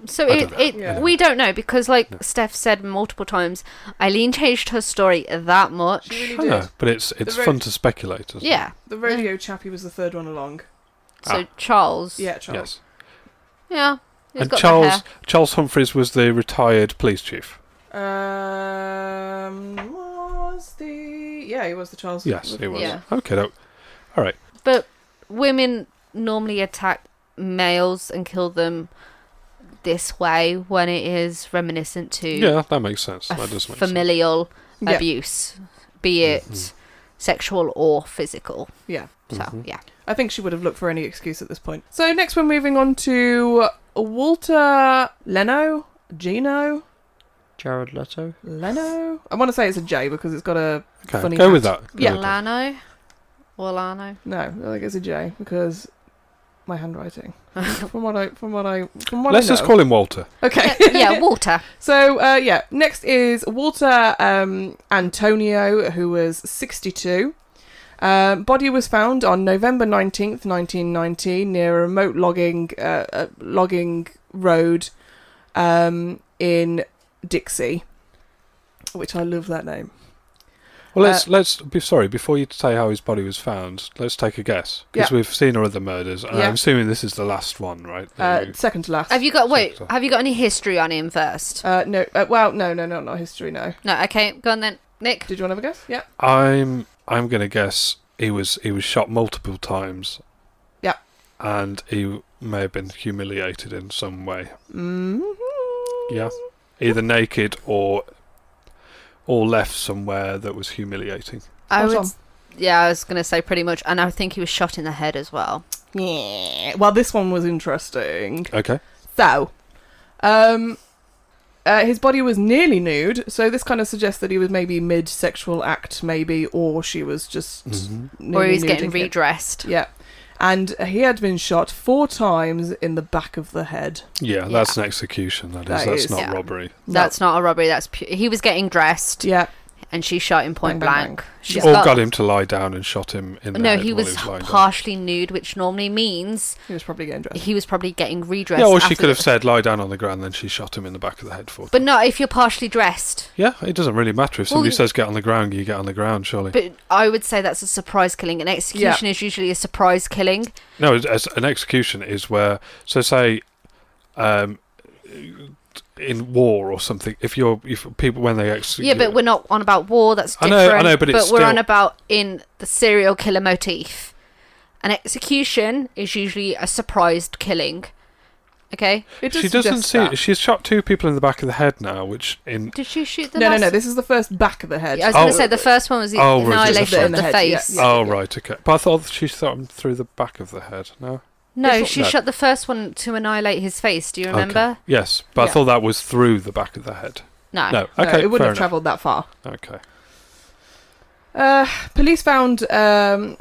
[SPEAKER 6] So
[SPEAKER 7] I
[SPEAKER 6] it,
[SPEAKER 7] don't know.
[SPEAKER 6] it
[SPEAKER 5] Yeah.
[SPEAKER 6] we don't know because like Steph said multiple times, Eileen changed her story that much.
[SPEAKER 5] She really
[SPEAKER 7] I don't
[SPEAKER 5] did.
[SPEAKER 7] know, but it's it's
[SPEAKER 5] very-
[SPEAKER 7] fun to speculate. Isn't
[SPEAKER 6] yeah.
[SPEAKER 5] The rodeo chappie was the third one along.
[SPEAKER 6] So
[SPEAKER 7] Ah.
[SPEAKER 6] Charles.
[SPEAKER 5] Yeah,
[SPEAKER 7] It? Yes.
[SPEAKER 5] Charles.
[SPEAKER 6] Yeah. He's
[SPEAKER 7] and
[SPEAKER 6] got the
[SPEAKER 7] Charles
[SPEAKER 6] hair.
[SPEAKER 7] Charles Humphreys was the retired police chief.
[SPEAKER 5] Um, was the yeah he was the Charles.
[SPEAKER 7] Yes, he was.
[SPEAKER 6] Yeah.
[SPEAKER 7] Okay, no. all right.
[SPEAKER 6] But women normally attack males and kill them this way when it is reminiscent to
[SPEAKER 7] Yeah, that makes sense.
[SPEAKER 6] a
[SPEAKER 7] That does make sense.
[SPEAKER 6] familial
[SPEAKER 5] Yeah.
[SPEAKER 6] abuse, be it
[SPEAKER 7] Mm-hmm.
[SPEAKER 6] sexual or physical.
[SPEAKER 5] Yeah.
[SPEAKER 6] So yeah.
[SPEAKER 5] I think she would have looked for any excuse at this point. So next we're moving on to Walter Leno, Gino,
[SPEAKER 8] Jared Leto.
[SPEAKER 5] Leno. I want to say it's a J because it's got a
[SPEAKER 7] Okay,
[SPEAKER 5] funny.
[SPEAKER 7] go with
[SPEAKER 5] hat.
[SPEAKER 7] that. Go
[SPEAKER 5] Yeah.
[SPEAKER 7] with that.
[SPEAKER 6] Lano? Orlano?
[SPEAKER 5] No, I think it's a J because my handwriting. from what I, from what I, from what
[SPEAKER 7] Let's
[SPEAKER 5] I know.
[SPEAKER 7] just call him Walter.
[SPEAKER 5] Okay.
[SPEAKER 6] yeah, Walter.
[SPEAKER 5] So uh, yeah, next is Walter um, Antonio, who was 62. Um, body was found on November 19th, 1990, near a remote logging uh, uh, logging road um, in Dixie, which I love that name.
[SPEAKER 7] Well,
[SPEAKER 6] Uh,
[SPEAKER 7] let's let's be sorry before you say how his body was found. Let's take a guess because
[SPEAKER 5] Yeah.
[SPEAKER 7] we've seen all other murders, and
[SPEAKER 5] Yeah.
[SPEAKER 7] I'm assuming this is the last one, right? that
[SPEAKER 5] Uh,
[SPEAKER 7] you-
[SPEAKER 5] second to last.
[SPEAKER 6] Have you got wait?
[SPEAKER 7] Doctor.
[SPEAKER 6] Have you got any history on him first?
[SPEAKER 5] Uh, no, uh, well, no, no, no, not history. No.
[SPEAKER 6] No. Okay, go on then, Nick.
[SPEAKER 5] Did you want to have a guess? Yeah.
[SPEAKER 7] I'm I'm gonna guess he was he was shot multiple times.
[SPEAKER 5] Yeah.
[SPEAKER 7] And he may have been humiliated in some way.
[SPEAKER 5] Mm-hmm.
[SPEAKER 7] Yeah. Either naked or or left somewhere that was humiliating.
[SPEAKER 6] I
[SPEAKER 5] Spot
[SPEAKER 6] would.
[SPEAKER 5] on.
[SPEAKER 6] Yeah, I was gonna say pretty much, and I think he was shot in the head as well.
[SPEAKER 5] Yeah. Well, this one was interesting.
[SPEAKER 7] Okay.
[SPEAKER 5] So, um, uh, his body was nearly nude, so this kind of suggests that he was maybe mid sexual act, maybe, or she was just.
[SPEAKER 6] Or
[SPEAKER 7] Mm-hmm.
[SPEAKER 5] nearly
[SPEAKER 6] he was
[SPEAKER 5] nude
[SPEAKER 6] getting
[SPEAKER 5] again.
[SPEAKER 6] redressed.
[SPEAKER 5] Yeah. And he had been shot four times in the back of the head.
[SPEAKER 7] Yeah, that's an execution. That is.
[SPEAKER 5] That
[SPEAKER 7] that's
[SPEAKER 5] is-
[SPEAKER 7] not
[SPEAKER 6] Yeah.
[SPEAKER 7] robbery.
[SPEAKER 6] That's not a robbery. That's pu- he was getting dressed,
[SPEAKER 5] Yeah.
[SPEAKER 6] and she shot him point
[SPEAKER 5] Bang, bang,
[SPEAKER 6] blank.
[SPEAKER 5] bang.
[SPEAKER 6] She's
[SPEAKER 7] or Oh, got him to lie down and shot him in the
[SPEAKER 6] No,
[SPEAKER 7] head
[SPEAKER 6] he
[SPEAKER 7] while
[SPEAKER 6] was
[SPEAKER 7] lying down.
[SPEAKER 6] partially nude, which normally means
[SPEAKER 5] He was probably getting dressed.
[SPEAKER 6] he was probably getting redressed.
[SPEAKER 7] Yeah, or she
[SPEAKER 6] after
[SPEAKER 7] could have
[SPEAKER 6] the-
[SPEAKER 7] said lie down on the ground, then she shot him in the back of the head for.
[SPEAKER 6] But not if you're partially dressed.
[SPEAKER 7] yeah, it doesn't really matter if somebody
[SPEAKER 6] Well,
[SPEAKER 7] says get on the ground, you get on the ground. Surely,
[SPEAKER 6] But I would say that's a surprise killing. An execution is usually a surprise killing.
[SPEAKER 7] No, as- as an execution is where, so say, um, in war or something. If you're, if people when they execute,
[SPEAKER 6] Yeah, but we're not on about war. That's
[SPEAKER 7] I
[SPEAKER 6] different.
[SPEAKER 7] know- I know, but it's
[SPEAKER 6] we're
[SPEAKER 7] still-
[SPEAKER 6] on about in the serial killer motif. An execution is usually a surprised killing. Okay.
[SPEAKER 5] It does
[SPEAKER 7] she doesn't
[SPEAKER 5] suggest
[SPEAKER 7] see.
[SPEAKER 5] that.
[SPEAKER 7] She's shot two people in the back of the head now, which in
[SPEAKER 6] Did she shoot the?
[SPEAKER 5] No, no,
[SPEAKER 6] last-
[SPEAKER 5] no. This is the first back of the head.
[SPEAKER 6] I was going
[SPEAKER 7] Oh.
[SPEAKER 6] to say the first one was the
[SPEAKER 7] Oh, right, it's
[SPEAKER 6] annihilation
[SPEAKER 7] the
[SPEAKER 6] of the
[SPEAKER 5] head, yeah,
[SPEAKER 6] face.
[SPEAKER 5] yeah.
[SPEAKER 7] oh right, okay. But I thought she shot him through the back of the head. No,
[SPEAKER 6] No, she
[SPEAKER 7] No.
[SPEAKER 6] shot the first one to annihilate his face. Do you
[SPEAKER 7] Okay.
[SPEAKER 6] remember?
[SPEAKER 7] Yes, but I
[SPEAKER 5] Yeah.
[SPEAKER 7] thought that was through the back of the head.
[SPEAKER 6] Ah, No.
[SPEAKER 7] No,
[SPEAKER 5] No,
[SPEAKER 7] okay,
[SPEAKER 5] it wouldn't
[SPEAKER 7] fair
[SPEAKER 5] have travelled that far.
[SPEAKER 7] enough. Okay,
[SPEAKER 5] Uh, police found um,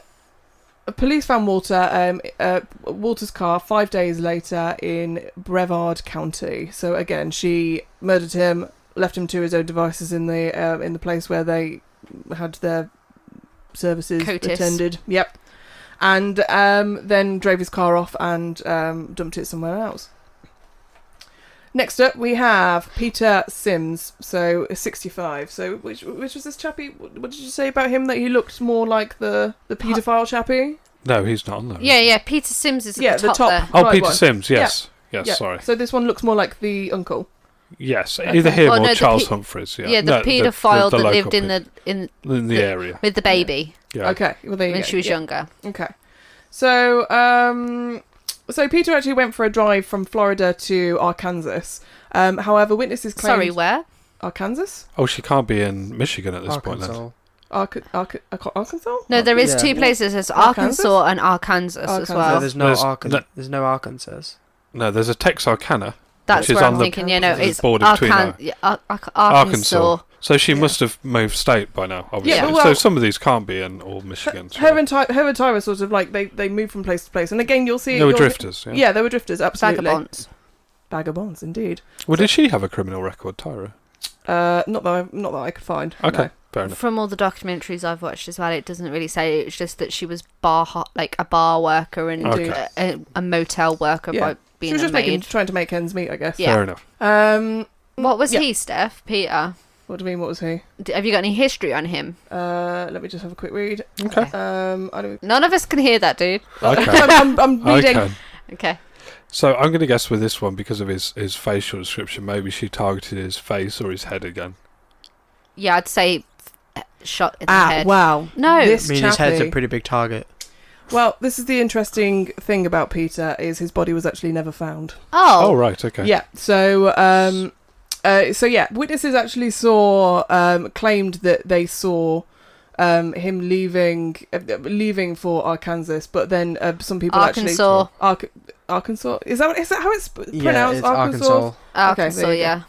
[SPEAKER 5] police found Walter um, uh, Walter's car five days later in Brevard County. So again, she murdered him, left him to his own devices in the uh, in the place where they had their services
[SPEAKER 6] Cotis.
[SPEAKER 5] attended. Yep, and um, then drove his car off and um, dumped it somewhere else. Next up, we have Peter Sims, so 65. So, which which was this chappie? What what did you say about him that he looked more like the the paedophile chappie?
[SPEAKER 7] no, he's not on there. is
[SPEAKER 6] Yeah,
[SPEAKER 7] he?
[SPEAKER 6] yeah. Peter Sims is at
[SPEAKER 5] Yeah,
[SPEAKER 6] the top.
[SPEAKER 5] the top.
[SPEAKER 6] There.
[SPEAKER 7] Oh,
[SPEAKER 5] Right
[SPEAKER 7] Peter
[SPEAKER 5] one.
[SPEAKER 7] Sims. Yes. Yes,
[SPEAKER 5] Yeah,
[SPEAKER 7] sorry.
[SPEAKER 5] So this one looks more like the uncle.
[SPEAKER 7] Yes, either him
[SPEAKER 6] Oh,
[SPEAKER 7] or
[SPEAKER 6] no, the
[SPEAKER 7] Charles
[SPEAKER 6] pe-
[SPEAKER 7] Humphreys. Yeah,
[SPEAKER 6] Yeah, the
[SPEAKER 7] No,
[SPEAKER 6] paedophile
[SPEAKER 7] the
[SPEAKER 6] that
[SPEAKER 7] local
[SPEAKER 6] lived in
[SPEAKER 7] pe-
[SPEAKER 6] the in
[SPEAKER 7] in the
[SPEAKER 6] the-
[SPEAKER 7] area.
[SPEAKER 6] with the baby
[SPEAKER 7] Yeah.
[SPEAKER 5] Okay, well there you
[SPEAKER 6] when
[SPEAKER 5] go.
[SPEAKER 6] she was
[SPEAKER 5] Yeah.
[SPEAKER 6] younger.
[SPEAKER 5] Okay. So, um, so Peter actually went for a drive from Florida to Arkansas. Um, however, witnesses claimed
[SPEAKER 6] Sorry, where?
[SPEAKER 5] Arkansas,
[SPEAKER 7] Oh, she can't be in Michigan at this point then.
[SPEAKER 8] Arkansas.
[SPEAKER 5] Arca- Arca- Arca- Arkansas.
[SPEAKER 6] No, there is
[SPEAKER 8] Yeah.
[SPEAKER 6] two places. There's
[SPEAKER 5] Arkansas?
[SPEAKER 6] Arkansas and Arkansas, as
[SPEAKER 5] Arkansas.
[SPEAKER 8] No,
[SPEAKER 6] well.
[SPEAKER 8] there's no
[SPEAKER 7] There's-
[SPEAKER 8] Arkansas.
[SPEAKER 7] no-
[SPEAKER 8] There's no Arkansas.
[SPEAKER 7] No, there's a Texarkana.
[SPEAKER 6] That's
[SPEAKER 7] which
[SPEAKER 6] where
[SPEAKER 7] is
[SPEAKER 6] I'm
[SPEAKER 7] on the
[SPEAKER 6] thinking. You know,
[SPEAKER 7] the
[SPEAKER 6] it's
[SPEAKER 7] border between
[SPEAKER 6] Arkan-
[SPEAKER 7] our-
[SPEAKER 6] yeah, Ar- Ar- Arkansas.
[SPEAKER 7] Arkansas. So she must have moved state by now, obviously.
[SPEAKER 5] Yeah,
[SPEAKER 7] so
[SPEAKER 5] well-
[SPEAKER 7] some of these can't be in all Michigan.
[SPEAKER 5] Her
[SPEAKER 7] surely.
[SPEAKER 5] and, Ty- her and Tyra sort of like they, they moved from place to place, and again you'll see
[SPEAKER 7] They
[SPEAKER 5] it-
[SPEAKER 7] were
[SPEAKER 5] you'll-
[SPEAKER 7] drifters, yeah.
[SPEAKER 5] Yeah. they were drifters. Absolutely,
[SPEAKER 6] Vagabonds.
[SPEAKER 5] Vagabonds, indeed.
[SPEAKER 7] well, did she have a criminal record, Tyra?
[SPEAKER 5] Uh, not that I, not that I could find. no.
[SPEAKER 7] Okay, fair enough.
[SPEAKER 6] From all the documentaries I've watched as well, it doesn't really say. It's just that she was bar ho- like a bar worker and
[SPEAKER 7] Indeed.
[SPEAKER 6] a, a, a motel worker
[SPEAKER 5] Yeah.
[SPEAKER 6] by
[SPEAKER 5] She
[SPEAKER 6] being
[SPEAKER 5] was
[SPEAKER 6] a
[SPEAKER 5] just
[SPEAKER 6] maid.
[SPEAKER 5] making, trying to make ends meet, I guess.
[SPEAKER 6] Yeah.
[SPEAKER 7] Fair enough.
[SPEAKER 5] Um,
[SPEAKER 6] What was
[SPEAKER 5] Yeah.
[SPEAKER 6] he, Steph? Peter?
[SPEAKER 5] what do you mean? What was he?
[SPEAKER 6] D- have you got any history on him?
[SPEAKER 5] Uh, let me just have a quick read.
[SPEAKER 7] Okay.
[SPEAKER 5] Um, I don't.
[SPEAKER 6] None of us can hear that, dude.
[SPEAKER 7] I can.
[SPEAKER 5] I'm, I'm, I'm
[SPEAKER 7] I
[SPEAKER 5] reading.
[SPEAKER 7] can.
[SPEAKER 6] Okay.
[SPEAKER 7] So I'm going to guess with this one because of his, his facial description, maybe she targeted his face or his head again.
[SPEAKER 6] Yeah, I'd say uh, shot in the head. Oh.
[SPEAKER 5] wow.
[SPEAKER 6] No.
[SPEAKER 5] Ah, This
[SPEAKER 8] I mean, his head's a
[SPEAKER 5] chappie-
[SPEAKER 8] pretty big target.
[SPEAKER 5] Well, this is the interesting thing about Peter is his body was actually never found.
[SPEAKER 6] Oh,
[SPEAKER 7] Oh, right, okay.
[SPEAKER 5] Yeah. So, um, uh, so yeah, witnesses actually saw um, claimed that they saw um, him leaving uh, leaving for Arkansas, but then uh, some people
[SPEAKER 6] Arkansas.
[SPEAKER 5] actually Ark- Arkansas is that is that how it's p-
[SPEAKER 8] Yeah,
[SPEAKER 5] pronounced?
[SPEAKER 8] it's Arkansas.
[SPEAKER 6] Arkansas,
[SPEAKER 5] Okay, there you go.
[SPEAKER 6] yeah.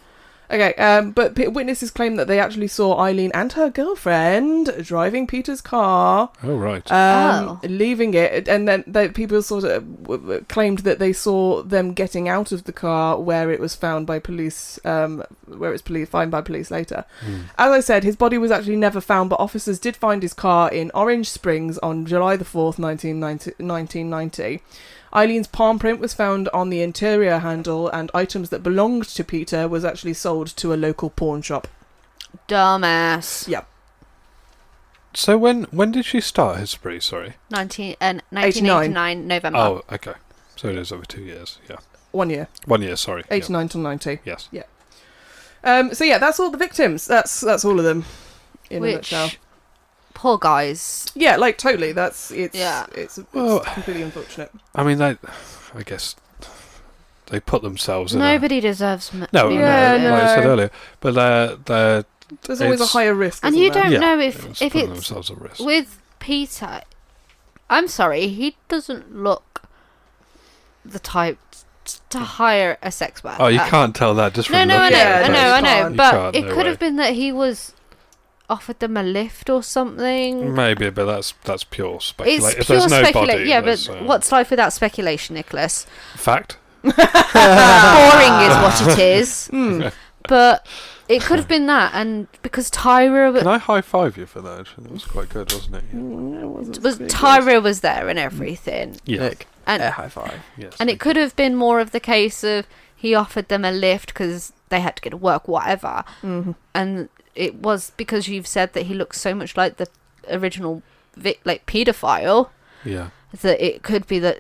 [SPEAKER 5] Okay, um, but p- witnesses claim that they actually saw Eileen and her girlfriend driving Peter's car,
[SPEAKER 7] Oh, right.
[SPEAKER 5] um,
[SPEAKER 6] Oh.
[SPEAKER 5] leaving it, and then the people sort of w- w- claimed that they saw them getting out of the car where it was found by police, um, where it was police found by police later. As I said, his body was actually never found, but officers did find his car in Orange Springs on July the fourth, 1990, 1990. Eileen's palm print was found on the interior handle, and items that belonged to Peter was actually sold to a local pawn shop.
[SPEAKER 6] Dumbass.
[SPEAKER 5] Yeah,
[SPEAKER 7] so when when did she start his spree? Sorry.
[SPEAKER 6] 19, uh,
[SPEAKER 5] 89.
[SPEAKER 6] 1989 November.
[SPEAKER 7] Oh, okay. So it is over two years. Yeah,
[SPEAKER 5] one year,
[SPEAKER 7] one year. Sorry. Yeah.
[SPEAKER 5] eighty-nine till ninety.
[SPEAKER 7] Yes.
[SPEAKER 5] Um, so yeah, that's all the victims. That's that's all of them. In a
[SPEAKER 6] which
[SPEAKER 5] nutshell.
[SPEAKER 6] poor guys.
[SPEAKER 5] Yeah, like totally. That's it's
[SPEAKER 6] Yeah.
[SPEAKER 5] it's, it's
[SPEAKER 7] Well-
[SPEAKER 5] completely unfortunate.
[SPEAKER 7] I mean, they, I guess they put themselves in. a-
[SPEAKER 6] Nobody deserves m-
[SPEAKER 7] no,
[SPEAKER 6] to be
[SPEAKER 5] Yeah,
[SPEAKER 6] murdered.
[SPEAKER 7] no, like I said
[SPEAKER 5] no.
[SPEAKER 7] earlier, but they're they're
[SPEAKER 5] There's always a
[SPEAKER 7] It's-
[SPEAKER 5] higher risk.
[SPEAKER 6] And
[SPEAKER 5] isn't
[SPEAKER 6] you
[SPEAKER 5] there?
[SPEAKER 6] don't
[SPEAKER 7] yeah,
[SPEAKER 6] know
[SPEAKER 7] they're
[SPEAKER 6] if
[SPEAKER 7] just
[SPEAKER 6] if
[SPEAKER 7] putting
[SPEAKER 6] it's
[SPEAKER 7] themselves at risk.
[SPEAKER 6] with Peter. I'm sorry, he doesn't look the type t- to hire a sex worker.
[SPEAKER 7] Oh, you can't tell that just from
[SPEAKER 6] uh, No, no, I know,
[SPEAKER 7] looking at
[SPEAKER 5] Yeah,
[SPEAKER 6] I
[SPEAKER 7] it.
[SPEAKER 5] no,
[SPEAKER 6] know, I
[SPEAKER 5] you
[SPEAKER 6] know.
[SPEAKER 5] can't.
[SPEAKER 6] But
[SPEAKER 7] You
[SPEAKER 6] it
[SPEAKER 7] can't, no
[SPEAKER 6] could
[SPEAKER 7] way.
[SPEAKER 6] have been that he was offered them a lift or something.
[SPEAKER 7] Maybe, but that's that's pure speculation.
[SPEAKER 6] It's
[SPEAKER 7] if
[SPEAKER 6] pure
[SPEAKER 7] there's no
[SPEAKER 6] speculation.
[SPEAKER 7] body,
[SPEAKER 6] Yeah,
[SPEAKER 7] there's,
[SPEAKER 6] but
[SPEAKER 7] uh,
[SPEAKER 6] what's life without speculation, Nicholas?
[SPEAKER 7] fact?
[SPEAKER 6] Boring is what it is.
[SPEAKER 7] Hmm.
[SPEAKER 6] But it could have been that, and because Tyra
[SPEAKER 7] Can
[SPEAKER 6] was,
[SPEAKER 7] I high five you for that? Actually, that was quite good, wasn't it? Yeah.
[SPEAKER 6] Mm. was Tyra was there and everything,
[SPEAKER 8] Nick,
[SPEAKER 6] and
[SPEAKER 8] air high five.
[SPEAKER 7] Yes.
[SPEAKER 6] and it could have been more of the case of he offered them a lift because they had to get to work, whatever,
[SPEAKER 7] Mm-hmm.
[SPEAKER 6] and it was because you've said that he looks so much like the original, vi- like paedophile.
[SPEAKER 7] Yeah.
[SPEAKER 6] that it could be that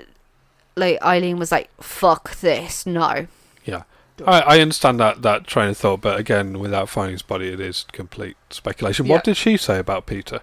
[SPEAKER 6] like Eileen was like, "Fuck this, no."
[SPEAKER 7] Yeah. I, I understand that, that train of thought, but again, without finding his body, it is complete speculation.
[SPEAKER 5] Yeah.
[SPEAKER 7] What did she say about Peter?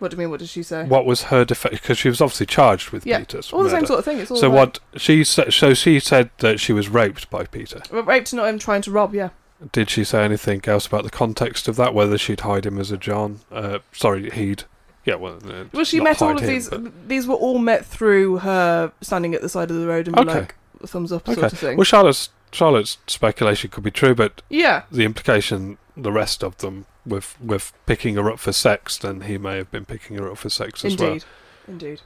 [SPEAKER 5] What do you mean? What did she say?
[SPEAKER 7] What was her defense? Because she was obviously charged with
[SPEAKER 5] yeah,
[SPEAKER 7] Peter's
[SPEAKER 5] all the same
[SPEAKER 7] murder.
[SPEAKER 5] sort of thing. It's all
[SPEAKER 7] so
[SPEAKER 5] about-
[SPEAKER 7] what she sa- so she said that she was raped by Peter.
[SPEAKER 5] Well, Raped, not him trying to rob. Yeah,
[SPEAKER 7] Did she say anything else about the context of that? Whether she'd hide him as a John? Uh, sorry, he'd. Yeah, well, uh,
[SPEAKER 5] well, she
[SPEAKER 7] not
[SPEAKER 5] met all
[SPEAKER 7] hide
[SPEAKER 5] of
[SPEAKER 7] him,
[SPEAKER 5] these.
[SPEAKER 7] but-
[SPEAKER 5] These were all met through her standing at the side of the road and
[SPEAKER 7] Okay.
[SPEAKER 5] like thumbs up
[SPEAKER 7] Okay.
[SPEAKER 5] sort of thing.
[SPEAKER 7] Well, Charlotte's Charlotte's speculation could be true, but
[SPEAKER 5] yeah,
[SPEAKER 7] the implication the rest of them with with picking her up for sex, then he may have been picking her up for sex as
[SPEAKER 5] indeed,
[SPEAKER 7] well.
[SPEAKER 5] indeed.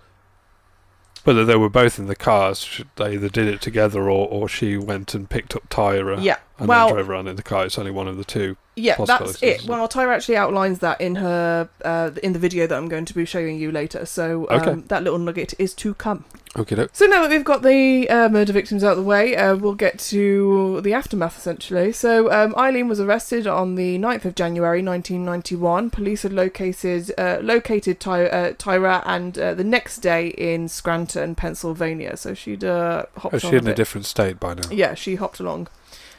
[SPEAKER 7] Whether they were both in the cars, sh- they either did it together or, or she went and picked up Tyra
[SPEAKER 5] Yeah.
[SPEAKER 7] and
[SPEAKER 5] Well-
[SPEAKER 7] then drove around in the car. It's only one of the two.
[SPEAKER 5] Yeah, that's
[SPEAKER 7] possibilities,
[SPEAKER 5] it.
[SPEAKER 7] isn't it?
[SPEAKER 5] Well, Tyra actually outlines that in her uh, in the video that I'm going to be showing you later. So um,
[SPEAKER 7] Okay.
[SPEAKER 5] that little nugget is to come.
[SPEAKER 7] Okay, no.
[SPEAKER 5] So now that we've got the uh, murder victims out of the way, uh, we'll get to the aftermath essentially. So um, Eileen was arrested on the 9th of January 1991. Police had located uh, located Ty- uh, Tyra and uh, the next day in Scranton, Pennsylvania. So she'd uh,
[SPEAKER 7] Oh,
[SPEAKER 5] hopped on
[SPEAKER 7] she in
[SPEAKER 5] a
[SPEAKER 7] a
[SPEAKER 5] bit.
[SPEAKER 7] different state by now.
[SPEAKER 5] Yeah, she hopped along.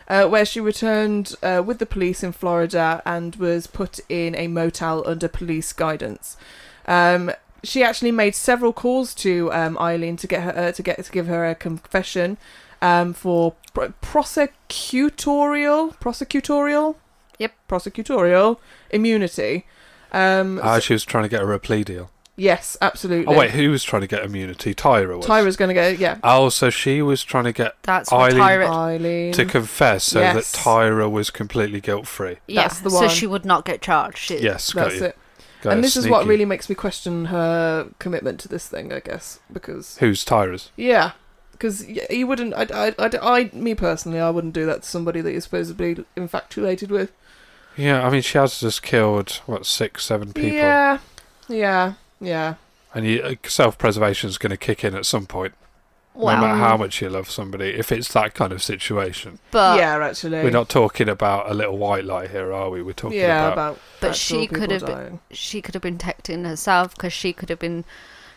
[SPEAKER 5] Uh, where she returned uh, with the police in Florida and was put in a motel under police guidance. Um, she actually made several calls to um, Eileen to get her uh, to get to give her a confession um, for pr- prosecutorial prosecutorial
[SPEAKER 6] Yep.
[SPEAKER 5] prosecutorial immunity. Um,
[SPEAKER 7] Ah, she was trying to get her a plea deal.
[SPEAKER 5] yes, absolutely.
[SPEAKER 7] Oh wait, who was trying to get immunity? Tyra was.
[SPEAKER 5] Tyra's going to go. Yeah,
[SPEAKER 7] Oh, so she was trying to get
[SPEAKER 6] That's what
[SPEAKER 7] Eileen
[SPEAKER 6] Tyra.
[SPEAKER 5] Eileen.
[SPEAKER 7] to confess so
[SPEAKER 5] Yes.
[SPEAKER 7] that Tyra was completely guilt free.
[SPEAKER 6] yeah,
[SPEAKER 5] that's the
[SPEAKER 6] so
[SPEAKER 5] one.
[SPEAKER 6] she would not get charged. It-
[SPEAKER 7] Yes, got
[SPEAKER 5] That's
[SPEAKER 7] you.
[SPEAKER 5] it.
[SPEAKER 7] Got
[SPEAKER 5] and
[SPEAKER 7] you.
[SPEAKER 5] this is what
[SPEAKER 7] Sneaky.
[SPEAKER 5] really makes me question her commitment to this thing, I guess, because
[SPEAKER 7] Who's Tyra's?
[SPEAKER 5] yeah, because you wouldn't. I, I, I, I, me personally, I wouldn't do that to somebody that you're supposedly infatuated with.
[SPEAKER 7] Yeah, I mean, she has just killed what six, seven people,
[SPEAKER 5] Yeah, yeah, yeah.
[SPEAKER 7] and you, self-preservation is going to kick in at some point,
[SPEAKER 6] Well,
[SPEAKER 7] no matter how much you love somebody. If it's that kind of situation,
[SPEAKER 6] but
[SPEAKER 5] yeah, actually,
[SPEAKER 7] we're not talking about a little white lie here, are we? We're talking
[SPEAKER 5] yeah,
[SPEAKER 7] about,
[SPEAKER 5] about.
[SPEAKER 6] but
[SPEAKER 5] actual
[SPEAKER 6] she
[SPEAKER 5] people
[SPEAKER 6] could have
[SPEAKER 5] dying.
[SPEAKER 6] been, she could have been protecting herself because she could have been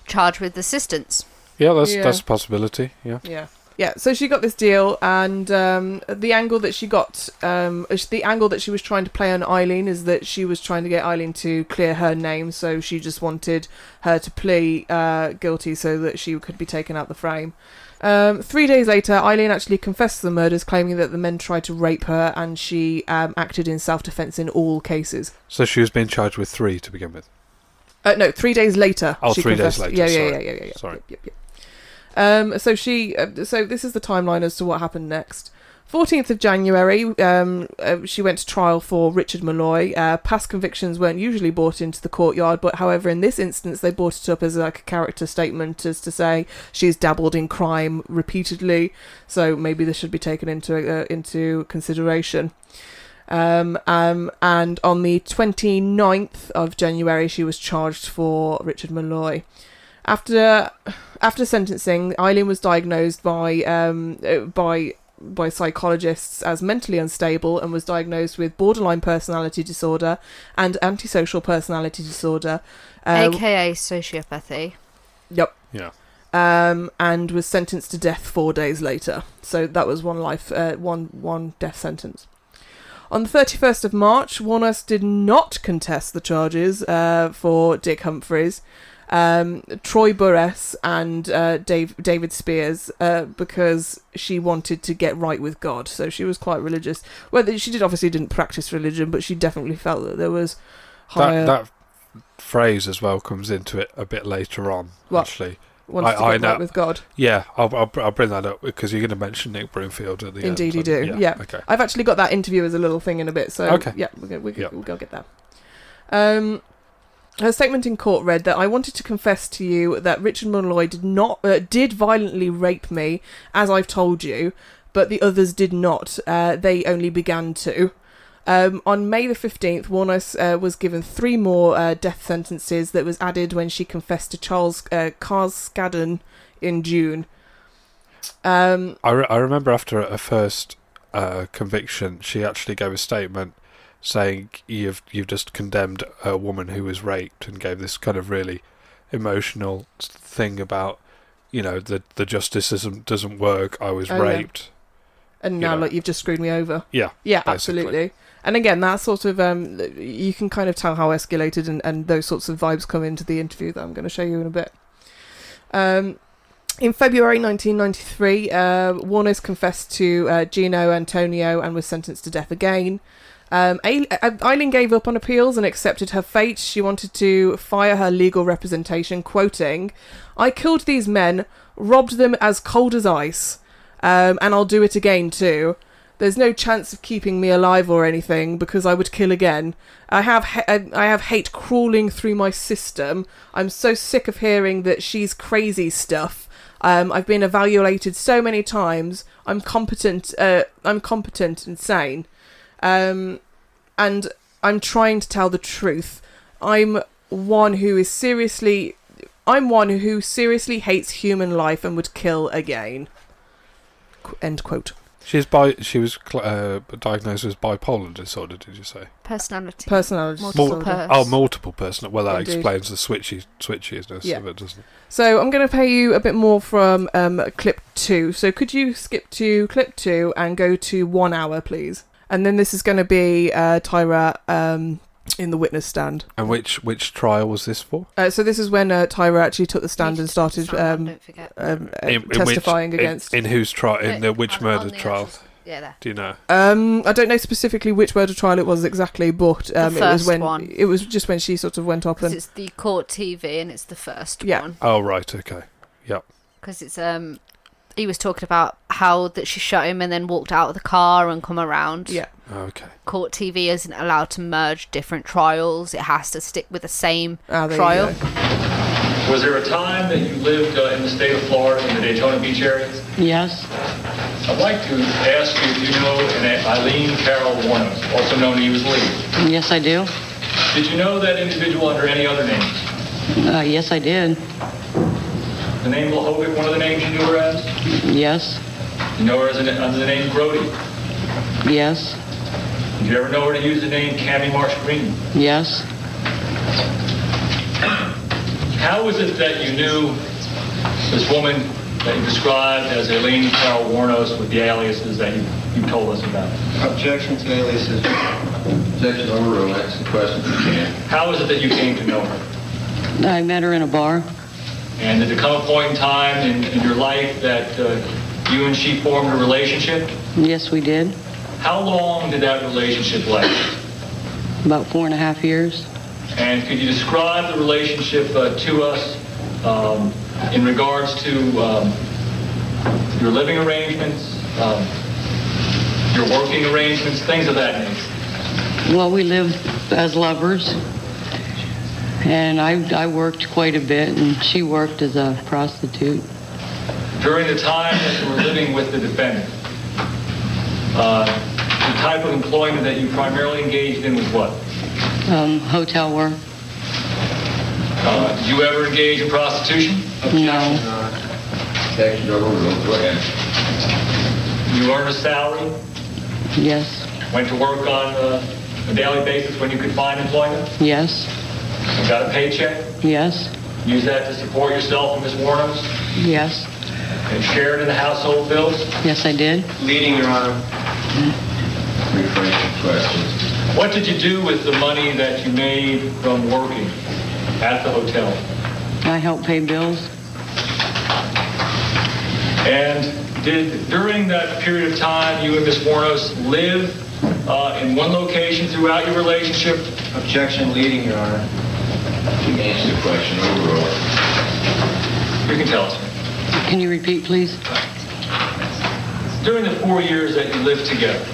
[SPEAKER 6] charged with assistance.
[SPEAKER 7] yeah, that's
[SPEAKER 5] Yeah.
[SPEAKER 7] that's a possibility. Yeah,
[SPEAKER 5] Yeah. Yeah, so she got this deal, and um, the angle that she got, um, is- the angle that she was trying to play on Eileen is that she was trying to get Eileen to clear her name, so she just wanted her to plea uh, guilty so that she could be taken out the frame. Um, three days later, Eileen actually confessed to the murders, claiming that the men tried to rape her, and she um, acted in self defense in all cases.
[SPEAKER 7] so she was being charged with three to begin with.
[SPEAKER 5] Uh, no, three days later.
[SPEAKER 7] Oh,
[SPEAKER 5] she
[SPEAKER 7] three days
[SPEAKER 5] confessed.
[SPEAKER 7] later,
[SPEAKER 5] Yeah, yeah,
[SPEAKER 7] sorry.
[SPEAKER 5] yeah, yeah, yeah, yeah.
[SPEAKER 7] Sorry.
[SPEAKER 5] Yep, yep, yep. Um, so she, uh, so this is the timeline as to what happened next. 14th of January, um, uh, she went to trial for Richard Malloy. Uh, past convictions weren't usually brought into the courtyard, but however, in this instance, they brought it up as like a character statement as to say she's dabbled in crime repeatedly, so maybe this should be taken into uh, into consideration. Um, um, and on the 29th of January, she was charged for Richard Malloy. After after sentencing, Eileen was diagnosed by um, uh, by by psychologists as mentally unstable and was diagnosed with borderline personality disorder and antisocial personality disorder. Uh,
[SPEAKER 6] AKA sociopathy.
[SPEAKER 5] Yep.
[SPEAKER 7] Yeah.
[SPEAKER 5] Um, and was sentenced to death four days later. So that was one life, uh, one one death sentence. On the 31st of March, Warnos did not contest the charges uh, for Dick Humphreys, um, Troy Burress, and uh, Dave, David Spears uh, because she wanted to get right with God. So she was quite religious. Well, she did obviously didn't practice religion, but she definitely felt that there was higher.
[SPEAKER 7] That, that phrase as well comes into it a bit later on,
[SPEAKER 5] What?
[SPEAKER 7] actually.
[SPEAKER 5] wanted
[SPEAKER 7] I-
[SPEAKER 5] to
[SPEAKER 7] I
[SPEAKER 5] get right
[SPEAKER 7] know.
[SPEAKER 5] with God.
[SPEAKER 7] Yeah, I'll, I'll, I'll bring that up because you're going to mention Nick Broomfield at the end.
[SPEAKER 5] Indeed, you do.
[SPEAKER 7] aren't
[SPEAKER 5] Yeah.
[SPEAKER 7] Okay.
[SPEAKER 5] I've actually got that interview as a little thing in a bit. So
[SPEAKER 7] Okay.
[SPEAKER 5] yeah, we're gonna, we're gonna,
[SPEAKER 7] Yep.
[SPEAKER 5] we'll go get that. Um, her statement in court read that I wanted to confess to you that Richard Monroy did not uh, did violently rape me, as I've told you, but the others did not. Uh, they only began to. Um, on May the 15th, Warnos uh, was given three more uh, death sentences that was added when she confessed to Charles uh, Carscadden in June. Um,
[SPEAKER 7] I, re- I remember after her first uh, conviction, she actually gave a statement saying, "You've you've just condemned a woman who was raped," and gave this kind of really emotional thing about, you know, the the justice isn't, doesn't work. I was
[SPEAKER 5] Oh, yeah.
[SPEAKER 7] raped.
[SPEAKER 5] and
[SPEAKER 7] You
[SPEAKER 5] now
[SPEAKER 7] know.
[SPEAKER 5] look, you've just screwed me over.
[SPEAKER 7] Yeah,
[SPEAKER 5] Yeah,
[SPEAKER 7] basically.
[SPEAKER 5] absolutely. And again, that sort of um, you can kind of tell how escalated and, and those sorts of vibes come into the interview that I'm going to show you in a bit. Um, in February 1993, uh, Warner's confessed to uh, Gino Antonio and was sentenced to death again. Um, Ail- uh, Eileen gave up on appeals and accepted her fate. She wanted to fire her legal representation, quoting, I killed these men, robbed them as cold as ice, um, and I'll do it again too. There's no chance of keeping me alive or anything because I would kill again. I have ha- I have hate crawling through my system. I'm so sick of hearing that she's crazy stuff. Um, I've been evaluated so many times. I'm competent. Uh, I'm competent and sane, um, and I'm trying to tell the truth. I'm one who is seriously. I'm one who seriously hates human life and would kill again. Qu- End quote.
[SPEAKER 7] She's bi- She was cl- uh, diagnosed with bipolar disorder. Did you say?
[SPEAKER 6] Personality.
[SPEAKER 5] Personality
[SPEAKER 6] Multiple
[SPEAKER 5] disorder.
[SPEAKER 6] per-
[SPEAKER 7] Oh, multiple personal. Well, that
[SPEAKER 5] Indeed.
[SPEAKER 7] explains the switchy switchiness
[SPEAKER 5] Yeah.
[SPEAKER 7] of it, doesn't it?
[SPEAKER 5] So I'm going to pay you a bit more from um, clip two. So could you skip to clip two and go to one hour, please? And then this is going to be uh, Tyra um, in the witness stand.
[SPEAKER 7] And which which trial was this for?
[SPEAKER 5] Uh, so this is when uh, Tyra actually took the stand and started
[SPEAKER 6] Someone,
[SPEAKER 5] um,
[SPEAKER 6] don't forget.
[SPEAKER 5] um, uh,
[SPEAKER 7] In- in which-
[SPEAKER 5] testifying
[SPEAKER 7] in-
[SPEAKER 5] against.
[SPEAKER 7] In, whose trial? In the which
[SPEAKER 6] On-
[SPEAKER 7] murder
[SPEAKER 6] on the
[SPEAKER 7] trial?
[SPEAKER 6] actual- Yeah, there.
[SPEAKER 7] Do you know?
[SPEAKER 5] um, I don't know specifically which murder trial it was exactly, but um, it was
[SPEAKER 6] first
[SPEAKER 5] when
[SPEAKER 6] one.
[SPEAKER 5] it was just when she sort of went up
[SPEAKER 6] Because
[SPEAKER 5] and
[SPEAKER 6] it's the court TV and it's the first
[SPEAKER 5] Yeah.
[SPEAKER 6] one.
[SPEAKER 7] Oh, right. Okay. Yep.
[SPEAKER 6] Because it's um, he was talking about how that she shot him and then walked out of the car and come around.
[SPEAKER 5] yeah.
[SPEAKER 7] Oh, Okay.
[SPEAKER 6] Court TV isn't allowed to merge different trials. It has to stick with the same
[SPEAKER 5] Ah, there you
[SPEAKER 6] trial.
[SPEAKER 10] Was there a time that you lived uh, in the state of Florida in the Daytona Beach area?
[SPEAKER 11] Yes,
[SPEAKER 10] I'd like to ask you if you know an Eileen Carroll Warnos, also known to you as Lee.
[SPEAKER 11] yes I do.
[SPEAKER 10] Did you know that individual under any other names?
[SPEAKER 11] Uh, yes I did.
[SPEAKER 10] The name Lahovic, one of the names you knew her as?
[SPEAKER 11] Yes,
[SPEAKER 10] You know her as an, under the name Grody.
[SPEAKER 11] yes,
[SPEAKER 10] Did you ever know her to use the name Cammie Marsh Green?
[SPEAKER 11] yes.
[SPEAKER 10] How is it that you knew this woman that you described as Eileen Carroll Warnos with the aliases that you, you told us about?
[SPEAKER 9] Objection to aliases. Objection overruled. Ask the question if you can.
[SPEAKER 10] How is it that you came to know her?
[SPEAKER 11] I met her in a bar.
[SPEAKER 10] And did there come a point in time in, in your life that uh, you and she formed a relationship?
[SPEAKER 11] Yes we did.
[SPEAKER 10] How long did that relationship last?
[SPEAKER 11] About four and a half years.
[SPEAKER 10] And could you describe the relationship uh, to us um, in regards to um, your living arrangements, um, your working arrangements, things of that nature?
[SPEAKER 9] Well, we lived as lovers, and I, I worked quite a bit, and she worked as a prostitute.
[SPEAKER 10] During the time that you were living with the defendant, uh, the type of employment that you primarily engaged in was what?
[SPEAKER 9] Um, hotel work?
[SPEAKER 10] Uh, did you ever engage in prostitution?
[SPEAKER 9] No.
[SPEAKER 10] You earned a salary,
[SPEAKER 9] Yes.
[SPEAKER 10] went to work on uh, a daily basis when you could find employment,
[SPEAKER 9] Yes.
[SPEAKER 10] you got a paycheck,
[SPEAKER 9] Yes.
[SPEAKER 10] used that to support yourself and Ms. Warnos,
[SPEAKER 9] Yes.
[SPEAKER 10] and shared in the household bills.
[SPEAKER 9] Yes, I did.
[SPEAKER 12] Leading, Your Honor.
[SPEAKER 10] What did you do with the money that you made from working at the hotel?
[SPEAKER 9] I helped pay bills.
[SPEAKER 10] And did, during that period of time, you and Ms. Warnos live uh, in one location throughout your relationship?
[SPEAKER 12] Objection, leading, Your Honor. You can answer the question overall.
[SPEAKER 10] You can tell us.
[SPEAKER 9] Can you repeat, please?
[SPEAKER 10] During the four years that you lived together,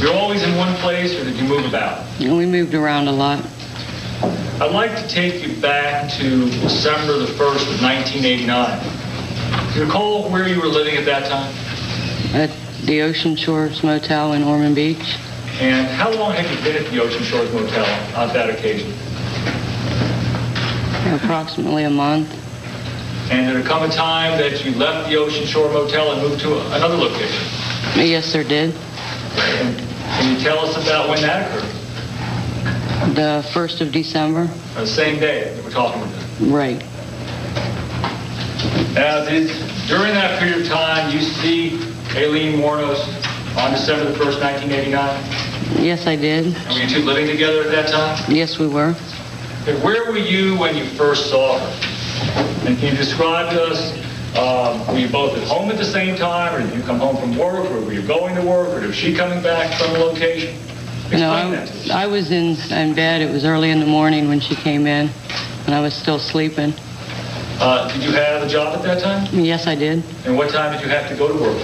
[SPEAKER 10] you're always in one place or did you move about?
[SPEAKER 9] We moved around a lot.
[SPEAKER 10] I'd like to take you back to December the 1st of 1989. Do you recall where you were living at that time?
[SPEAKER 9] At the Ocean Shores Motel in Ormond Beach,
[SPEAKER 10] And how long had you been at the Ocean Shores Motel on that occasion?
[SPEAKER 9] approximately a month.
[SPEAKER 10] And did there come a time that you left the Ocean Shore Motel and moved to another location?
[SPEAKER 9] Yes, there did.
[SPEAKER 10] Can you tell us about when that occurred?
[SPEAKER 9] The 1st of December.
[SPEAKER 10] On the Uh, same day that we're talking about.
[SPEAKER 9] Right.
[SPEAKER 10] Now, did, during that period of time, you see Aileen Warnos on December the 1st, 1989?
[SPEAKER 9] Yes, I did.
[SPEAKER 10] And were you two living together at that time?
[SPEAKER 9] Yes, we were.
[SPEAKER 10] And where were you when you first saw her? And can you describe to us, um, were you both at home at the same time, or did you come home from work, or were you going to work, or was she coming back from a location? Explain
[SPEAKER 9] No,
[SPEAKER 10] that to us.
[SPEAKER 9] I, I was in, in bed. It was early in the morning when she came in, and I was still sleeping.
[SPEAKER 10] Uh, did you have a job at that time?
[SPEAKER 9] Yes, I did.
[SPEAKER 10] And what time did you have to go to work?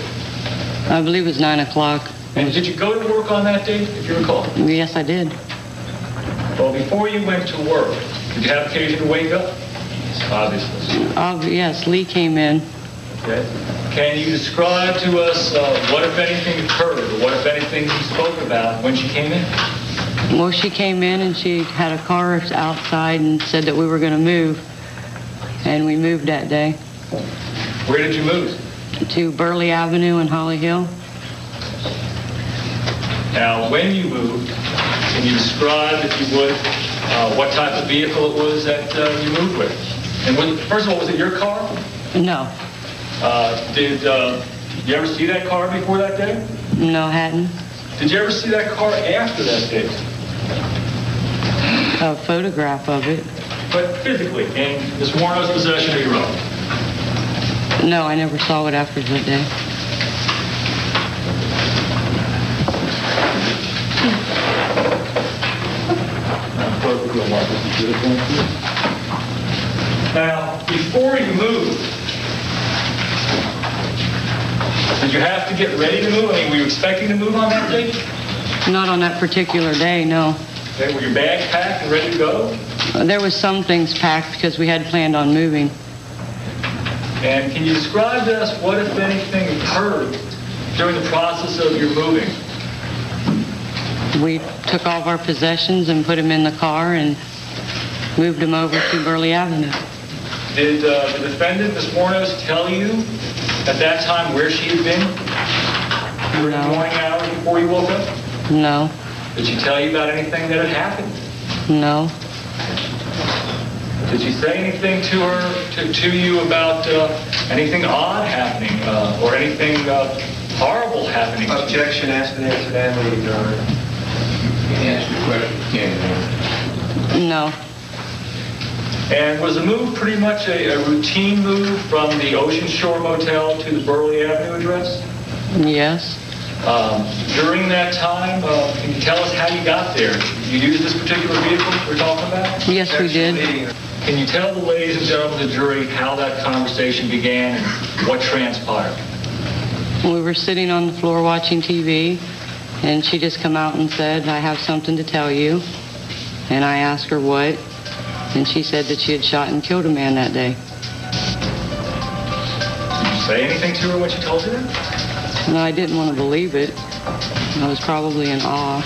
[SPEAKER 9] I believe it was 9 o'clock.
[SPEAKER 10] And did you go to work on that day, if you recall?
[SPEAKER 9] Yes, I did.
[SPEAKER 10] Well, before you went to work, did you have occasion to wake up? Obviously.
[SPEAKER 9] Oh, yes, Lee came in.
[SPEAKER 10] Okay. Can you describe to us uh, what, if anything, occurred, or what, if anything, you spoke about when she came in?
[SPEAKER 9] Well, she came in and she had a car outside and said that we were going to move. And we moved that day
[SPEAKER 10] Where did you move?
[SPEAKER 9] to Burley Avenue in Holly Hill.
[SPEAKER 10] Now, when you moved, can you describe, if you would, uh, what type of vehicle it was that uh, you moved with? And when, first of all, was it your car?
[SPEAKER 9] No,
[SPEAKER 10] Uh, did uh, you ever see that car before that day?
[SPEAKER 9] no, hadn't.
[SPEAKER 10] Did you ever see that car after that day?
[SPEAKER 9] A photograph of it.
[SPEAKER 10] But physically, in Ms. Warno's possession or your own?
[SPEAKER 9] No, I never saw it after that day.
[SPEAKER 10] Now, before you moved, did you have to get ready to move? I mean, were you expecting to move on that day?
[SPEAKER 9] Not on that particular day, no.
[SPEAKER 10] Okay, were your bags packed and ready to go?
[SPEAKER 9] There was some things packed because we had planned on moving.
[SPEAKER 10] And can you describe to us what, if anything, occurred during the process of your moving?
[SPEAKER 9] We took all of our possessions and put them in the car and moved them over to Burley Avenue.
[SPEAKER 10] Did uh, the defendant, Ms. Warnos, tell you at that time where she had been during the
[SPEAKER 9] No.
[SPEAKER 10] morning hours before you woke up?
[SPEAKER 9] No,
[SPEAKER 10] Did she tell you about anything that had happened?
[SPEAKER 9] no,
[SPEAKER 10] Did she say anything to her, to, to you about uh, anything odd happening uh, or anything uh, horrible happening?
[SPEAKER 11] Uh,
[SPEAKER 12] Objection, asked and answered, and leading, Your Honor. You can answer the question, Ken.
[SPEAKER 9] no.
[SPEAKER 10] And was the move pretty much a, a routine move from the Ocean Shore Motel to the Burley Avenue address?
[SPEAKER 9] Yes,
[SPEAKER 10] Um, during that time, uh, can you tell us how you got there? You used this particular vehicle we're talking about?
[SPEAKER 9] yes, we did.
[SPEAKER 12] Leading, Your
[SPEAKER 10] Can you tell the ladies and gentlemen of the jury how that conversation began and what transpired?
[SPEAKER 9] We were sitting on the floor watching TV,
[SPEAKER 11] And she just come out and said, I have something to tell you. And I asked her what. And she said that she had shot and killed a man that day.
[SPEAKER 10] Did you say anything to her when she told you that?
[SPEAKER 11] And I didn't want to believe it. I was probably in awe.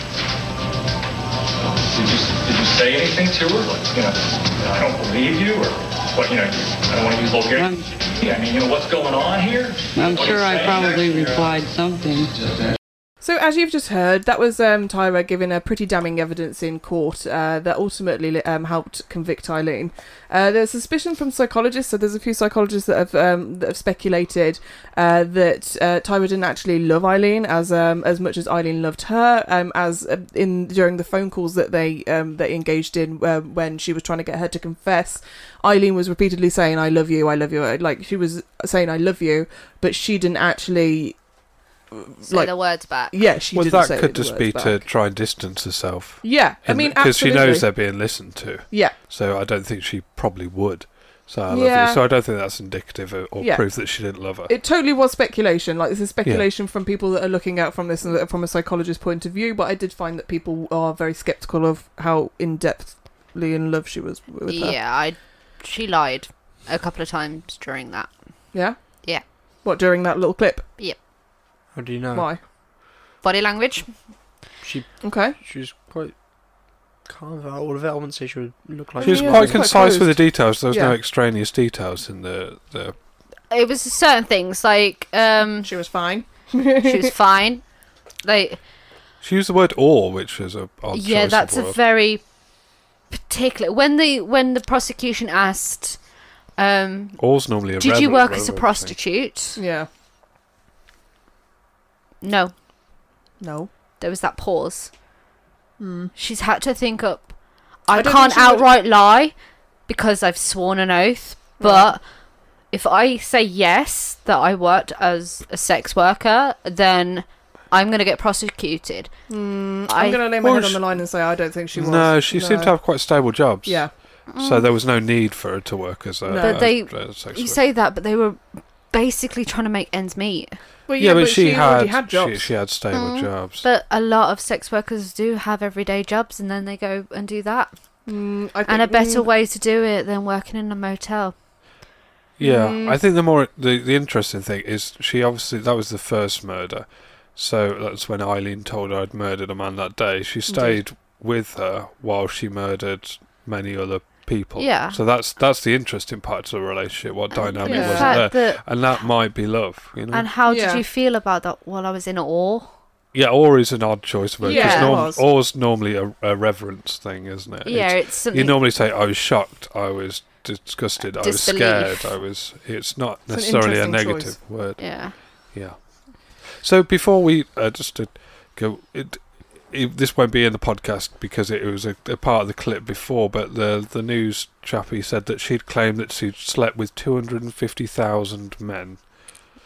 [SPEAKER 10] Did you, did you say anything to her? Like, you know, I don't believe you, or what, you know, I don't want to use vulgarity. I mean, you know, what's going on here?
[SPEAKER 11] I'm
[SPEAKER 10] What are
[SPEAKER 11] sure
[SPEAKER 10] you
[SPEAKER 11] I
[SPEAKER 10] saying?
[SPEAKER 11] probably replied something.
[SPEAKER 5] So, as you've just heard, that was um, Tyra giving her pretty damning evidence in court uh, that ultimately um, helped convict Eileen. Uh, there's suspicion from psychologists, so there's a few psychologists that have um, that have speculated uh, that uh, Tyra didn't actually love Eileen as um, as much as Eileen loved her, um, as uh, in during the phone calls that they um, they engaged in uh, when she was trying to get her to confess. Eileen was repeatedly saying, "I love you, I love you," uh, like she was saying, "I love you," but she didn't actually.
[SPEAKER 6] Say the words back.
[SPEAKER 5] Yeah, she
[SPEAKER 7] well,
[SPEAKER 5] didn't
[SPEAKER 7] that
[SPEAKER 5] say
[SPEAKER 7] could
[SPEAKER 5] the
[SPEAKER 7] just
[SPEAKER 5] words
[SPEAKER 7] be
[SPEAKER 5] back.
[SPEAKER 7] to try and distance herself.
[SPEAKER 5] Yeah, I mean,
[SPEAKER 7] because she knows
[SPEAKER 5] absolutely.
[SPEAKER 7] they're being listened to.
[SPEAKER 5] Yeah.
[SPEAKER 7] So I don't think she probably would. So I love
[SPEAKER 5] Yeah.
[SPEAKER 7] you. So I don't think that's indicative or, or
[SPEAKER 5] Yeah.
[SPEAKER 7] proof that she didn't love her.
[SPEAKER 5] It totally was speculation. Like this is speculation from people that are looking out from this and that- from a psychologist's point of view. But I did find that people are very skeptical of how in depthly in love she was with her.
[SPEAKER 6] Yeah, I. She lied a couple of times during that.
[SPEAKER 5] Yeah.
[SPEAKER 6] Yeah.
[SPEAKER 5] What during that little clip?
[SPEAKER 6] Yep.
[SPEAKER 8] How do you know?
[SPEAKER 5] Why?
[SPEAKER 6] Body language.
[SPEAKER 8] She
[SPEAKER 5] okay.
[SPEAKER 8] She was quite calm about all of it. I wouldn't say she would look like
[SPEAKER 7] She was
[SPEAKER 8] that.
[SPEAKER 7] quite concise with the details. There was no
[SPEAKER 6] Yeah.
[SPEAKER 7] extraneous details in the, the
[SPEAKER 6] It was certain things like um.
[SPEAKER 5] She was fine.
[SPEAKER 6] she was fine. Like
[SPEAKER 7] She used the word "or," which was a odd choice
[SPEAKER 6] yeah,
[SPEAKER 7] of
[SPEAKER 6] that's a
[SPEAKER 7] word.
[SPEAKER 6] very particular. When the when the prosecution asked, um,
[SPEAKER 7] Or's normally a
[SPEAKER 6] did you
[SPEAKER 7] relevant-
[SPEAKER 6] work as a
[SPEAKER 7] relevant
[SPEAKER 6] prostitute?
[SPEAKER 5] Yeah.
[SPEAKER 6] No.
[SPEAKER 5] No.
[SPEAKER 6] There was that pause.
[SPEAKER 5] Mm.
[SPEAKER 6] She's had to think up. I,
[SPEAKER 5] I don't think
[SPEAKER 6] can't
[SPEAKER 5] she would-
[SPEAKER 6] outright lie because I've sworn an oath, but if I say yes that I worked as a sex worker, then I'm going to get prosecuted.
[SPEAKER 5] Mm,
[SPEAKER 6] I-
[SPEAKER 5] I'm going to lay my
[SPEAKER 6] Well,
[SPEAKER 5] head
[SPEAKER 6] she-
[SPEAKER 5] on the line and say I don't think she was.
[SPEAKER 7] No, she seemed to have quite stable jobs.
[SPEAKER 5] Yeah.
[SPEAKER 7] So
[SPEAKER 6] Mm.
[SPEAKER 7] there was no need for her to work as a.
[SPEAKER 6] But
[SPEAKER 7] a-
[SPEAKER 6] they,
[SPEAKER 7] a sex
[SPEAKER 6] you
[SPEAKER 7] worker.
[SPEAKER 6] say that, but they were basically trying to make ends meet.
[SPEAKER 5] Well,
[SPEAKER 7] yeah, but she, had, She, she had stable
[SPEAKER 6] Mm.
[SPEAKER 7] jobs.
[SPEAKER 6] But a lot of sex workers do have everyday jobs, and then they go and do that.
[SPEAKER 5] Mm,
[SPEAKER 6] and a
[SPEAKER 5] think-
[SPEAKER 6] better
[SPEAKER 5] mm.
[SPEAKER 6] way to do it than working in a motel.
[SPEAKER 7] Yeah,
[SPEAKER 6] Mm.
[SPEAKER 7] I think the more the, the interesting thing is she obviously that was the first murder, so that's when Eileen told her I'd murdered a man that day. She stayed with her while she murdered many other people.
[SPEAKER 6] Yeah.
[SPEAKER 7] So that's that's the interesting part to the relationship. What dynamic
[SPEAKER 6] the
[SPEAKER 7] wasn't
[SPEAKER 6] fact
[SPEAKER 7] there,
[SPEAKER 6] that-
[SPEAKER 7] and that might be love. You know.
[SPEAKER 6] And how
[SPEAKER 5] Yeah.
[SPEAKER 6] did you feel about that while I was in awe?
[SPEAKER 7] yeah, or is an odd choice of word because
[SPEAKER 6] Yeah. It
[SPEAKER 7] norm,
[SPEAKER 6] was.
[SPEAKER 7] or's normally a, a reverence thing, isn't it?
[SPEAKER 6] Yeah, it's something-
[SPEAKER 7] you normally say I was shocked, I was disgusted, I was
[SPEAKER 6] Disbelief.
[SPEAKER 7] scared, I was. It's not
[SPEAKER 6] It's an
[SPEAKER 7] necessarily a
[SPEAKER 6] interesting
[SPEAKER 7] negative
[SPEAKER 6] choice.
[SPEAKER 7] word.
[SPEAKER 6] Yeah.
[SPEAKER 7] Yeah. So before we uh, just to go, it, it, this won't be in the podcast because it, was a, a part of the clip before. But the the news chappie said that she'd claimed that she'd slept with two hundred and fifty thousand men.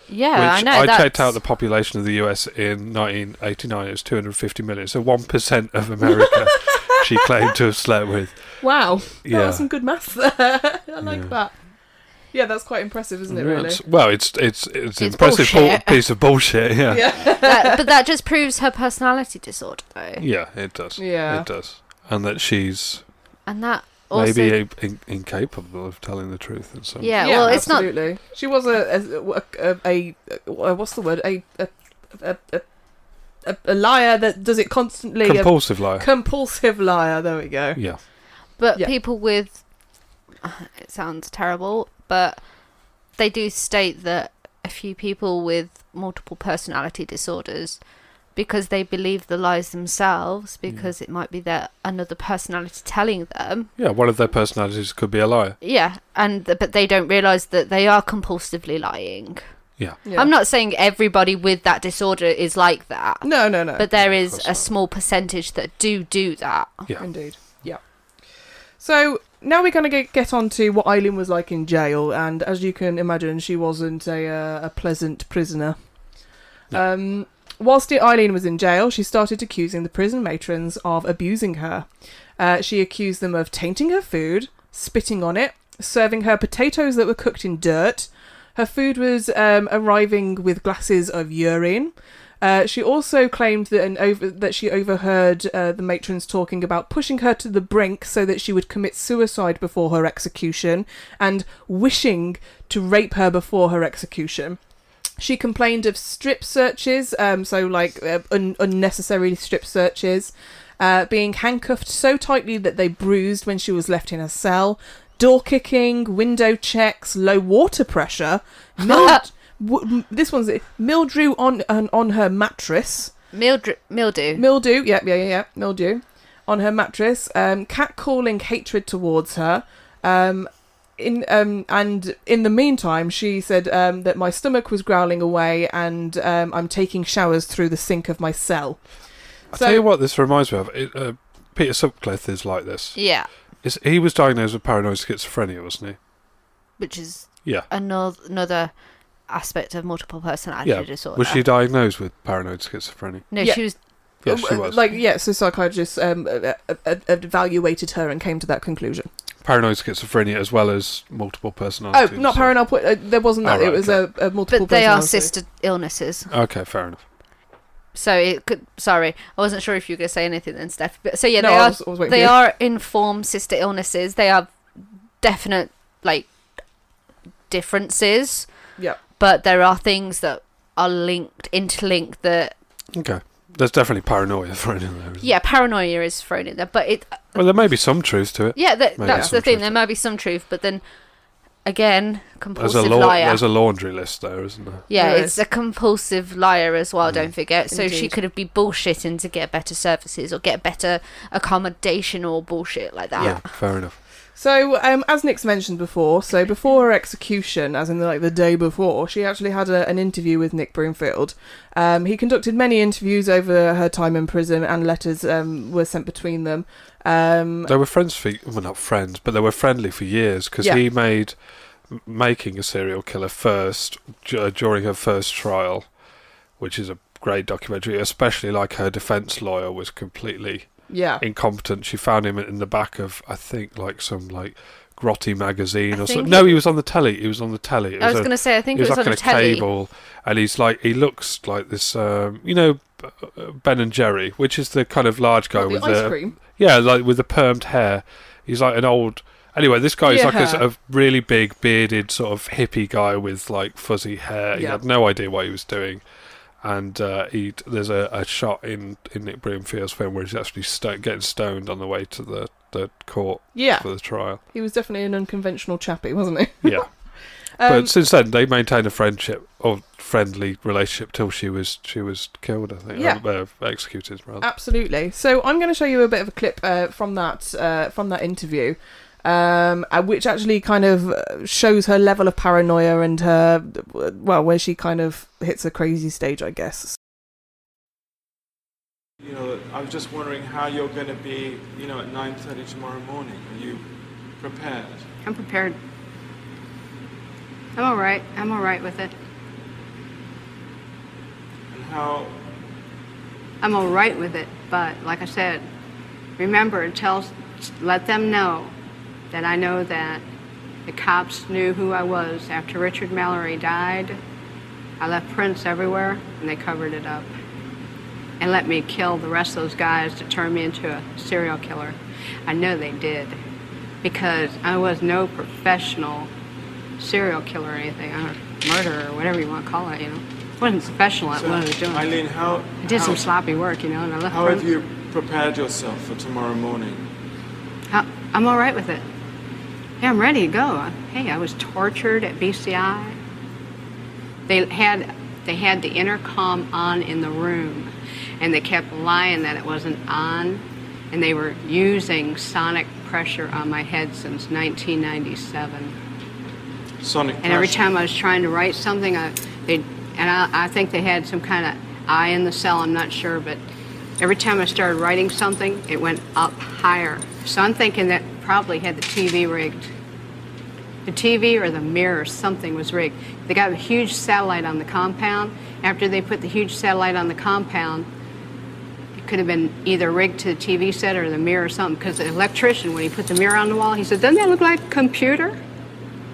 [SPEAKER 6] Yeah,
[SPEAKER 7] which
[SPEAKER 6] I know. that's-
[SPEAKER 7] checked out the population of the U.S. in 1989. It was 250 million, so one percent of America. she claimed to have slept with.
[SPEAKER 5] Wow. That
[SPEAKER 7] Yeah.
[SPEAKER 5] was some good maths there. I like
[SPEAKER 7] Yeah.
[SPEAKER 5] that. Yeah, that's quite impressive, isn't it?
[SPEAKER 7] Yeah,
[SPEAKER 5] Really.
[SPEAKER 7] it's- well, it's it's it's,
[SPEAKER 6] It's
[SPEAKER 7] impressive bull-
[SPEAKER 6] bullshit.
[SPEAKER 7] piece of bullshit. Yeah.
[SPEAKER 6] that- but that just proves her personality disorder, though.
[SPEAKER 7] Yeah, it does.
[SPEAKER 6] Yeah.
[SPEAKER 7] It does. And that she's
[SPEAKER 6] And that also.
[SPEAKER 7] maybe in, incapable of telling the truth in some
[SPEAKER 6] Yeah, well, it's not-
[SPEAKER 5] absolutely. She was a a, a, a, a what's the word a a, a, a a- a liar that does it constantly. a-
[SPEAKER 7] Compulsive liar.
[SPEAKER 5] Compulsive liar. There we go.
[SPEAKER 7] Yeah.
[SPEAKER 6] But
[SPEAKER 5] Yeah.
[SPEAKER 6] people with. uh, It sounds terrible, but they do state that a few people with multiple personality disorders. Because they believe the lies themselves,
[SPEAKER 7] Mm.
[SPEAKER 6] because it might be that another personality telling them,
[SPEAKER 7] Yeah, one of their personalities could be a liar.
[SPEAKER 6] Yeah, and th- but they don't realize that they are compulsively lying.
[SPEAKER 7] Yeah.
[SPEAKER 5] Yeah.
[SPEAKER 6] I'm not saying everybody with that disorder is like that.
[SPEAKER 5] No, no, no.
[SPEAKER 6] But there is a small percentage that do do that.
[SPEAKER 7] Yeah.
[SPEAKER 5] Indeed. Yeah. So now we're going to get on to what Eileen was like in jail, and as you can imagine, she wasn't a, uh, a pleasant prisoner. Um, whilst Eileen was in jail, she started accusing the prison matrons of abusing her. Uh, she accused them of tainting her food, spitting on it, serving her potatoes that were cooked in dirt. Her food was um, arriving with glasses of urine. Uh, she also claimed that an over that she overheard uh, the matrons talking about pushing her to the brink so that she would commit suicide before her execution and wishing to rape her before her execution. She complained of strip searches, um, so like uh, un- unnecessary strip searches, uh, being handcuffed so tightly that they bruised when she was left in her cell, door kicking, window checks, low water pressure. Mild- w- m- this one's mildew on on, on her mattress.
[SPEAKER 6] Mildred, mildew.
[SPEAKER 5] Mildew, yeah, yeah, yeah, yeah, mildew on her mattress. Um, cat calling hatred towards her. Um, in um, and in the meantime, she said um, that my stomach was growling away, and um, I'm taking showers through the sink of my cell.
[SPEAKER 7] I tell you what, this reminds me of it, uh, Peter Sutcliffe is like this.
[SPEAKER 6] yeah,
[SPEAKER 7] It's, he was diagnosed with paranoid schizophrenia, wasn't
[SPEAKER 6] which is
[SPEAKER 7] he? Yeah.
[SPEAKER 6] another another aspect of multiple personality
[SPEAKER 7] yeah.
[SPEAKER 6] disorder.
[SPEAKER 7] Was she diagnosed with paranoid schizophrenia?
[SPEAKER 6] no,
[SPEAKER 5] Yeah.
[SPEAKER 6] she was.
[SPEAKER 7] Yes, she
[SPEAKER 5] Uh,
[SPEAKER 7] was.
[SPEAKER 5] Like, yeah, so psychiatrists um, uh, uh, uh, evaluated her and came to that conclusion.
[SPEAKER 7] paranoid schizophrenia as well as multiple
[SPEAKER 5] Oh,
[SPEAKER 7] personality.
[SPEAKER 5] not
[SPEAKER 7] disorder.
[SPEAKER 5] paranoid. po- Uh, there wasn't
[SPEAKER 7] Oh,
[SPEAKER 5] that.
[SPEAKER 7] right,
[SPEAKER 5] it was a, a multiple.
[SPEAKER 6] But they are
[SPEAKER 5] personality.
[SPEAKER 6] sister illnesses.
[SPEAKER 7] Okay, fair enough.
[SPEAKER 6] So it could. Sorry, I wasn't sure if you were going to say anything then, Steph. But so yeah,
[SPEAKER 5] No,
[SPEAKER 6] they
[SPEAKER 5] I
[SPEAKER 6] are.
[SPEAKER 5] was- I was waiting
[SPEAKER 6] they
[SPEAKER 5] for you.
[SPEAKER 6] are informed sister illnesses. They are definite like differences,
[SPEAKER 5] Yeah.
[SPEAKER 6] but there are things that are linked, interlinked. That
[SPEAKER 7] Okay. There's definitely paranoia thrown in there. isn't
[SPEAKER 6] yeah, paranoia is thrown in there, but it.
[SPEAKER 7] there? Well, there may be some truth to it.
[SPEAKER 6] Yeah, that,
[SPEAKER 7] Maybe
[SPEAKER 6] that's
[SPEAKER 7] some
[SPEAKER 6] the thing.
[SPEAKER 7] truth.
[SPEAKER 6] There might be some truth, but then again,
[SPEAKER 7] There's
[SPEAKER 6] compulsive
[SPEAKER 7] a, law,
[SPEAKER 6] liar.
[SPEAKER 7] there's a laundry list there, isn't there?
[SPEAKER 6] Yeah,
[SPEAKER 5] There
[SPEAKER 6] it's
[SPEAKER 5] is.
[SPEAKER 6] a compulsive liar as well,
[SPEAKER 7] Mm.
[SPEAKER 6] don't forget. So she
[SPEAKER 5] Indeed.
[SPEAKER 6] could have been bullshitting to get better services or get better accommodation or bullshit like that.
[SPEAKER 7] Yeah, fair enough.
[SPEAKER 5] So, um, as Nick's mentioned before, so before her execution, as in like the day before, she actually had a, an interview with Nick Broomfield. Um, he conducted many interviews over her time in prison, and letters um, were sent between them. Um,
[SPEAKER 7] They were friends for well, not friends, but they were friendly for years because
[SPEAKER 5] Yeah.
[SPEAKER 7] he made m- making a serial killer first d- uh, during her first trial, which is a great documentary. Especially like her defense lawyer was completely
[SPEAKER 5] yeah,
[SPEAKER 7] incompetent. She found him in the back of I think like some like grotty magazine or
[SPEAKER 6] think
[SPEAKER 7] something.
[SPEAKER 6] he-
[SPEAKER 7] No, he was on the telly. He was on the telly. It
[SPEAKER 6] I was
[SPEAKER 7] a-
[SPEAKER 6] going to say, I think
[SPEAKER 7] he
[SPEAKER 6] it was
[SPEAKER 7] like
[SPEAKER 6] on a telly.
[SPEAKER 7] cable, and he's like he looks like this. Um, you know, B- uh, Ben and Jerry, which is the kind of large guy
[SPEAKER 5] the
[SPEAKER 7] with
[SPEAKER 5] ice
[SPEAKER 7] the
[SPEAKER 5] cream.
[SPEAKER 7] yeah, like with the permed hair. He's like an old. Anyway, this guy is like a,
[SPEAKER 5] Yeah.
[SPEAKER 7] sort of really big bearded sort of hippie guy with like fuzzy hair. He
[SPEAKER 5] Yeah.
[SPEAKER 7] had no idea what he was doing. And uh, he, there's a, a shot in, in Nick Broomfield's film where he's actually sto- getting stoned on the way to the, the court
[SPEAKER 5] Yeah,
[SPEAKER 7] for the trial.
[SPEAKER 5] he was definitely an unconventional chappie, wasn't he?
[SPEAKER 7] Yeah.
[SPEAKER 5] Um,
[SPEAKER 7] but since then, they maintained a friendship or friendly relationship till she was she was killed. I think.
[SPEAKER 5] Yeah.
[SPEAKER 7] Uh, executed rather.
[SPEAKER 5] Absolutely. So I'm going to show you a bit of a clip uh, from that uh, from that interview, um, uh, which actually kind of uh, shows her level of paranoia and her well, where she kind of hits a crazy stage, I guess.
[SPEAKER 13] You know, I was just wondering how you're going to be, you know, at 9.30 tomorrow morning. Are you prepared?
[SPEAKER 11] I'm prepared. I'm all right. I'm all right with it.
[SPEAKER 13] And how,
[SPEAKER 11] I'm all right with it, but like I said, remember and tell, let them know that I know that the cops knew who I was after Richard Mallory died. I left prints everywhere, and they covered it up, and let me kill the rest of those guys to turn me into a serial killer. I know they did, because I was no professional serial killer or anything, or murderer, or whatever you want to call it. You know, wasn't professional at
[SPEAKER 13] so,
[SPEAKER 11] what I was doing.
[SPEAKER 13] Eileen, how,
[SPEAKER 11] I did some
[SPEAKER 13] how-
[SPEAKER 11] sloppy work, you know, and I left.
[SPEAKER 13] how
[SPEAKER 11] room.
[SPEAKER 13] have you prepared yourself for tomorrow morning?
[SPEAKER 11] How- I'm all right with it. Yeah, I'm ready to go. I- Hey, I was tortured at BCI. They had they had the intercom on in the room, and they kept lying that it wasn't on, and they were using sonic pressure on my head since 1997.
[SPEAKER 13] Sonic
[SPEAKER 11] And every
[SPEAKER 13] pressure.
[SPEAKER 11] time I was trying to write something, I, they, and I, I think they had some kind of eye in the cell, I'm not sure, but every time I started writing something, it went up higher. So I'm thinking that probably had the TV rigged. The TV or the mirror, something was rigged. They got a huge satellite on the compound. After they put the huge satellite on the compound, it could have been either rigged to the TV set or the mirror or something, because the electrician, when he put the mirror on the wall, he said, Doesn't that look like a computer?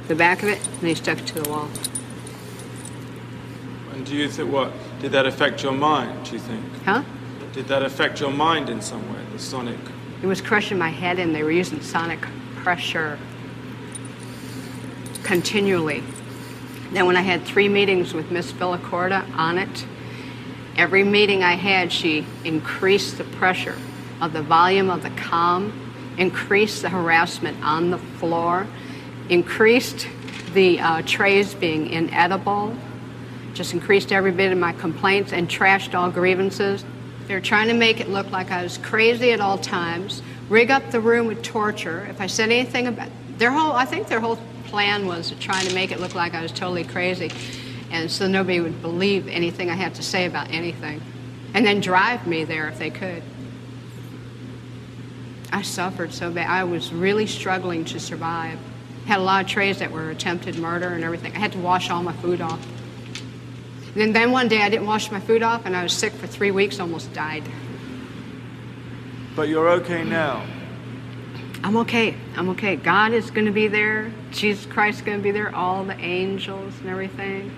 [SPEAKER 11] the back of it and they stuck it to the wall.
[SPEAKER 13] And do you think, what, Did that affect your mind, do you think?
[SPEAKER 11] Huh?
[SPEAKER 13] Did that affect your mind in some way, the sonic?
[SPEAKER 11] It was crushing my head, and they were using sonic pressure continually. Then, when I had three meetings with Miss Villacorta on it, every meeting I had, she increased the pressure of the volume of the calm, increased the harassment on the floor, increased the uh, trays being inedible, just increased every bit of my complaints and trashed all grievances. They're trying to make it look like I was crazy at all times, rig up the room with torture. If I said anything about their whole, I think their whole plan was trying to make it look like I was totally crazy. And so nobody would believe anything I had to say about anything. And then drive me there if they could. I suffered so bad. I was really struggling to survive. Had a lot of trays that were attempted murder and everything. I had to wash all my food off. Then, then one day I didn't wash my food off and I was sick for three weeks, almost died.
[SPEAKER 13] But you're okay now.
[SPEAKER 11] I'm okay. I'm okay. God is going to be there. Jesus Christ is going to be there. All the angels and everything.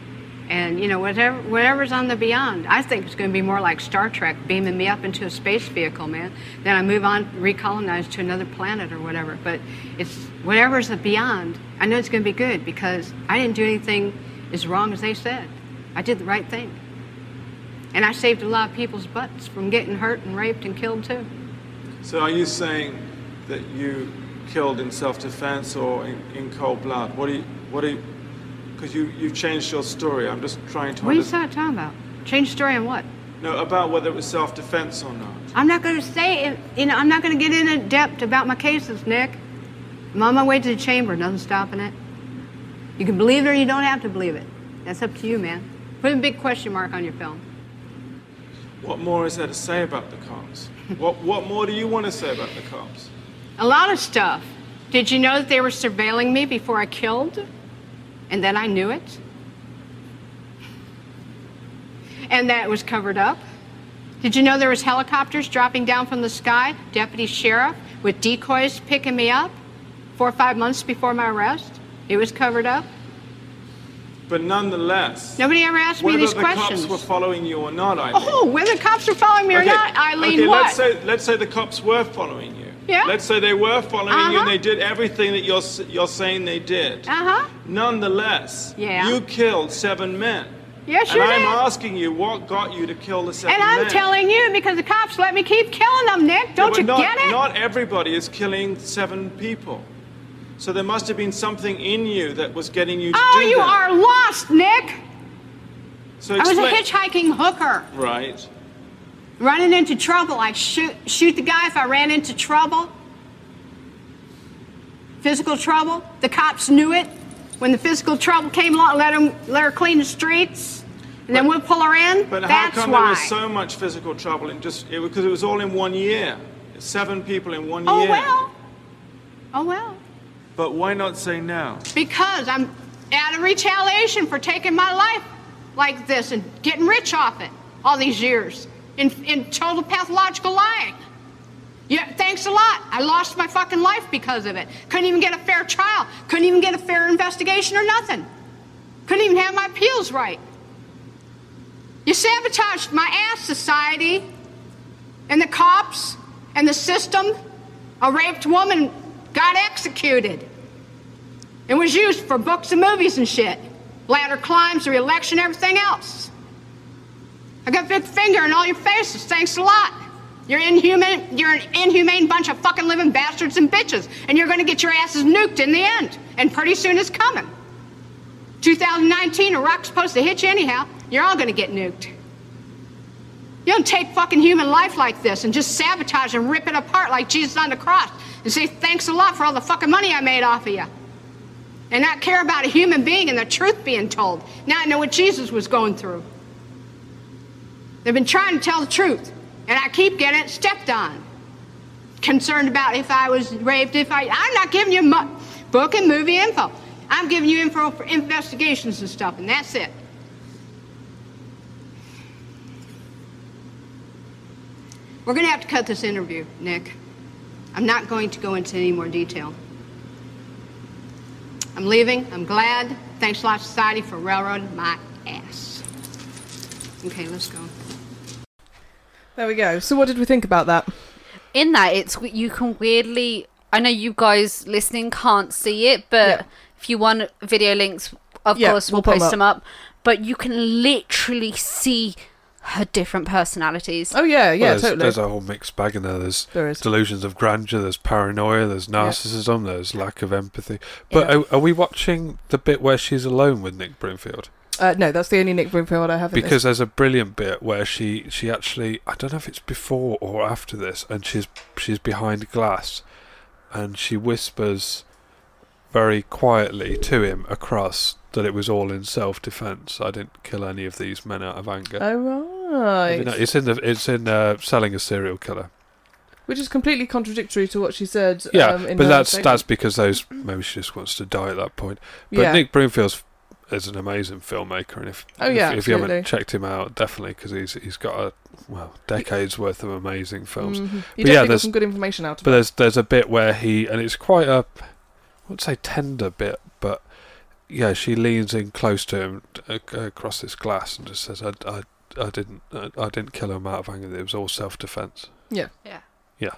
[SPEAKER 11] And, you know, whatever, whatever's on the beyond, I think it's going to be more like Star Trek beaming me up into a space vehicle, man. Then I move on, recolonize to another planet or whatever. But it's whatever's the beyond, I know it's going to be good because I didn't do anything as wrong as they said. I did the right thing. And I saved a lot of people's butts from getting hurt and raped and killed, too.
[SPEAKER 13] So are you saying that you killed in self-defense or in, in cold blood? What do you, what do you, because you, you've changed your story. I'm just trying to
[SPEAKER 11] What are you
[SPEAKER 13] understand.
[SPEAKER 11] talking about? Change story on what?
[SPEAKER 13] No, about whether it was self-defense or not.
[SPEAKER 11] I'm not going to say, it- you know, I'm not going to get into depth about my cases, Nick. I'm on my way to the chamber. Nothing's stopping it. You can believe it or you don't have to believe it. That's up to you, man. Put a big question mark on your film.
[SPEAKER 13] What more is there to say about the cops? what, what more do you want to say about the cops?
[SPEAKER 11] A lot of stuff. Did you know that they were surveilling me before I killed? And then I knew it? And that it was covered up? Did you know there was helicopters dropping down from the sky, deputy sheriff with decoys picking me up four or five months before my arrest? It was covered up.
[SPEAKER 13] But nonetheless,
[SPEAKER 11] Nobody ever asked me
[SPEAKER 13] whether
[SPEAKER 11] these
[SPEAKER 13] the
[SPEAKER 11] questions.
[SPEAKER 13] cops were following you or not, I
[SPEAKER 11] oh, whether cops were following me or not, Eileen,
[SPEAKER 13] okay,
[SPEAKER 11] what?
[SPEAKER 13] Let's say, let's say the cops were following you.
[SPEAKER 11] Yeah.
[SPEAKER 13] Let's say they were following you
[SPEAKER 11] Uh-huh.
[SPEAKER 13] and they did everything that you're, s- you're saying they did.
[SPEAKER 11] uh-huh.
[SPEAKER 13] Nonetheless,
[SPEAKER 11] Yeah.
[SPEAKER 13] you killed seven men.
[SPEAKER 11] Yeah, sure
[SPEAKER 13] And I'm
[SPEAKER 11] did.
[SPEAKER 13] asking you, what got you to kill the seven
[SPEAKER 11] And I'm
[SPEAKER 13] men?
[SPEAKER 11] telling you because the cops let me keep killing them, Nick.
[SPEAKER 13] Yeah,
[SPEAKER 11] Don't
[SPEAKER 13] but
[SPEAKER 11] you
[SPEAKER 13] not,
[SPEAKER 11] get it?
[SPEAKER 13] Not everybody is killing seven people. So there must have been something in you that was getting you to
[SPEAKER 11] Oh,
[SPEAKER 13] do
[SPEAKER 11] you
[SPEAKER 13] that.
[SPEAKER 11] are lost, Nick.
[SPEAKER 13] So
[SPEAKER 11] I was a
[SPEAKER 13] explain-
[SPEAKER 11] hitchhiking hooker
[SPEAKER 13] Right.
[SPEAKER 11] running into trouble. I shoot shoot the guy if I ran into trouble. Physical trouble. The cops knew it. When the physical trouble came along, let him let her clean the streets, and then we'll pull her in.
[SPEAKER 13] But
[SPEAKER 11] That's
[SPEAKER 13] how come
[SPEAKER 11] why.
[SPEAKER 13] there was so much physical trouble in just it because it was all in one year, seven people in one
[SPEAKER 11] oh
[SPEAKER 13] year.
[SPEAKER 11] well. Oh well.
[SPEAKER 13] But why not say now?
[SPEAKER 11] Because I'm out of retaliation for taking my life like this and getting rich off it all these years in, in total pathological lying. Yeah, thanks a lot. I lost my fucking life because of it. Couldn't even get a fair trial. Couldn't even get a fair investigation or nothing. Couldn't even have my appeals right. You sabotaged my ass, society, and the cops, and the system. A raped woman got executed. It was used for books and movies and shit. Ladder climbs, the election, everything else. I got big finger in all your faces. Thanks a lot. You're inhuman. You're an inhumane bunch of fucking living bastards and bitches, and you're going to get your asses nuked in the end. And pretty soon it's coming. 2019, Iraq's supposed to hit you anyhow. You're all going to get nuked. You don't take fucking human life like this and just sabotage and rip it apart like Jesus on the cross and say thanks a lot for all the fucking money I made off of you and not care about a human being and the truth being told. Now I know what Jesus was going through. They've been trying to tell the truth, and I keep getting it stepped on. Concerned about if I was raped, if I. I'm not giving you mu- book and movie info. I'm giving you info for investigations and stuff, and that's it. We're going to have to cut this interview, Nick. I'm not going to go into any more detail. I'm leaving. I'm glad. Thanks a lot, society, for railroading my ass. Okay, let's go.
[SPEAKER 5] There we go. So, what did we think about that?
[SPEAKER 6] in that it's you can weirdly i know you guys listening can't see it but if you want video links of
[SPEAKER 5] Yeah,
[SPEAKER 6] course
[SPEAKER 5] we'll
[SPEAKER 6] we'll,
[SPEAKER 5] put 'em
[SPEAKER 6] post
[SPEAKER 5] up.
[SPEAKER 6] them up but you can literally see her different personalities
[SPEAKER 5] oh yeah
[SPEAKER 7] Well, there's, There's a whole mixed bag in there. There's
[SPEAKER 6] There is.
[SPEAKER 7] delusions of grandeur, there's paranoia, there's narcissism, there's lack of empathy. But
[SPEAKER 5] Yeah.
[SPEAKER 7] are, are we watching the bit where she's alone with Nick Broomfield?
[SPEAKER 5] Uh, no, that's the only Nick Broomfield I have. In
[SPEAKER 7] Because
[SPEAKER 5] this.
[SPEAKER 7] there's a brilliant bit where she, she actually I don't know if it's before or after this, and she's she's behind glass, and she whispers very quietly to him across that it was all in self defence. I didn't kill any of these men out of anger.
[SPEAKER 5] oh
[SPEAKER 7] You
[SPEAKER 5] right,
[SPEAKER 7] know, it's in the it's in uh, selling a serial killer.
[SPEAKER 5] which is completely contradictory to what she said.
[SPEAKER 7] Yeah,
[SPEAKER 5] um, in
[SPEAKER 7] but
[SPEAKER 5] her
[SPEAKER 7] that's
[SPEAKER 5] statement.
[SPEAKER 7] that's because those maybe she just wants to die at that point. But
[SPEAKER 5] Yeah.
[SPEAKER 7] Nick Broomfield's is an amazing filmmaker, and if
[SPEAKER 5] Oh, yeah,
[SPEAKER 7] if, if you
[SPEAKER 5] absolutely.
[SPEAKER 7] haven't checked him out, definitely because he's he's got a well decades worth of amazing films.
[SPEAKER 5] Mhm. You
[SPEAKER 7] But
[SPEAKER 5] definitely
[SPEAKER 7] yeah,
[SPEAKER 5] got
[SPEAKER 7] there's
[SPEAKER 5] some good information out of
[SPEAKER 7] But
[SPEAKER 5] it.
[SPEAKER 7] there's there's a bit where he and it's quite a I would say tender bit, but yeah, she leans in close to him uh, across this glass and just says, "I I, I didn't I, I didn't kill him out of anger. It was all self defense."
[SPEAKER 5] Yeah.
[SPEAKER 6] Yeah.
[SPEAKER 7] Yeah.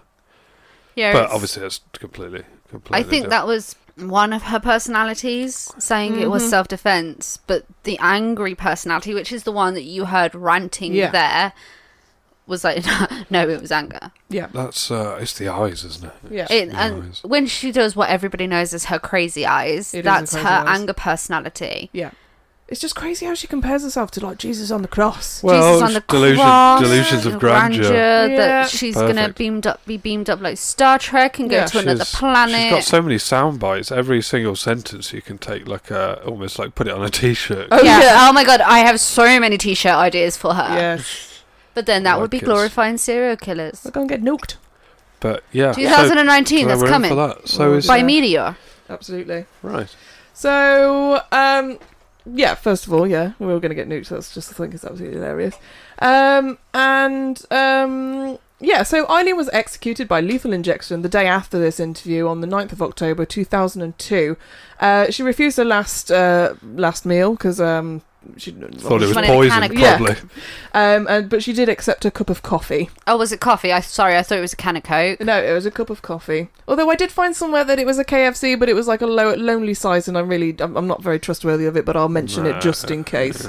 [SPEAKER 6] Yeah,
[SPEAKER 7] but
[SPEAKER 6] it's-
[SPEAKER 7] obviously that's completely completely.
[SPEAKER 6] i think
[SPEAKER 7] different.
[SPEAKER 6] that was one of her personalities saying it was
[SPEAKER 5] Mhm.
[SPEAKER 6] self-defense but the angry personality which is the one that you heard ranting
[SPEAKER 5] Yeah.
[SPEAKER 6] there was like no it was anger
[SPEAKER 5] Yeah.
[SPEAKER 7] That's uh, it's the eyes, isn't it?
[SPEAKER 5] Yeah.
[SPEAKER 7] It's
[SPEAKER 6] It,
[SPEAKER 7] the
[SPEAKER 6] and
[SPEAKER 7] eyes.
[SPEAKER 6] when she does what everybody knows as her crazy eyes,
[SPEAKER 5] It is her
[SPEAKER 6] that's
[SPEAKER 5] crazy
[SPEAKER 6] her
[SPEAKER 5] eyes.
[SPEAKER 6] anger personality.
[SPEAKER 5] Yeah. It's just crazy how she compares herself to like Jesus on the cross.
[SPEAKER 7] Well, Jesus on the delusion- cross, delusions of grandeur. Yeah.
[SPEAKER 6] That she's gonna
[SPEAKER 7] Perfect.
[SPEAKER 6] beamed up, be beamed up like Star Trek and go to another
[SPEAKER 7] She's- She's
[SPEAKER 6] planet.
[SPEAKER 7] got so many sound bites. Every single sentence you can take, like a almost like put it on a t-shirt.
[SPEAKER 6] yeah. Oh my god, I have so many t-shirt ideas for her.
[SPEAKER 5] Yes.
[SPEAKER 6] But then that would be
[SPEAKER 7] Like it's-
[SPEAKER 6] glorifying serial killers. We're
[SPEAKER 5] gonna get nuked.
[SPEAKER 7] But yeah, so-
[SPEAKER 6] 2019,
[SPEAKER 7] so
[SPEAKER 6] that's
[SPEAKER 7] we're in
[SPEAKER 6] coming.
[SPEAKER 7] For that. So is
[SPEAKER 6] by meteor.
[SPEAKER 5] Absolutely.
[SPEAKER 7] Right.
[SPEAKER 5] So, um, yeah, first of all, yeah, we were going to get nuked. That's just the thing. It's absolutely hilarious. Um, and, um, yeah, so Eileen was executed by lethal injection the day after this interview on the 9th of October 2002. Uh, she refused her last, uh, last meal because, um, she
[SPEAKER 7] Thought it was She wanted a poison, can of
[SPEAKER 5] Yeah.
[SPEAKER 7] probably.
[SPEAKER 5] Um, and, but she did accept a cup of coffee.
[SPEAKER 6] Oh, was it coffee? I sorry, I thought it was a can of Coke.
[SPEAKER 5] No, it was a cup of coffee. Although I did find somewhere that it was a KFC, but it was like a low, lonely size, and I'm really, I'm, I'm not very trustworthy of it, but I'll mention it just in case.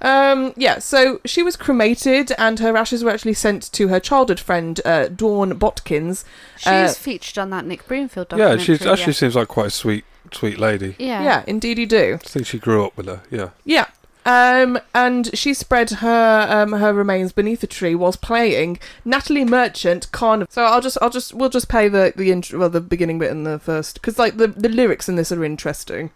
[SPEAKER 5] Um, yeah, so she was cremated, and her ashes were actually sent to her childhood friend uh, Dawn Botkins.
[SPEAKER 6] She's
[SPEAKER 5] Uh,
[SPEAKER 6] featured on that Nick Broomfield
[SPEAKER 7] yeah,
[SPEAKER 6] documentary.
[SPEAKER 7] she actually seems like quite a sweet, sweet lady.
[SPEAKER 6] Yeah.
[SPEAKER 5] yeah, indeed you do.
[SPEAKER 7] I think she grew up with her. Yeah.
[SPEAKER 5] Yeah. Um, and she spread her um, her remains beneath a tree whilst playing Natalie Merchant Carnival. So I'll just I'll just we'll just play the the intro, well the beginning bit and the first because like the the lyrics in this are interesting.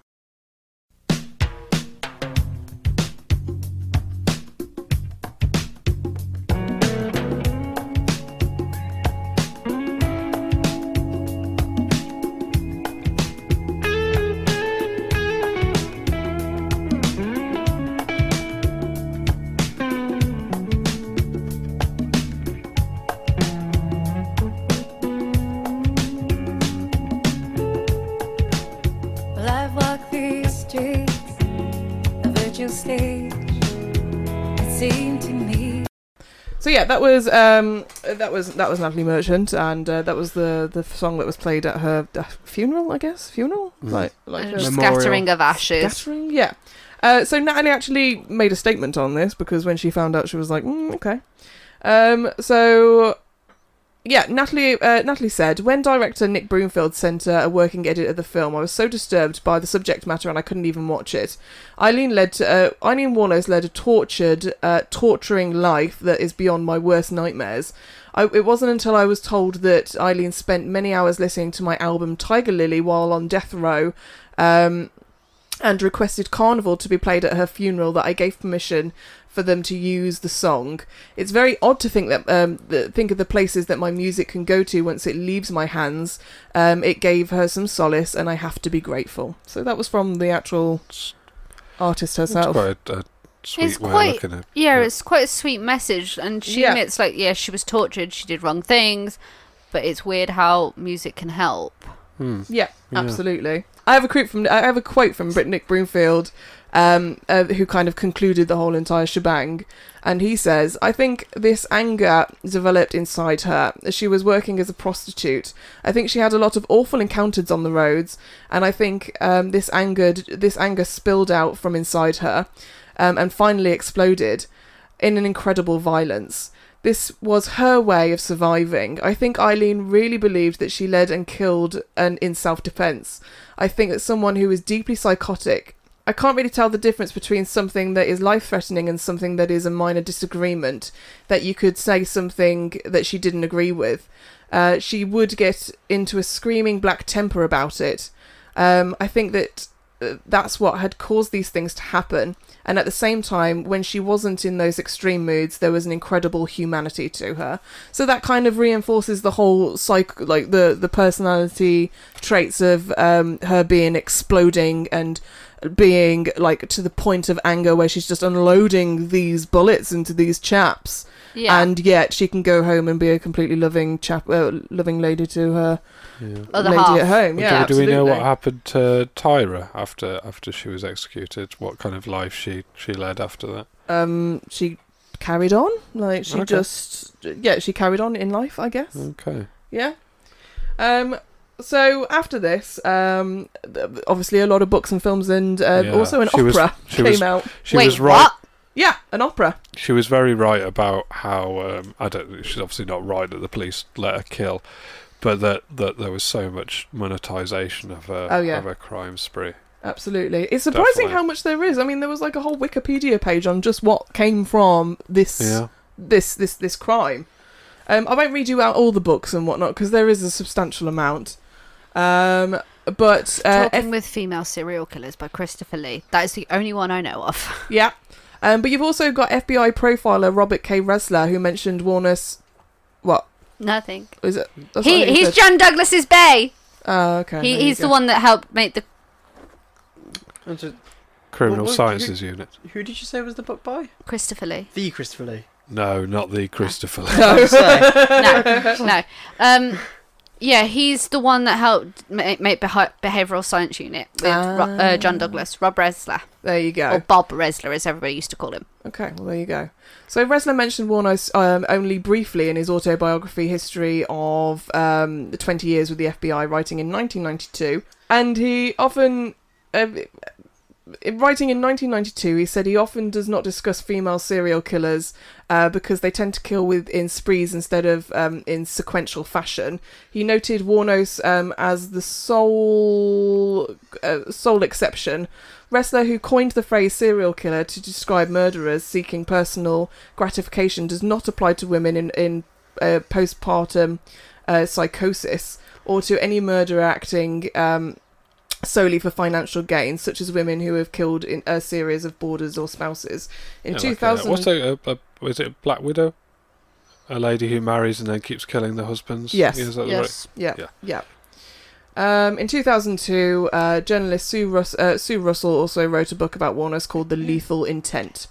[SPEAKER 14] Well, I've walked these streets, a virtual stage. It seemed to me.
[SPEAKER 5] So yeah, that was um that was that was Natalie Merchant and uh, that was the the song that was played at her uh, funeral, I guess funeral
[SPEAKER 6] Mm.
[SPEAKER 5] like like
[SPEAKER 6] A
[SPEAKER 5] her-
[SPEAKER 6] scattering of ashes.
[SPEAKER 5] Scattering, yeah. Uh, so Natalie actually made a statement on this because when she found out, she was like, mm, okay. Um, so yeah, Natalie. Uh, Natalie said, when director Nick Broomfield sent her a working edit of the film, I was so disturbed by the subject matter and I couldn't even watch it. Eileen led to, uh, Eileen Warnos led a tortured, uh, torturing life that is beyond my worst nightmares. I, it wasn't until I was told that Eileen spent many hours listening to my album Tiger Lily while on death row. Um, and requested Carnival to be played at her funeral that I gave permission for them to use the song. It's very odd to think that um, the, think of the places that my music can go to once it leaves my hands. Um, it gave her some solace, and I have to be grateful. So that was from the actual artist herself.
[SPEAKER 7] Quite a, a sweet
[SPEAKER 6] it's
[SPEAKER 7] way
[SPEAKER 6] quite
[SPEAKER 7] of looking at.
[SPEAKER 6] yeah, it's quite a sweet message and she
[SPEAKER 5] Yeah.
[SPEAKER 6] admits like yeah she was tortured she did wrong things but it's weird how music can help
[SPEAKER 5] Yeah, absolutely. I have a quote from I have a quote from Brit Nick Broomfield um, uh, who kind of concluded the whole entire shebang. And he says, I think this anger developed inside her. She was working as a prostitute. I think she had a lot of awful encounters on the roads, and I think um, this anger this anger spilled out from inside her, um, and finally exploded in an incredible violence. This was her way of surviving. I think Eileen really believed that she led and killed and in self defense. I think that someone who is deeply psychotic. I can't really tell the difference between something that is life threatening and something that is a minor disagreement, that you could say something that she didn't agree with. Uh, she would get into a screaming black temper about it. Um, I think that uh, that's what had caused these things to happen. And at the same time, when she wasn't in those extreme moods, there was an incredible humanity to her. So that kind of reinforces the whole psych, like the the personality traits of um, her being exploding and being like to the point of anger where she's just unloading these bullets into these chaps.
[SPEAKER 6] Yeah.
[SPEAKER 5] And yet she can go home and be a completely loving chap, uh, loving lady to her
[SPEAKER 6] Other
[SPEAKER 5] lady
[SPEAKER 6] half.
[SPEAKER 5] at home. Yeah,
[SPEAKER 7] do, do we know
[SPEAKER 5] absolutely.
[SPEAKER 7] what happened to Tyra after after she was executed? What kind of life she she led after that?
[SPEAKER 5] um she carried on like she
[SPEAKER 7] Okay. Mm.
[SPEAKER 5] just yeah she carried on in life i guess
[SPEAKER 7] Okay.
[SPEAKER 5] yeah um so after this um th- obviously a lot of books and films and uh,
[SPEAKER 7] Yeah.
[SPEAKER 5] also an
[SPEAKER 7] She
[SPEAKER 5] opera
[SPEAKER 7] was- she
[SPEAKER 5] came
[SPEAKER 7] was-
[SPEAKER 5] out
[SPEAKER 7] she Wait, was right- what?
[SPEAKER 5] yeah an opera
[SPEAKER 7] She was very right about how um, I don't. She's obviously not right that the police let her kill, but that that there was so much monetization of her
[SPEAKER 5] Oh, yeah.
[SPEAKER 7] of her crime spree.
[SPEAKER 5] absolutely it's surprising
[SPEAKER 7] Definitely.
[SPEAKER 5] how much there is i mean there was like a whole wikipedia page on just what came from this
[SPEAKER 7] Yeah.
[SPEAKER 5] this this this crime um i won't read you out all the books and whatnot because there is a substantial amount um but uh,
[SPEAKER 6] Talking with female serial killers by Christopher Lee. That is the only one I know of.
[SPEAKER 5] Yeah. Um, but you've also got FBI profiler Robert K. Ressler, who mentioned Warner's. What?
[SPEAKER 6] Nothing.
[SPEAKER 5] Is it? that's
[SPEAKER 6] He,
[SPEAKER 5] what I
[SPEAKER 6] he's
[SPEAKER 5] said.
[SPEAKER 6] John Douglas's bay.
[SPEAKER 5] Oh, okay.
[SPEAKER 6] he,
[SPEAKER 5] there you
[SPEAKER 6] he's the
[SPEAKER 5] go.
[SPEAKER 6] one that helped make the.
[SPEAKER 7] Criminal
[SPEAKER 8] What- what-
[SPEAKER 7] Sciences
[SPEAKER 8] who-
[SPEAKER 7] Unit.
[SPEAKER 8] Who did you say was the book by?
[SPEAKER 6] Christopher Lee. Oh,
[SPEAKER 8] The Christopher Lee.
[SPEAKER 7] No, not the Christopher.
[SPEAKER 8] No.
[SPEAKER 6] no, no. Um, yeah, he's the one that helped make, make behi- behavioral science unit with Ro- uh, John Douglas, Rob Resler.
[SPEAKER 5] There you go.
[SPEAKER 6] Or Bob Resler, as everybody used to call him.
[SPEAKER 5] Okay, well, there you go. So Resler mentioned Warner's um, only briefly in his autobiography History of um, the 20 Years with the FBI, writing in 1992. And he often. Uh, in writing in 1992, he said he often does not discuss female serial killers uh, because they tend to kill with in sprees instead of um, in sequential fashion. He noted Warnos um, as the sole uh, sole exception. Wrestler who coined the phrase serial killer to describe murderers seeking personal gratification does not apply to women in in uh, postpartum uh, psychosis or to any murderer acting. Um, solely for financial gain, such as women who have killed in a series of boarders or spouses. In
[SPEAKER 7] Yeah, like, uh,
[SPEAKER 5] 2000,
[SPEAKER 7] what's a, a, a was it a Black Widow? A lady who marries and then keeps killing the husbands.
[SPEAKER 5] Yes.
[SPEAKER 7] Is that right?
[SPEAKER 5] Yeah. Yeah. Um, in 2002, uh, journalist Sue, Rus- uh, Sue Russell also wrote a book about Warner's called The Lethal Intent.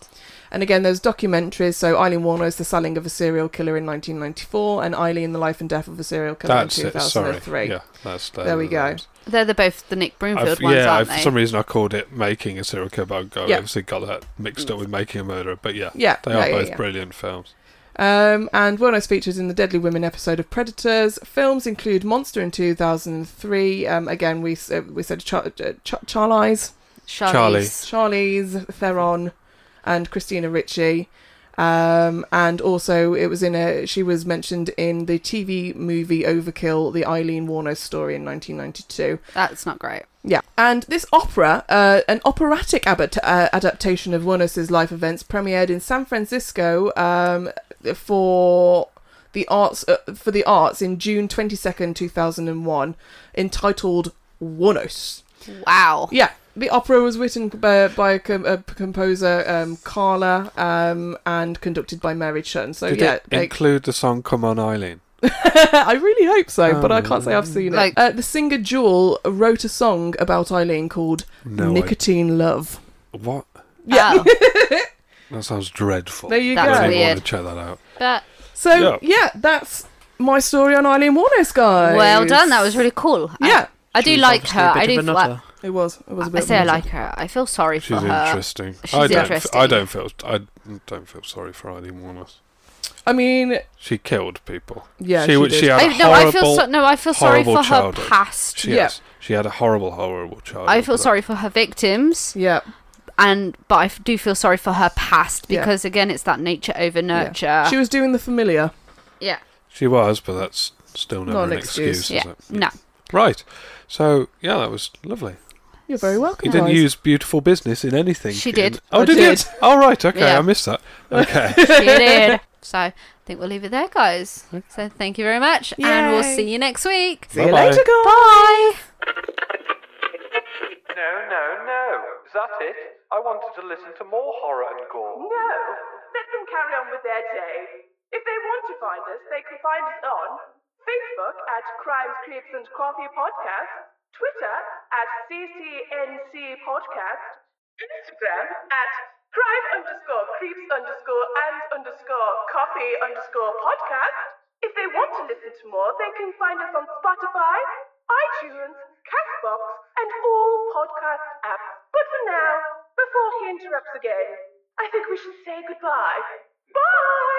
[SPEAKER 5] And again, there's documentaries. So Eileen Warner's The Selling of a Serial Killer in 1994 and Eileen, The Life and Death of a Serial Killer
[SPEAKER 7] That's
[SPEAKER 5] in
[SPEAKER 7] it. Sorry.
[SPEAKER 5] 2003.
[SPEAKER 7] Yeah. That's uh,
[SPEAKER 5] there we go.
[SPEAKER 6] They're the, both the Nick Broomfield
[SPEAKER 7] I've-
[SPEAKER 6] ones,
[SPEAKER 7] yeah,
[SPEAKER 6] aren't
[SPEAKER 7] I've-
[SPEAKER 6] they?
[SPEAKER 7] for some reason I called it Making a Serial Killer, but I
[SPEAKER 5] Yeah.
[SPEAKER 7] obviously got that mixed up with Making a Murderer. But yeah,
[SPEAKER 5] Yeah,
[SPEAKER 7] they
[SPEAKER 5] yeah,
[SPEAKER 7] are
[SPEAKER 5] yeah,
[SPEAKER 7] both
[SPEAKER 5] yeah.
[SPEAKER 7] brilliant films.
[SPEAKER 5] Um, and Warner's features in the Deadly Women episode of Predators. Films include Monster in 2003. Um, again, we s- uh, we said Char- uh, Ch- Charlize.
[SPEAKER 7] Charlize.
[SPEAKER 5] Charlize Theron and Christina Ricci. Um, and also, it was in a. She was mentioned in the TV movie Overkill, the Eileen Warner story in 1992.
[SPEAKER 6] That's not great.
[SPEAKER 5] Yeah, and this opera, uh, an operatic abat- uh, adaptation of Warner's life events, premiered in San Francisco um, for the arts uh, for the arts in June twenty second, two thousand and one, entitled Warnos.
[SPEAKER 6] Wow.
[SPEAKER 5] Yeah, the opera was written by, by a, com- a composer um, Carla um, and conducted by Mary Chun. So
[SPEAKER 7] Did
[SPEAKER 5] yeah,
[SPEAKER 7] it
[SPEAKER 5] they-
[SPEAKER 7] include the song "Come On Eileen"?
[SPEAKER 5] I really hope so, but I
[SPEAKER 7] Oh.
[SPEAKER 5] can't say I've seen it.
[SPEAKER 7] Like-
[SPEAKER 5] uh, the singer Jewel wrote a song about Eileen called
[SPEAKER 7] No, I-
[SPEAKER 5] Nicotine Love.
[SPEAKER 7] What?
[SPEAKER 5] Yeah.
[SPEAKER 6] Oh,
[SPEAKER 7] That sounds dreadful.
[SPEAKER 5] There you
[SPEAKER 7] I
[SPEAKER 5] go.
[SPEAKER 7] don't even
[SPEAKER 5] Weird.
[SPEAKER 7] want to check that out.
[SPEAKER 6] But
[SPEAKER 5] so,
[SPEAKER 7] Yeah.
[SPEAKER 5] yeah. that's my story on Eileen Warnes, guys.
[SPEAKER 6] well done. That was really cool.
[SPEAKER 5] Yeah.
[SPEAKER 6] I, I do like her. I do like,
[SPEAKER 13] It was. It was. A
[SPEAKER 6] I
[SPEAKER 13] bit
[SPEAKER 6] say I
[SPEAKER 13] mental.
[SPEAKER 6] like her. I feel sorry for
[SPEAKER 7] She's
[SPEAKER 6] her.
[SPEAKER 7] interesting.
[SPEAKER 6] She's
[SPEAKER 7] I don't. f-
[SPEAKER 6] interesting.
[SPEAKER 7] I don't feel. I don't feel sorry for Eileen Warner.
[SPEAKER 13] I mean,
[SPEAKER 7] She killed people.
[SPEAKER 13] Yeah,
[SPEAKER 7] she,
[SPEAKER 13] she
[SPEAKER 7] wa-
[SPEAKER 13] did.
[SPEAKER 7] she had a
[SPEAKER 6] I- no, I feel
[SPEAKER 7] horrible,
[SPEAKER 6] so- no, I feel sorry
[SPEAKER 7] horrible
[SPEAKER 6] for her
[SPEAKER 7] childhood.
[SPEAKER 6] past.
[SPEAKER 7] She,
[SPEAKER 6] Yeah.
[SPEAKER 7] has- she had a horrible, horrible childhood.
[SPEAKER 6] I feel
[SPEAKER 7] but-
[SPEAKER 6] sorry for her victims.
[SPEAKER 13] Yeah.
[SPEAKER 6] And but I f- do feel sorry for her past
[SPEAKER 13] Yeah.
[SPEAKER 6] because again, it's that nature over nurture.
[SPEAKER 13] She was doing the familiar.
[SPEAKER 6] Yeah.
[SPEAKER 7] She was, but that's still never
[SPEAKER 13] Not
[SPEAKER 7] an,
[SPEAKER 13] an
[SPEAKER 7] excuse,
[SPEAKER 13] excuse.
[SPEAKER 6] Yeah.
[SPEAKER 7] is it?
[SPEAKER 6] No.
[SPEAKER 7] Right. So yeah, that was lovely.
[SPEAKER 13] You're very welcome.
[SPEAKER 7] You didn't
[SPEAKER 13] guys.
[SPEAKER 7] use beautiful business in anything.
[SPEAKER 6] She
[SPEAKER 7] June.
[SPEAKER 6] did.
[SPEAKER 7] Oh,
[SPEAKER 6] I
[SPEAKER 7] did,
[SPEAKER 6] did.
[SPEAKER 7] you? Oh, right. Okay,
[SPEAKER 6] Yeah.
[SPEAKER 7] I missed that. Okay.
[SPEAKER 6] she did. So I think we'll leave it there, guys. So thank you very much, and we'll
[SPEAKER 4] Yay.
[SPEAKER 6] see you next week.
[SPEAKER 4] See you Bye-bye. later, guys.
[SPEAKER 6] Bye.
[SPEAKER 4] No, no, no. Is that it? I wanted to listen to more horror and gore.
[SPEAKER 5] No, let them carry on with their day. If they want to find us, they can find us on Facebook at Crimes, Creeps and Coffee Podcast, Twitter at CCNC Podcast, Instagram at crime underscore creeps underscore and underscore coffee underscore podcast. If they want to listen to more, they can find us on Spotify, iTunes, Castbox, and all podcast apps. But for now, before he interrupts again, I think we should say goodbye. Bye!